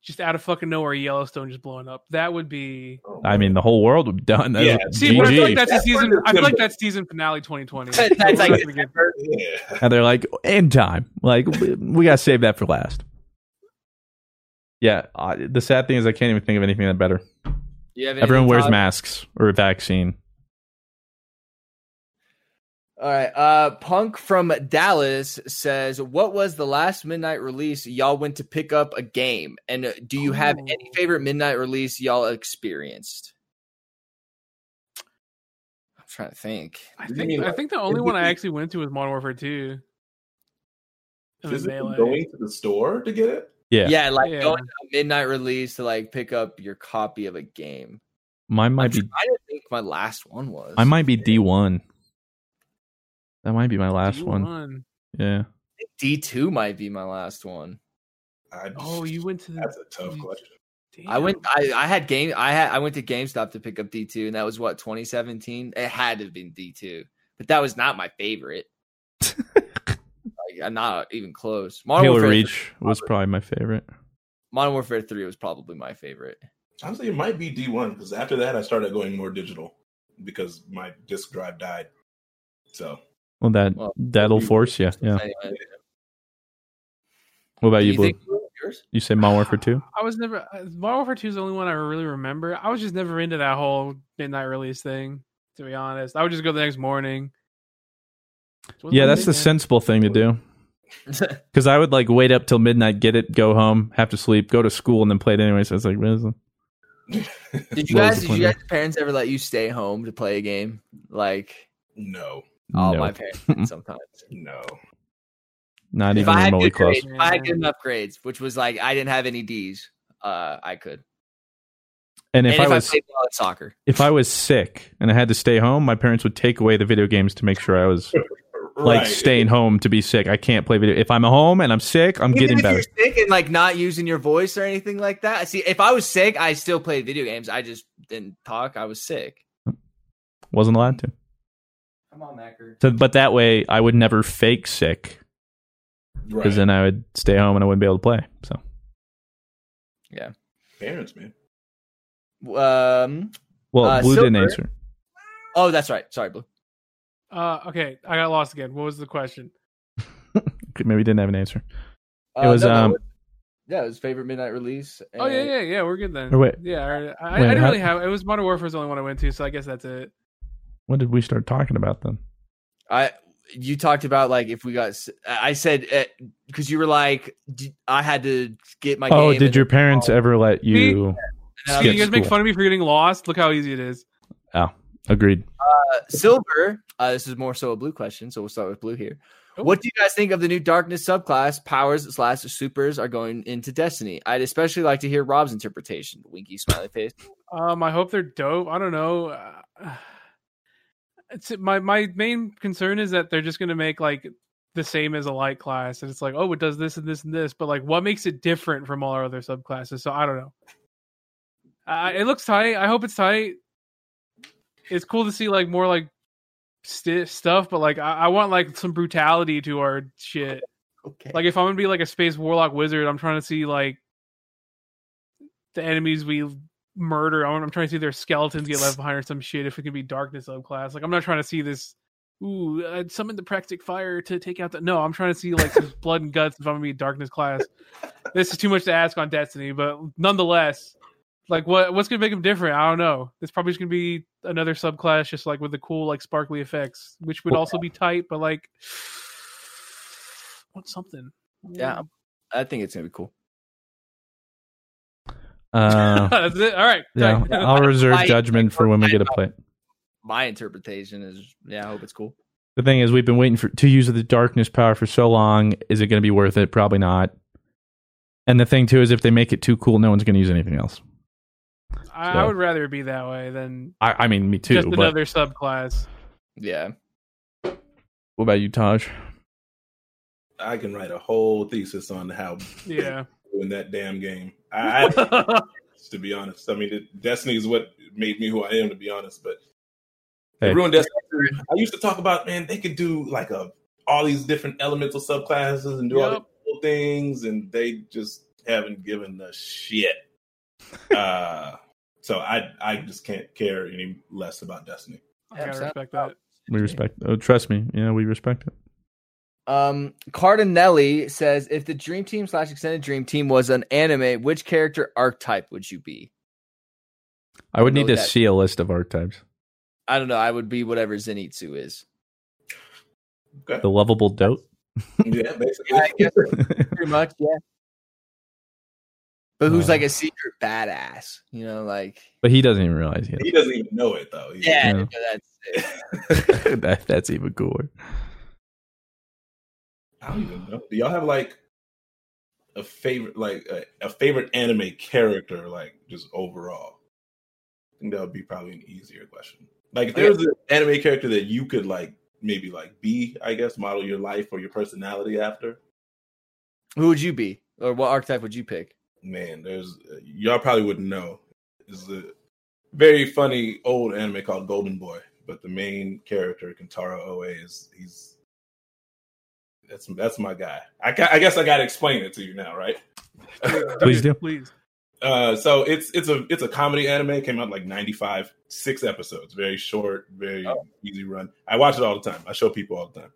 just out of fucking nowhere. Yellowstone just blowing up. That would be. Oh, I mean, the whole world would be done. That Yeah. is See, but I feel like GG. that's a That's season. where the- I feel like that's season finale 2020. That's like- Yeah. and they're like, in time. Like we, we got to save that for last. Yeah, uh, the sad thing is I can't even think of anything that better. Do you have Everyone anything, wears Todd? masks or a vaccine. All right. Uh, Punk from Dallas says, "What was the last midnight release y'all went to pick up a game? And uh, do you have any Ooh. favorite midnight release y'all experienced?" I'm trying to think. I You think mean, I like, think the only one I physically- actually went to was Modern Warfare 2. And then Physically Melee. going to the store to get it? Yeah, Yeah, like Yeah. going to a midnight release to like pick up your copy of a game. mine I might be didn't think my last one was. I might be D one. That might be my last You one. won. Yeah. D two might be my last one. I, Oh, you went to the. That's a tough question. Damn. I went. I, I had game. I had. I went to GameStop to pick up D two, and that was what 2017. It had to have been D two, but that was not my favorite. like, I'm not even close. Modern Halo Warfare, Reach was probably my favorite. Modern Warfare three was probably my favorite. Honestly, it might be D1 because after that, I started going more digital because my disk drive died. So, Well that Well, that'll force you. Yeah. Anyway, What about you, do Blue? you think yours? You say Modern Warfare two? I was never. uh, Modern Warfare 2 is the only one I really remember. I was just never into that whole midnight release thing, to be honest. I would just go the next morning. Wasn't Yeah, that that's the midnight? sensible thing to do. Because I would like wait up till midnight, get it, go home, have to sleep, go to school, and then play it anyway. So it's like, what is it? Did you What was guys? the Did you point guys? Parents ever let you stay home to play a game? Like, no, oh, No. my parents did sometimes. no. not if even I had remotely good close. grades, if I had good enough grades, which was like I didn't have any D's, uh, I could. And if and I was played well at soccer, if I was sick and I had to stay home, my parents would take away the video games to make sure I was like Right. staying home to be sick. I can't play video. If I'm home and I'm sick, I'm Even getting if better. You're sick and like not using your voice or anything like that. See, if I was sick, I still played video games. I just didn't talk. I was sick. Wasn't allowed to. Come on, Macker. So, but that way, I would never fake sick Right. because then I would stay home and I wouldn't be able to play. So Parents, man. Um. well, Uh, Blue didn't Silver- answer. Oh, that's right. Sorry, Blue. Uh, okay, I got lost again. What was the question? Maybe he didn't have an answer. Uh, It was, um, yeah, it was favorite midnight release. Oh yeah, and- yeah, yeah. We're good then. Uh, Or wait. yeah, I, I, I Wait, didn't how- really have. It was Modern Warfare was the only one I went to, so I guess that's it. When did we start talking about them? I you talked about like if we got. s- I said because you were like d- I had to get my. oh, game did and- your parents oh, ever let you? and I skip you guys make school. fun of me for getting lost. Look how easy it is. Agreed. Uh, Silver, uh, this is more so a blue question, so we'll start with blue here. Cool. What do you guys think of the new darkness subclass powers slash supers are going into Destiny? I'd especially like to hear Rob's interpretation. Winky smiley face. Um, I hope they're dope. I don't know. Uh, It's my my main concern is that they're just gonna make like the same as a light class, and it's like, oh, it does this and this and this, but like, what makes it different from all our other subclasses? So I don't know. Uh, it looks tight. I hope it's tight. It's cool to see like more like st- stuff, but like I-, I want like some brutality to our shit. Okay. Like if I'm gonna be like a space warlock wizard, I'm trying to see like the enemies we murder. I'm, I'm trying to see their skeletons get left behind or some shit. If it can be darkness subclass, like I'm not trying to see this. Ooh, uh, summon the practic fire to take out the. No, I'm trying to see like some blood and guts. If I'm gonna be a darkness class, this is too much to ask on Destiny. But nonetheless, like what what's gonna make them different? I don't know. It's probably just gonna be another subclass, just like with the cool like sparkly effects, which would also be tight. But like, want something? Yeah, I think it's gonna be cool. Uh, That's it. All right. Yeah, Sorry. I'll reserve I- judgment for when we get to play. it. My interpretation is, yeah, I hope it's cool. The thing is, we've been waiting for to use the darkness power for so long. Is it going to be worth it? Probably not. And the thing too is, if they make it too cool, no one's going to use anything else. I, I So- would rather it be that way than I, I mean, me too. just but another subclass. Yeah. what about you, Taj? I can write a whole thesis on how Yeah. in that damn game. I, I to be honest, I mean, it, Destiny is what made me who I am. To be honest, but Hey. it ruined Destiny. I used to talk about man, they could do like a all these different elemental subclasses and do all these Yep. cool things, and they just haven't given a shit. uh, so I I just can't care any less about Destiny. I gotta respect that. We respect. Oh, trust me. Yeah, we respect it. Um, Cardinelli says, if the Dream Team slash Extended Dream Team was an anime, which character archetype would you be? I would need know to that. see a list of archetypes. I don't know. I would be whatever Zenitsu is. The lovable dote. Yeah, basically. I guess pretty much, yeah. But who's like a secret badass? You know, like But he doesn't even realize yet. He doesn't even know it though. He- yeah, Yeah. that's that, that's even cooler. I don't even know. Do y'all have like a favorite, like a, a favorite anime character, like just overall? I think that would be probably an easier question. Like, if there was an anime character that you could like maybe like be, I guess, model your life or your personality after. Who would you be, or what archetype would you pick? Man, there's uh, y'all probably wouldn't know. Is a very funny old anime called Golden Boy, but the main character Kentaro Oe is he's. That's that's my guy. I, ca- I guess I gotta explain it to you now, right? Please do. Please. Uh, so it's it's a it's a comedy anime. It came out in, like ninety five, six episodes. Very short, very easy run. I watch it all the time. I show people all the time.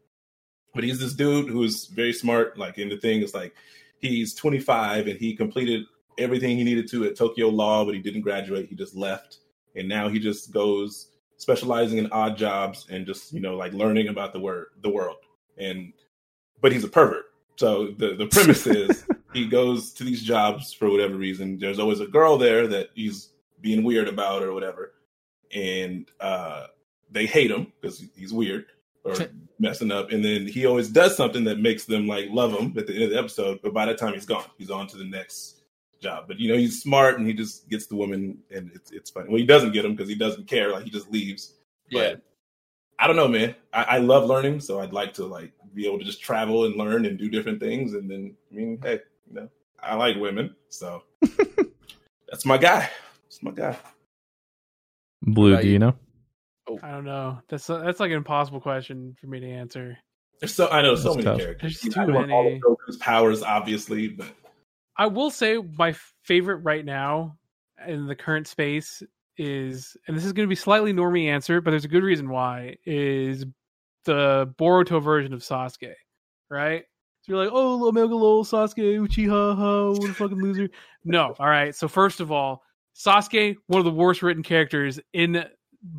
But he's this dude who's very smart. Like in the thing, it's like he's twenty five and he completed everything he needed to at Tokyo Law, but he didn't graduate. He just left, and now he just goes specializing in odd jobs and just you know like learning about the word the world. And but he's a pervert. So the the premise is he goes to these jobs for whatever reason. There's always a girl there that he's being weird about or whatever, and uh, they hate him because he's weird or messing up. And then he always does something that makes them like love him at the end of the episode. But by the time he's gone, he's on to the next job. But you know he's smart and he just gets the woman, and it's it's funny. Well, he doesn't get him because he doesn't care. Like he just leaves. Yeah. I don't know, man. I, I love learning, so I'd like to like be able to just travel and learn and do different things. And then, I mean, hey, you know, I like women, so that's my guy. That's my guy. Blue, do you know? I don't know. That's that's like an impossible question for me to answer. There's so I know so That's many tough. characters. There's I too want all many. of Goku's powers, obviously, but I will say my favorite right now in the current space is, and this is going to be slightly normie answer, but there's a good reason why is the Boruto version of Sasuke, right? So you're like, oh, little Mega little Sasuke, Uchiha, ha, what a fucking loser. No, all right. So first of all, Sasuke, one of the worst written characters in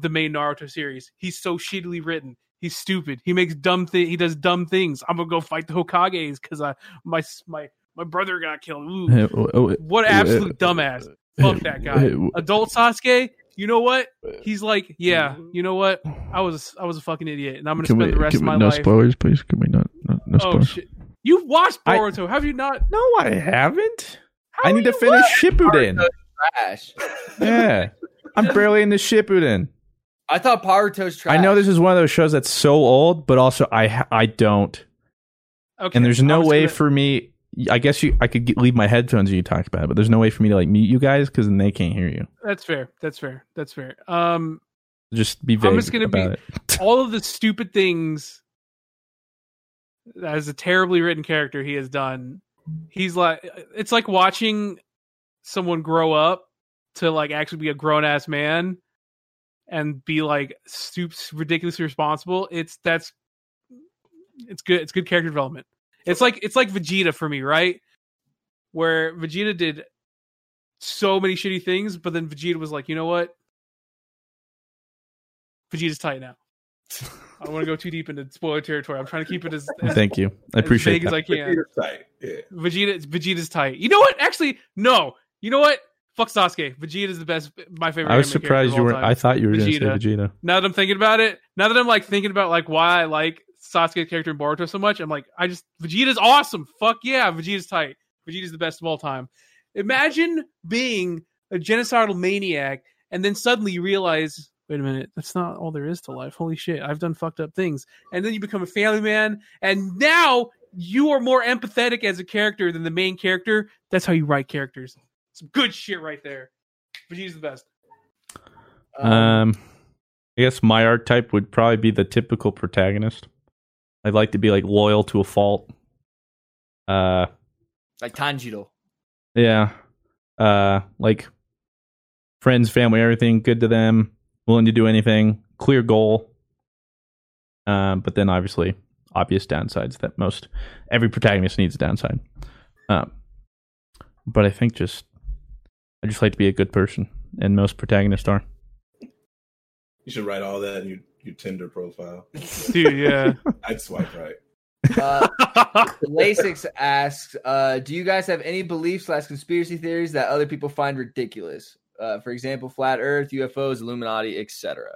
the main Naruto series. He's so shittily written. He's stupid. He makes dumb things. He does dumb things. I'm gonna go fight the Hokages because I my s- my my brother got killed. Ooh. Oh, What absolute dumbass. Fuck that guy. Adult Sasuke, you know what? He's like, yeah, you know what? I was I was a fucking idiot, and I'm gonna spend the rest of my life. spoilers, please? Can we not? No, no oh shit! You've watched I- Boruto, have you not? No, I haven't. How I need are to finish Shippuden. Naruto trash. Yeah, I'm barely into Shippuden. I thought Paruto's trash. I know this is one of those shows that's so old, but also I ha- I don't. Okay, And there's no I'm just way gonna- for me. I guess you. I could get, leave my headphones and you talk about it, but there's no way for me to like mute you guys because then they can't hear you. That's fair. That's fair. That's fair. Um, Just be vague I'm just gonna be about it. all of the stupid things as a terribly written character he has done. He's like it's like watching someone grow up to like actually be a grown ass man and be like stupid, ridiculously responsible. It's that's it's good. It's good character development. It's like it's like Vegeta for me, right? Where Vegeta did so many shitty things, but then Vegeta was like, you know what? Vegeta's tight now. I don't want to go too deep into spoiler territory. I'm trying to keep it as, as Thank you. I appreciate as vague that. as I can. Vegeta's tight. Yeah. Vegeta, Vegeta's tight. You know what? Actually, no. You know what? Fuck Sasuke. Vegeta's the best. My favorite. I was anime surprised character of you all were. time. I thought you were going to say Vegeta. Vegeta. Now that I'm thinking about it, now that I'm like thinking about like why I like Sasuke's character in Boruto so much, I'm like, I just Vegeta's awesome. Fuck yeah, Vegeta's tight. Vegeta's the best of all time. Imagine being a genocidal maniac and then suddenly you realize, wait a minute, that's not all there is to life. Holy shit, I've done fucked up things. And then you become a family man, and now you are more empathetic as a character than the main character. That's how you write characters. Some good shit right there. Vegeta's the best. Um, I guess my archetype would probably be the typical protagonist. I'd like to be like loyal to a fault. Uh, like Tanjiro. yeah. Uh, like friends, family, everything good to them. Willing to do anything. Clear goal. Um, but then obviously obvious downsides that most every protagonist needs a downside. Um, but I think just I just like to be a good person, and most protagonists are. You should write all that in your, your Tinder profile. Dude, yeah. I'd swipe right. Uh, Lasix asks, uh, "Do you guys have any beliefs slash conspiracy theories that other people find ridiculous? Uh, for example, flat Earth, UFOs, Illuminati, etc."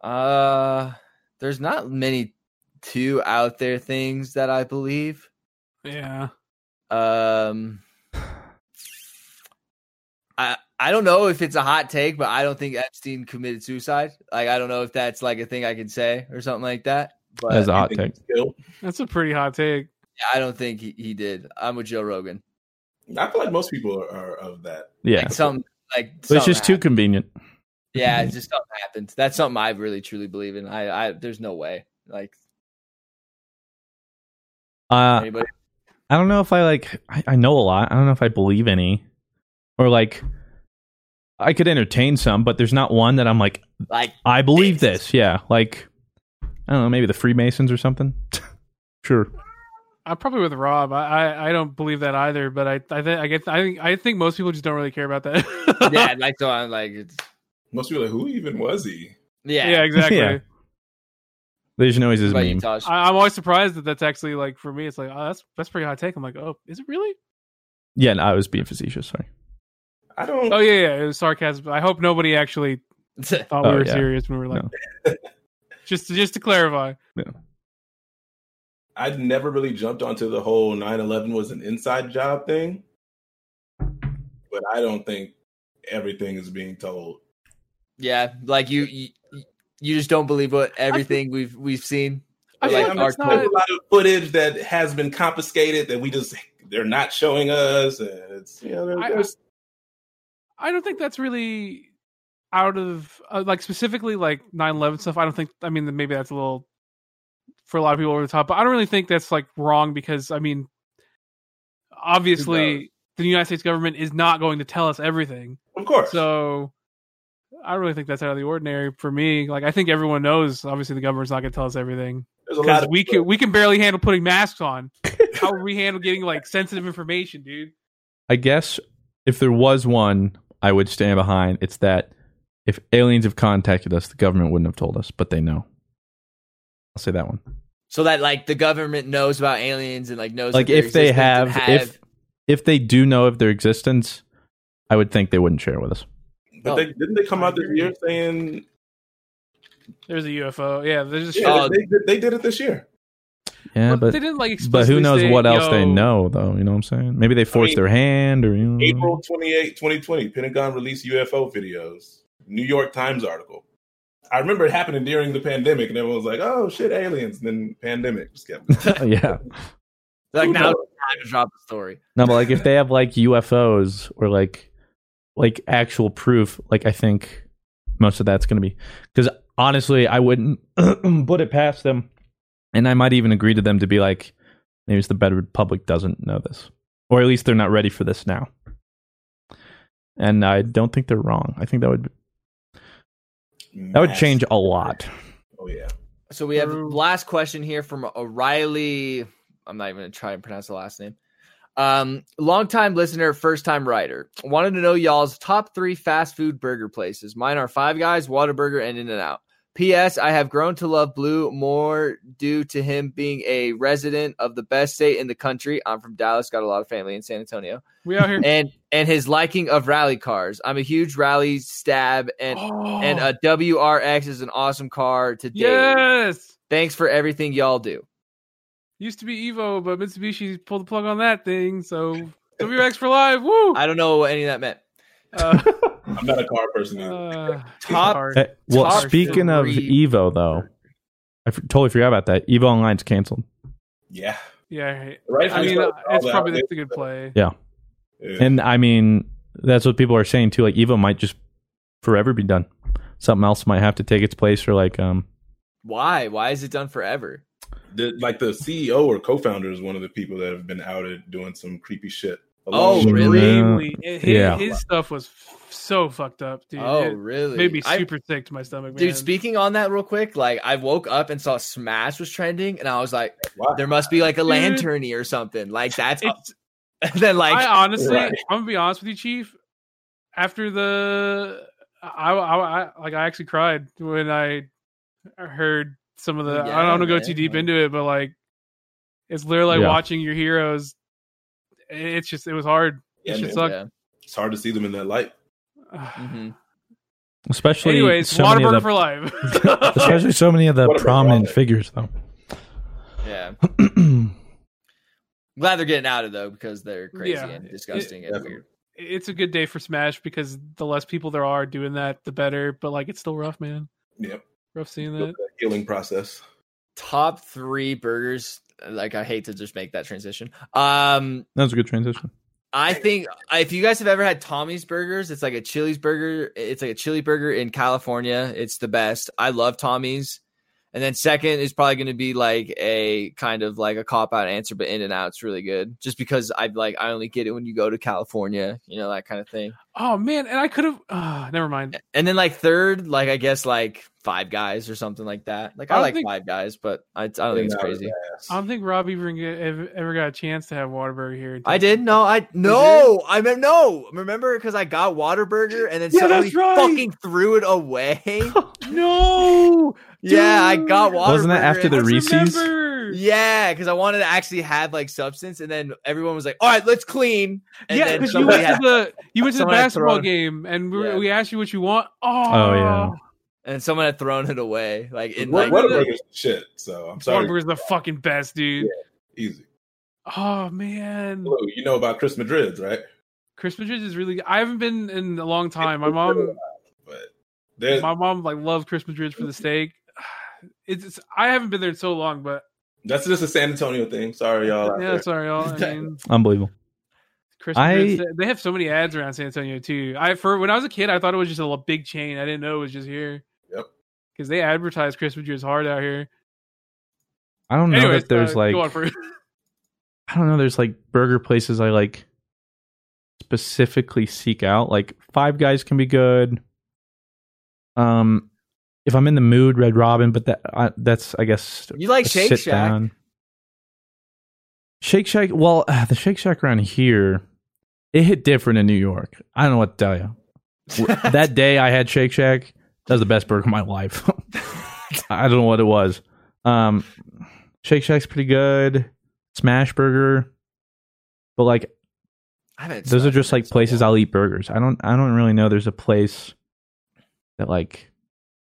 Uh, there's not many two out there things that I believe. Yeah. Um, I I don't know if it's a hot take, but I don't think Epstein committed suicide. Like, I don't know if that's like a thing I can say or something like that. But That's a hot take. Still, That's a pretty hot take. yeah, I don't think he, he did. I'm with Joe Rogan. I feel like most people are, are of that. Yeah, Like some like But it's something just too mm-hmm. happened. convenient. Yeah, it's just something happened. That's something I really truly believe in. I I there's no way. Like Uh, anybody I don't know if I like. I, I know a lot. I don't know if I believe any, or like, I could entertain some, but there's not one that I'm like. like I believe this. Yeah, like, I don't know. Maybe the Freemasons or something. sure. I'm probably with Rob. I, I, I don't believe that either, but I I think I get I think I think most people just don't really care about that. yeah, like so I'm like it's, Most people are like, who even was he? yeah. yeah, exactly. Yeah. They just know he's his What about meme. you, Taj? I, I'm always surprised that that's actually like for me. It's like oh, that's that's pretty hot take. I'm like, oh, is it really? Yeah, no, I was being facetious. Sorry. I don't. Oh yeah, yeah. It was sarcasm. I hope nobody actually thought Oh, we were yeah. serious when we were like. No. just to, just to clarify, I'd never really jumped onto the whole 9/11 was an inside job thing, but I don't think everything is being told. yeah, like you, you you just don't believe what everything we've we've seen. I Or, feel like like I'm our that's just there's not. a lot of footage that has been confiscated that we just they're not showing us, and it's you know I- there's, I don't think that's really out of uh, like specifically like 9/11 stuff. I don't think. I mean, maybe that's a little for a lot of people over the top, but I don't really think that's like wrong because I mean, Who obviously the United States government is not going to tell us everything, of course. so I don't really think that's out of the ordinary for me. Like I think everyone knows, obviously the government's not going to tell us everything there's a lot because of we can we can barely handle putting masks on. How are we handle getting like sensitive information, dude? I guess if there was one, I would stand behind. It's that if aliens have contacted us, the government wouldn't have told us, but they know. I'll say that one. So that like the government knows about aliens and like knows like that their if they existence have, and if if they do know of their existence, I would think they wouldn't share with us. But they, didn't they come out this year saying There's a UFO. Yeah, there's just yeah, Oh. they, they, they did it this year? Yeah, Well, but they didn't like. but who explicitly knows say, what else they "Yo, know though? You know what I'm saying? Maybe they forced mean, their hand or you know. April 28, 2020, Pentagon released UFO videos. New York Times article. I remember it happening during the pandemic, and everyone was like, "Oh shit, aliens!" And then pandemic just kept. yeah. like Who now knows? it's time to drop the story. No, but like if they have like UFOs or like like actual proof, like I think most of that's going to be because honestly, I wouldn't put it past them, and I might even agree to them to be like, maybe it's the better public doesn't know this, or at least they're not ready for this now. And I don't think they're wrong. I think that would that would change a lot. Oh yeah. So we have last question here from O'Reilly. I'm not even gonna try and pronounce the last name. Um, longtime listener, first time writer. Wanted to know y'all's top three fast food burger places. Mine are Five Guys, Whataburger, and In and Out. P.S. I have grown to love Blue more due to him being a resident of the best state in the country. I'm from Dallas, got a lot of family in San Antonio. We out here. and and his liking of rally cars. I'm a huge rally stab and Oh. and uh, a WRX is an awesome car to date. Yes. Thanks for everything y'all do. Used to be Evo, but Mitsubishi pulled the plug on that thing. So WX for life. Woo. I don't know what any of that meant. Uh, I'm not a car person. either. uh, Top- hard. Eh, well, Top speaking of three. Evo, though, I f- totally forgot about that. Evo Online's canceled. yeah. yeah. Right. I mean, All uh, it's that- probably that's a good play. Yeah. Yeah. And I mean, that's what people are saying too. Like Evo might just forever be done. Something else might have to take its place, or like, um, Why? Why is it done forever? the, like the CEO or co-founder is one of the people that have been outed doing some creepy shit. Oh, Along- really? Extremely. His, Uh, Yeah. his stuff was f- so fucked up, dude. oh, It really? Made me I- super sick to my stomach, man. dude, speaking on that real quick, like I woke up and saw Smash was trending, and I was like, Wow. there must be like a Dude. lanterny or something. Like that's It's- and then like I honestly, Right. I'm gonna be honest with you, Chief. After the, I, I, I like, I actually cried when I heard some of the. I Yeah, don't want to go man, too deep like- into it, but like, it's literally like Yeah. watching your heroes. It's just, it was hard. Yeah, it should man. suck. yeah. It's hard to see them in that light. Mhm. especially Anyways, so many Waterburger of for the, life. especially so many of the What a prominent product. figures, though. yeah. Glad they're getting out of though because they're crazy Yeah. and disgusting and Definitely. weird. it's a good day for Smash because the less people there are doing that, the better. But like, it's still rough, man. Yep. Rough seeing The that. healing process. Top three burgers. Like I hate to just make that transition. Um, That was a good transition. I think if you guys have ever had Tommy's Burgers, it's like a Chili's burger. It's like a chili burger in California. It's the best. I love Tommy's. And then second is probably going to be like a kind of like a cop out answer, but In and Out's really good, just because I like I only get it when you go to California, you know that kind of thing. Oh man, and I could have. ah, never mind. And then like third, like I guess like Five Guys or something like that. Like I I, don't like think- Five Guys, but I, I don't think it's crazy. I don't think Rob even get, ev- ever got a chance to have Waterbury here. I did no, I no, I meant no. Remember because I got Waterburger and then Yeah, somebody that's right. fucking threw it away. No. yeah, I got Dude. Waterburger. Wasn't that after the and- Let's Reese's? remember. Yeah, because I wanted to actually have like substance, and then everyone was like, "All right, let's clean." And yeah, then because you somebody went had- to the you went to the someone had basketball thrown- game and we, were- Yeah. we asked you what you want. Oh, Oh, yeah. and someone had thrown it away. Like in What, like, what a burger's shit. So I'm sorry. Waterbury's the fucking best, dude. Easy. Oh man, Blue, you know about Chris Madrid's, right? Chris Madrid is really. I haven't been in a long time. My mom, But there's my mom like loved Chris Madrid for the steak. It's, it's I haven't been there in so long, but that's just a San Antonio thing. Sorry, y'all. out yeah, there. sorry, y'all. I mean, Unbelievable. Chris I- Madrid's- they have so many ads around San Antonio too. I for when I was a kid, I thought it was just a l- big chain. I didn't know it was just here. Yep. Because they advertise Chris Madrid's hard out here. I don't know Anyways, that there's uh, like go on for it. I don't know. There's like burger places I like specifically seek out. Like Five Guys can be good. Um, if I'm in the mood, Red Robin. But that I, that's I guess You like a Shake sit Shack? down. Shake Shack. Well, the Shake Shack around here, it hit different in New York. I don't know what to tell you. W- that day I had Shake Shack. That was the best burger of my life. I don't know what it was. Um, Shake Shack's pretty good. Smash Burger, but like I haven't those are smoked just in like so places long. I'll eat burgers. I don't I don't really know there's a place that like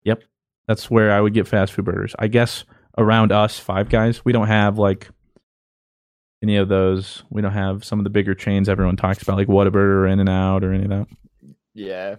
yep, that's where I would get fast food burgers. I guess around us, Five Guys, we don't have like any of those. We don't have some of the bigger chains everyone talks about like Whataburger or In and Out or any of that. Yeah.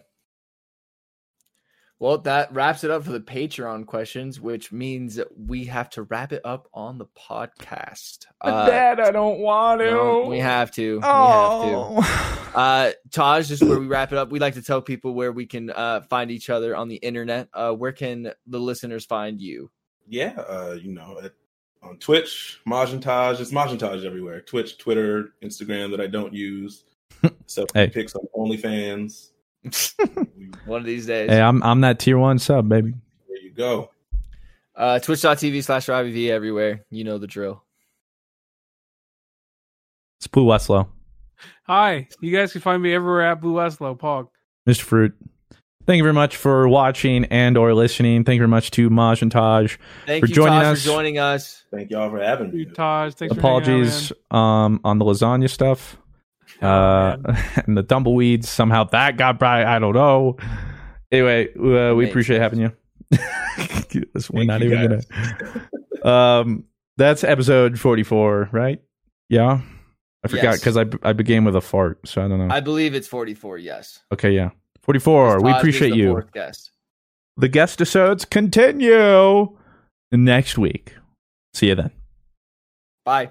Well, that wraps it up for the Patreon questions, which means that we have to wrap it up on the podcast. Uh, Dad, I don't want to. no, we have to. Oh. We have to. Uh, Taj, this is where we wrap it up. We like to tell people where we can uh, find each other on the internet. Uh, where can the listeners find you? yeah, uh, you know, at, on Twitch, Majentage. It's Majentage everywhere. Twitch, Twitter, Instagram that I don't use. So Hey. pics on OnlyFans. One of these days. Hey, I'm I'm that tier one sub, baby. There you go. Uh, Twitch.tv slash Robbie V everywhere. You know the drill. It's Blue Westlow, Hi, you guys can find me everywhere at Blue Westlow Pog. Mr. Fruit. Thank you very much for watching and or listening. Thank you very much to Maj and Taj Thank for you, joining Taj, us. for joining us. Thank y'all for having me. Taj, thanks Apologies um, on the lasagna stuff uh, and the tumbleweeds. Somehow that got by. I don't know. Anyway, uh, we Amazing. appreciate having you. This- We're Thank not you, even guys. gonna. Um, that's episode forty-four, right? Yeah, I forgot Yes. because I I began with a fart, so I don't know. I believe it's 44, yes. okay, yeah, forty-four. We Taj is appreciate the you. fourth guest. The guest episodes continue next week. See you then. Bye.